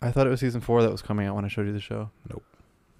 Speaker 2: I thought it was season four that was coming out when I showed you the show.
Speaker 1: Nope.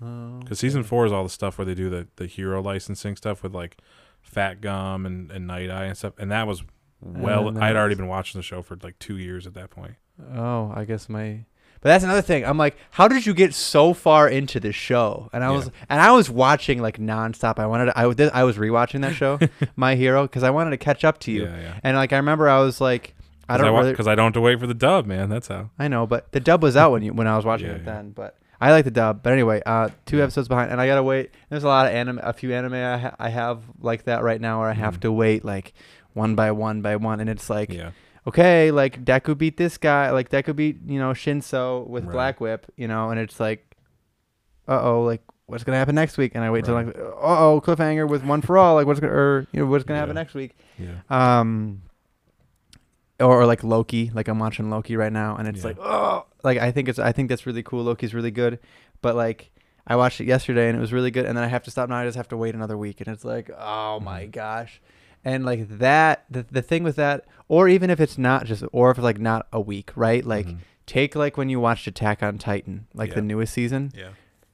Speaker 2: Oh,
Speaker 1: because season
Speaker 2: okay.
Speaker 1: four is all the stuff where they do the the hero licensing stuff with like Fat Gum and and Night Eye and stuff, and that was well.
Speaker 2: then
Speaker 1: I'd
Speaker 2: that
Speaker 1: already
Speaker 2: was-
Speaker 1: been watching the show for like two years at that
Speaker 2: (laughs)
Speaker 1: point.
Speaker 2: Oh, I guess my. But that's another thing. I'm like, how did you get so far into the show? And I
Speaker 1: Yeah.
Speaker 2: was, and I was watching like nonstop. I wanted, to, I, was- I was rewatching
Speaker 1: (laughs)
Speaker 2: that show, My Hero, because I wanted to catch up to you.
Speaker 1: Yeah, yeah.
Speaker 2: And like, I remember I was like, I don't really,
Speaker 1: because I don't have to wait for the dub, man. That's how.
Speaker 2: I know, but the dub was out when you when I was watching
Speaker 1: Yeah,
Speaker 2: it
Speaker 1: yeah.
Speaker 2: then. But I like the dub. But anyway, uh, two
Speaker 1: Yeah.
Speaker 2: episodes behind, and I gotta wait. There's a lot of anime, a few anime I, ha- I have like that right now, where I have
Speaker 1: Mhm.
Speaker 2: to wait like one by one by one, and it's like,
Speaker 1: Yeah,
Speaker 2: okay, like Deku beat this guy, like Deku beat you know Shinso with
Speaker 1: Right.
Speaker 2: Black Whip, you know, and it's like, uh oh, like what's gonna happen next week? And I wait
Speaker 1: Right.
Speaker 2: till like, uh oh, cliffhanger with one for all, like what's gonna, or you know, what's gonna happen
Speaker 1: Yeah.
Speaker 2: next week?
Speaker 1: yeah.
Speaker 2: Um, or, or like Loki, like I'm watching Loki right now, and it's
Speaker 1: Yeah.
Speaker 2: like, oh, like I think it's, I think that's really cool. Loki's really good, but like. I watched it yesterday and it was really good, and then I have to stop now. I just have to wait another week, and it's like, oh my
Speaker 1: Mhm.
Speaker 2: gosh, and like that. The, the thing with that, or even if it's not just, or if it's like not a week, right? Like
Speaker 1: Mhm.
Speaker 2: take like when you watched Attack on Titan, like
Speaker 1: Yeah.
Speaker 2: the newest season.
Speaker 1: yeah.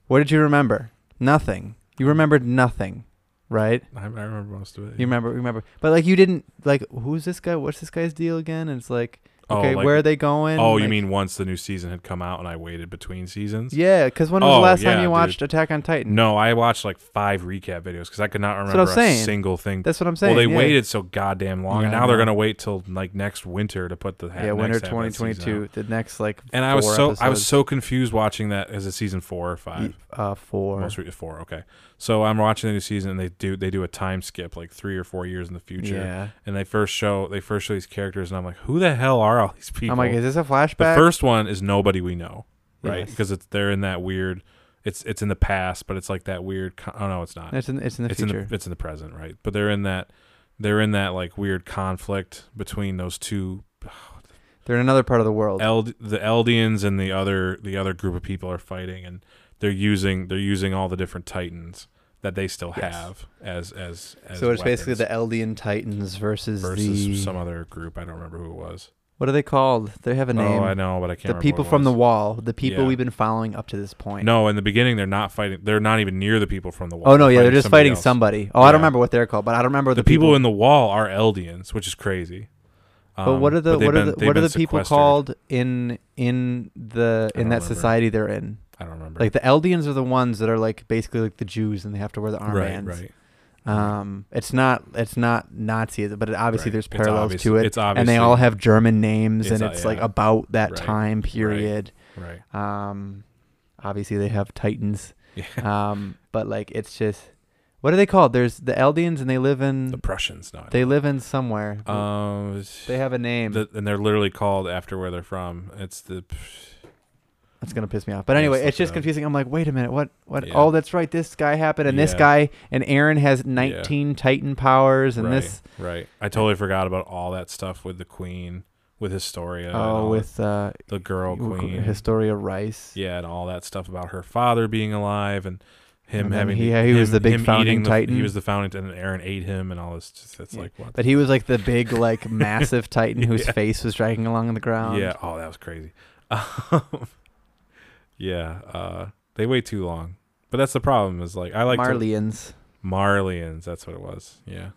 Speaker 2: What did you remember? Nothing. You remembered nothing, right?
Speaker 1: I, I remember most of it.
Speaker 2: You
Speaker 1: yeah.
Speaker 2: remember, remember, but like you didn't like who's this guy? What's this guy's deal again? And it's like, okay,
Speaker 1: Oh, like-
Speaker 2: where are they going?
Speaker 1: Oh, you
Speaker 2: Like,
Speaker 1: mean once the new season had come out and I waited between seasons?
Speaker 2: Yeah, because when was
Speaker 1: Oh,
Speaker 2: the last
Speaker 1: yeah,
Speaker 2: time you
Speaker 1: dude.
Speaker 2: watched Attack on Titan?
Speaker 1: No, I watched like five recap videos because I could not
Speaker 2: That's
Speaker 1: remember
Speaker 2: what I
Speaker 1: a
Speaker 2: was saying.
Speaker 1: single thing.
Speaker 2: That's what I'm saying.
Speaker 1: well, they
Speaker 2: yeah.
Speaker 1: waited so goddamn long,
Speaker 2: Yeah,
Speaker 1: and
Speaker 2: I
Speaker 1: now they're
Speaker 2: know.
Speaker 1: gonna wait till like next winter to put the ha-
Speaker 2: Yeah,
Speaker 1: next
Speaker 2: winter
Speaker 1: half of that season
Speaker 2: 2022.
Speaker 1: out.
Speaker 2: The next like.
Speaker 1: And I was
Speaker 2: four
Speaker 1: so I was
Speaker 2: episodes.
Speaker 1: so confused watching that as a season four or five.
Speaker 2: Ye- Uh, four.
Speaker 1: Most re- four, okay. So I'm watching the new season, and they do they do a time skip like three or four years in the future,
Speaker 2: Yeah.
Speaker 1: and they first show they first show these characters, and I'm like, who the hell are all these people?
Speaker 2: I'm like, is this a
Speaker 1: the
Speaker 2: flashback?
Speaker 1: first one is nobody we know, right?
Speaker 2: Yes.
Speaker 1: Because it's they're in that weird, it's it's in the past, but it's like that weird. co- Oh no, it's not.
Speaker 2: It's in. It's in the
Speaker 1: it's
Speaker 2: future.
Speaker 1: in the it's in the present, right? But they're in that they're in that like weird conflict between those two
Speaker 2: They're in another part of the world.
Speaker 1: Eld- the Eldians and the other the other group of people are fighting, and they're using they're using all the different Titans that they still
Speaker 2: Yes.
Speaker 1: have as as, as
Speaker 2: so it's basically
Speaker 1: weapons
Speaker 2: the Eldian Titans versus,
Speaker 1: versus
Speaker 2: the
Speaker 1: some other group. I don't remember who it was.
Speaker 2: What are they called? They have a name.
Speaker 1: Oh, I know, but I can't.
Speaker 2: the
Speaker 1: remember
Speaker 2: people
Speaker 1: what it
Speaker 2: from the
Speaker 1: was.
Speaker 2: wall. The people
Speaker 1: Yeah.
Speaker 2: we've been following up to this point.
Speaker 1: No, in the beginning they're not fighting. They're not even near the people from the wall.
Speaker 2: Oh no, yeah, they're just
Speaker 1: somebody
Speaker 2: fighting
Speaker 1: else.
Speaker 2: somebody. Oh, I
Speaker 1: Yeah.
Speaker 2: don't remember what they're called, but I don't remember
Speaker 1: The,
Speaker 2: the,
Speaker 1: people, in the wall are Eldians, which is crazy. Um,
Speaker 2: but what are the
Speaker 1: they've
Speaker 2: what are
Speaker 1: been-
Speaker 2: the
Speaker 1: they've
Speaker 2: what are
Speaker 1: been
Speaker 2: the people
Speaker 1: sequestered.
Speaker 2: called in in the
Speaker 1: I
Speaker 2: in
Speaker 1: don't
Speaker 2: that
Speaker 1: remember.
Speaker 2: society they're in?
Speaker 1: I don't remember.
Speaker 2: Like the Eldians are the ones that are like basically like the Jews and they have to wear the
Speaker 1: right,
Speaker 2: armbands.
Speaker 1: right.
Speaker 2: Um, it's not it's not Nazism, but it, obviously
Speaker 1: right.
Speaker 2: there's
Speaker 1: It's
Speaker 2: parallels
Speaker 1: obvious-
Speaker 2: to it,
Speaker 1: It's obviously
Speaker 2: and they all have German names, and
Speaker 1: It's, uh,
Speaker 2: it's like
Speaker 1: yeah.
Speaker 2: about that
Speaker 1: Right,
Speaker 2: time period. (laughs)
Speaker 1: right.
Speaker 2: Um, obviously they
Speaker 1: (laughs)
Speaker 2: have Titans.
Speaker 1: Yeah.
Speaker 2: Um, but like it's just what are they called? There's the Eldians, and they live in
Speaker 1: the Prussians, not.
Speaker 2: they live in somewhere.
Speaker 1: um,
Speaker 2: they have a name.
Speaker 1: the, and they're literally called after where they're from. It's the
Speaker 2: That's gonna piss me off. But
Speaker 1: Yeah,
Speaker 2: anyway,
Speaker 1: let's look
Speaker 2: it's
Speaker 1: it
Speaker 2: just
Speaker 1: up.
Speaker 2: confusing. I'm like, wait a minute, what? What?
Speaker 1: Yeah.
Speaker 2: Oh, that's right. This guy happened, and this
Speaker 1: Yeah.
Speaker 2: guy, and Aaron has 19 Titan powers, and
Speaker 1: right,
Speaker 2: this
Speaker 1: right. I totally forgot about all that stuff with the Queen, with Historia. and
Speaker 2: oh,
Speaker 1: all
Speaker 2: with uh,
Speaker 1: the girl Queen.
Speaker 2: Historia Rice.
Speaker 1: yeah, and all that stuff about her father being alive and him
Speaker 2: And then
Speaker 1: having
Speaker 2: he- he was
Speaker 1: him-
Speaker 2: the big
Speaker 1: him eating
Speaker 2: founding
Speaker 1: the-
Speaker 2: titan.
Speaker 1: He was the founding titan, and Aaron ate him, and all this. Just, that's
Speaker 2: Yeah.
Speaker 1: like what?
Speaker 2: But he was like the big, like
Speaker 1: (laughs)
Speaker 2: massive Titan whose
Speaker 1: Yeah.
Speaker 2: face was dragging along the ground.
Speaker 1: yeah. Oh, that was crazy. (laughs) Um, yeah, uh, they wait too long. But that's the problem. Is like I like to,
Speaker 2: Marlians.
Speaker 1: Marlians. That's what it was. Yeah,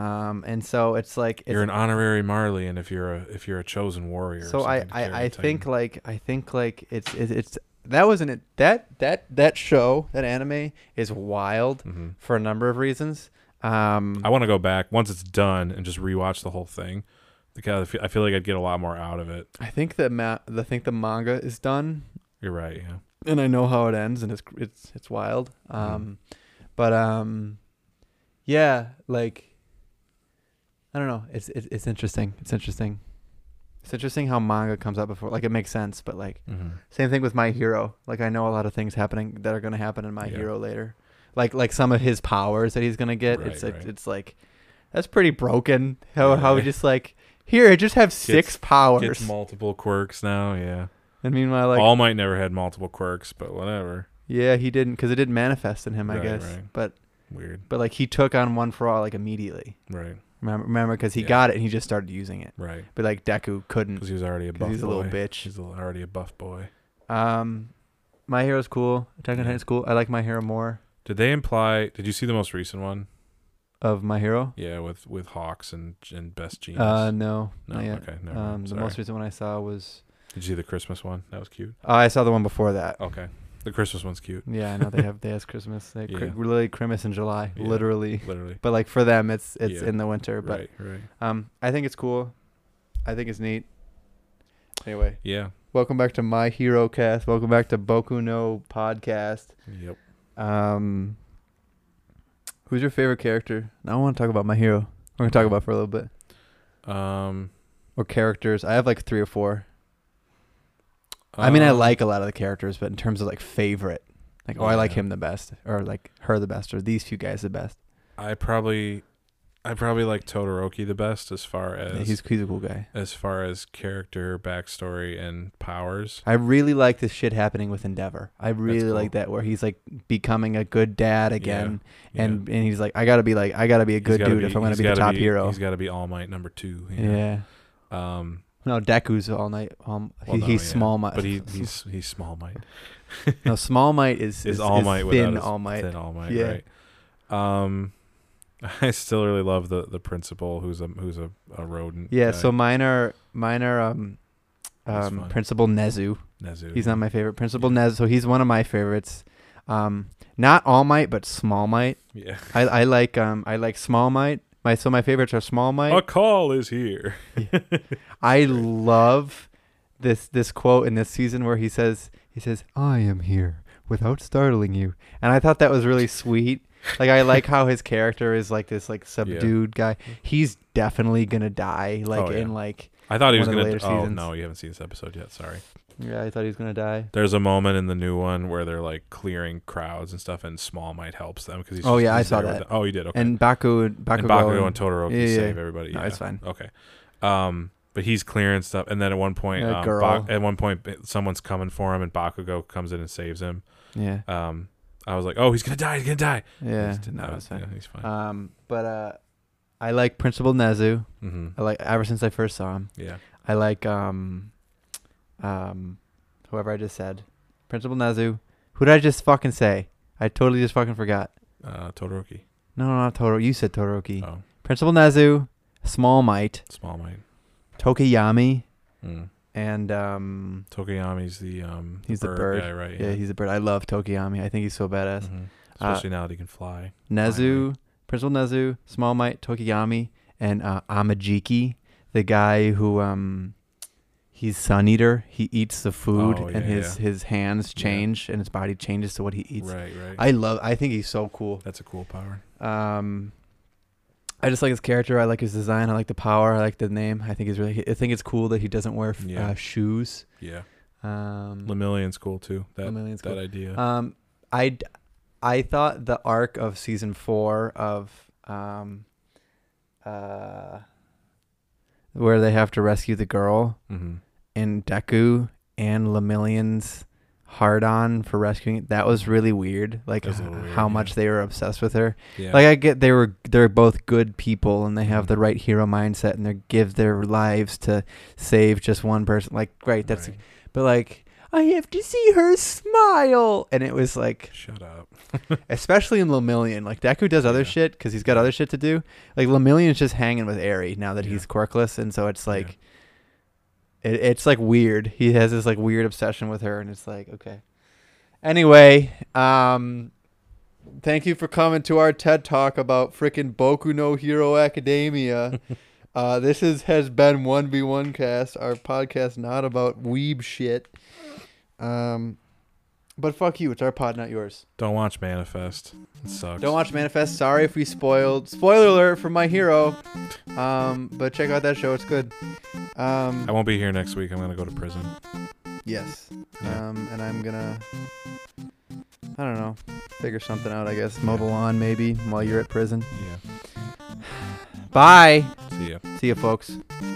Speaker 2: Um, and so it's like it's
Speaker 1: you're an honorary Marlian if you're a if you're a chosen warrior. or
Speaker 2: so I
Speaker 1: something, carry a
Speaker 2: I, I
Speaker 1: titan.
Speaker 2: think like I think like it's it's, it's that wasn't it that that that show that anime is wild
Speaker 1: Mhm.
Speaker 2: for a number of reasons. Um,
Speaker 1: I want to go back once it's done and just rewatch the whole thing because I feel, I feel like I'd get a lot more out of it.
Speaker 2: I think the ma- the think the manga is done,
Speaker 1: You're right. Yeah.
Speaker 2: and I know how it ends, and it's it's it's wild.
Speaker 1: Mhm.
Speaker 2: Um, but um, yeah, like I don't know. It's it's it's interesting. It's interesting. It's interesting how manga comes out before. Like it makes sense, but like
Speaker 1: Mm-hmm.
Speaker 2: same thing with My Hero. Like I know a lot of things happening that are gonna happen in My
Speaker 1: Yeah.
Speaker 2: Hero later. Like like some of his powers that he's gonna get.
Speaker 1: Right,
Speaker 2: it's like
Speaker 1: right.
Speaker 2: it's like that's pretty broken. How how
Speaker 1: Yeah.
Speaker 2: just like here just have six
Speaker 1: Gets-
Speaker 2: powers.
Speaker 1: Gets multiple quirks now. Yeah.
Speaker 2: and meanwhile, like
Speaker 1: All Might never had multiple quirks, but whatever.
Speaker 2: yeah, he didn't because it didn't manifest in him. I
Speaker 1: Right,
Speaker 2: guess,
Speaker 1: right.
Speaker 2: but
Speaker 1: Weird.
Speaker 2: but like he took on one for all like immediately.
Speaker 1: Right.
Speaker 2: Remember remember because he
Speaker 1: Yeah.
Speaker 2: got it and he just started using it.
Speaker 1: Right.
Speaker 2: But like Deku couldn't
Speaker 1: Because he was already a
Speaker 2: because
Speaker 1: buff
Speaker 2: he's a
Speaker 1: boy.
Speaker 2: little bitch.
Speaker 1: He's a- already a buff boy.
Speaker 2: Um, My Hero's cool. Attack on
Speaker 1: Yeah.
Speaker 2: Titan's cool. I like My Hero more
Speaker 1: Did they imply? Did you see the most recent one?
Speaker 2: of My Hero.
Speaker 1: Yeah, with with Hawks and and Best Genius.
Speaker 2: Uh, no,
Speaker 1: no.
Speaker 2: not yet.
Speaker 1: Okay. Never mind.
Speaker 2: Um, the
Speaker 1: Sorry.
Speaker 2: most recent one I saw was
Speaker 1: Did you see the Christmas one? That was cute.
Speaker 2: oh, I saw the one before that.
Speaker 1: Okay. The Christmas one's cute.
Speaker 2: Yeah, I know they have they have Christmas. They have cri-
Speaker 1: Yeah.
Speaker 2: literally Christmas in July,
Speaker 1: Yeah.
Speaker 2: literally.
Speaker 1: Literally.
Speaker 2: But like for them, it's it's
Speaker 1: Yeah.
Speaker 2: in the winter. But
Speaker 1: Right. Right.
Speaker 2: um, I think it's cool. I think it's neat. Anyway,
Speaker 1: Yeah.
Speaker 2: welcome back to my hero cast. Welcome back to Boku no podcast.
Speaker 1: Yep.
Speaker 2: Um, who's your favorite character? Now I want to talk about my hero. We're gonna talk about for a little bit
Speaker 1: Um.
Speaker 2: or characters. I have like three or four. I mean, I
Speaker 1: um,
Speaker 2: like a lot of the characters, but in terms of like favorite, like oh, I like
Speaker 1: Yeah.
Speaker 2: him the best, or like her the best, or these few guys the best.
Speaker 1: I probably, I probably like Todoroki the best as far as
Speaker 2: Yeah, he's he's a cool guy.
Speaker 1: as far as character backstory and powers.
Speaker 2: I really like this shit happening with Endeavor. I really
Speaker 1: cool.
Speaker 2: like that where he's like becoming a good dad again,
Speaker 1: Yeah.
Speaker 2: and and he's like, I gotta be like, I gotta be a
Speaker 1: He's
Speaker 2: good
Speaker 1: gotta
Speaker 2: dude if I'm gonna
Speaker 1: he's
Speaker 2: be the
Speaker 1: gotta
Speaker 2: top hero.
Speaker 1: He's got to be All Might number two.
Speaker 2: Yeah.
Speaker 1: you know? Um.
Speaker 2: No, Deku's all night. Um,
Speaker 1: well,
Speaker 2: he,
Speaker 1: no,
Speaker 2: he's
Speaker 1: yeah,
Speaker 2: small might.
Speaker 1: but
Speaker 2: (laughs)
Speaker 1: he, he's he's Small Might.
Speaker 2: no small might is
Speaker 1: (laughs) Is All Might without
Speaker 2: thin
Speaker 1: his
Speaker 2: all might.
Speaker 1: Thin All Might.
Speaker 2: Yeah.
Speaker 1: Right. Um. (laughs) I still really love the the principal who's a who's a, a rodent.
Speaker 2: Yeah.
Speaker 1: guy,
Speaker 2: So mine are mine are um,
Speaker 1: That's
Speaker 2: um
Speaker 1: fun.
Speaker 2: Principal Nezu.
Speaker 1: Nezu.
Speaker 2: He's not my favorite. Principal Nez, so he's one of my favorites. Um, not All Might, but Small Might.
Speaker 1: Yeah.
Speaker 2: I, I like um I like Small Might. My so my favorites are Small Might.
Speaker 1: A call is here.
Speaker 2: (laughs) I love this this quote in this season where he says he says I am here without startling you, and I thought that was really sweet. Like I like how his character is like this like subdued guy. He's definitely gonna die. Like
Speaker 1: Oh, yeah.
Speaker 2: in like
Speaker 1: I thought he was
Speaker 2: One of the
Speaker 1: gonna.
Speaker 2: later
Speaker 1: oh
Speaker 2: seasons.
Speaker 1: no, you haven't seen this episode yet. Sorry.
Speaker 2: yeah, I thought he was gonna die.
Speaker 1: There's a moment in the new one where they're like clearing crowds and stuff, and Small Might helps them because he's.
Speaker 2: Oh,
Speaker 1: just-
Speaker 2: yeah, I
Speaker 1: he's
Speaker 2: saw
Speaker 1: there with
Speaker 2: that.
Speaker 1: them. Oh, you did. Okay.
Speaker 2: And Baku and Bakugo,
Speaker 1: And Bakugo
Speaker 2: and-
Speaker 1: and Todoroki
Speaker 2: Yeah, yeah,
Speaker 1: save everybody.
Speaker 2: No,
Speaker 1: yeah.
Speaker 2: it's fine.
Speaker 1: Okay. Um, but he's clearing stuff, and then at one point,
Speaker 2: Yeah,
Speaker 1: um,
Speaker 2: girl.
Speaker 1: Bak- at one point, b- someone's coming for him, and Bakugo comes in and saves him.
Speaker 2: Yeah,
Speaker 1: Um, I was like, oh, he's gonna die. He's gonna die.
Speaker 2: yeah.
Speaker 1: He's-
Speaker 2: No,
Speaker 1: I
Speaker 2: it's
Speaker 1: was-
Speaker 2: fine.
Speaker 1: yeah, he's fine.
Speaker 2: Um, but uh, I like Principal Nezu.
Speaker 1: hmm
Speaker 2: I like ever since I first saw him.
Speaker 1: Yeah.
Speaker 2: I like um, um, whoever I just said, Principal Nezu. Who did I just fucking say? I totally just fucking forgot.
Speaker 1: Uh, Todoroki.
Speaker 2: No, no, not Todoroki. You said Todoroki.
Speaker 1: Oh,
Speaker 2: Principal Nezu, Small Might,
Speaker 1: small mite.
Speaker 2: Tokiyami,
Speaker 1: Mm.
Speaker 2: and um,
Speaker 1: Tokiyami's the um.
Speaker 2: He's the bird.
Speaker 1: guy, right?
Speaker 2: yeah. he's a bird. I love Tokiyami. I think he's so badass.
Speaker 1: Mhm.
Speaker 2: Uh,
Speaker 1: Especially now that he can fly.
Speaker 2: Nezu, Principal Nezu, Small Might, Tokiyami, and uh, Amajiki, the guy who um, he's Sun Eater. He eats the food,
Speaker 1: Oh,
Speaker 2: and
Speaker 1: yeah,
Speaker 2: his his hands
Speaker 1: Yeah.
Speaker 2: change, and his body changes to what he eats.
Speaker 1: Right, right.
Speaker 2: I love. I think he's so cool.
Speaker 1: That's a cool power.
Speaker 2: Um, I just like his character. I like his design. I like the power. I like the name. I think he's really. I think it's cool that he doesn't wear f-
Speaker 1: Yeah.
Speaker 2: uh, shoes.
Speaker 1: Yeah,
Speaker 2: Um,
Speaker 1: Lemillion's cool too. That
Speaker 2: Lemillion's
Speaker 1: that
Speaker 2: cool.
Speaker 1: idea.
Speaker 2: Um, I I thought the arc of season four of um, uh, where they have to rescue the girl
Speaker 1: mm-hmm.
Speaker 2: and Deku and Lemillion's hard on for rescuing that was really weird. Like
Speaker 1: That's a little
Speaker 2: how
Speaker 1: weird, yeah.
Speaker 2: much they were obsessed with her.
Speaker 1: Yeah.
Speaker 2: Like I get they were they're both good people and they have the
Speaker 1: Mhm.
Speaker 2: right hero mindset and they give their lives to save just one person. Like great, that's
Speaker 1: Right.
Speaker 2: but like I have to see her smile, and it was like,
Speaker 1: shut up.
Speaker 2: especially in Lemillion, like Deku does other
Speaker 1: Yeah.
Speaker 2: shit because he's got other shit to do. Like Lemillion's just hanging with Airy now that
Speaker 1: Yeah.
Speaker 2: he's quirkless, and so it's like, it, it's like weird. He has this like weird obsession with her, and it's like, okay. Anyway, um, thank you for coming to our TED talk about freaking Boku no Hero Academia.
Speaker 1: (laughs)
Speaker 2: Uh, this is has been one v one cast. Our podcast not about weeb shit. Um, but fuck you. It's our pod, not yours.
Speaker 1: Don't watch Manifest. It sucks.
Speaker 2: Don't watch Manifest. Sorry if we spoiled. Spoiler alert for My Hero. Um, but check out that show. It's good.
Speaker 1: I
Speaker 2: Um,
Speaker 1: won't be here next week. I'm gonna go to prison.
Speaker 2: yes.
Speaker 1: Yeah.
Speaker 2: Um, and I'm gonna. I don't know. Figure something out. I guess mow the lawn maybe while you're at prison.
Speaker 1: Yeah.
Speaker 2: Bye.
Speaker 1: See ya.
Speaker 2: See you, folks.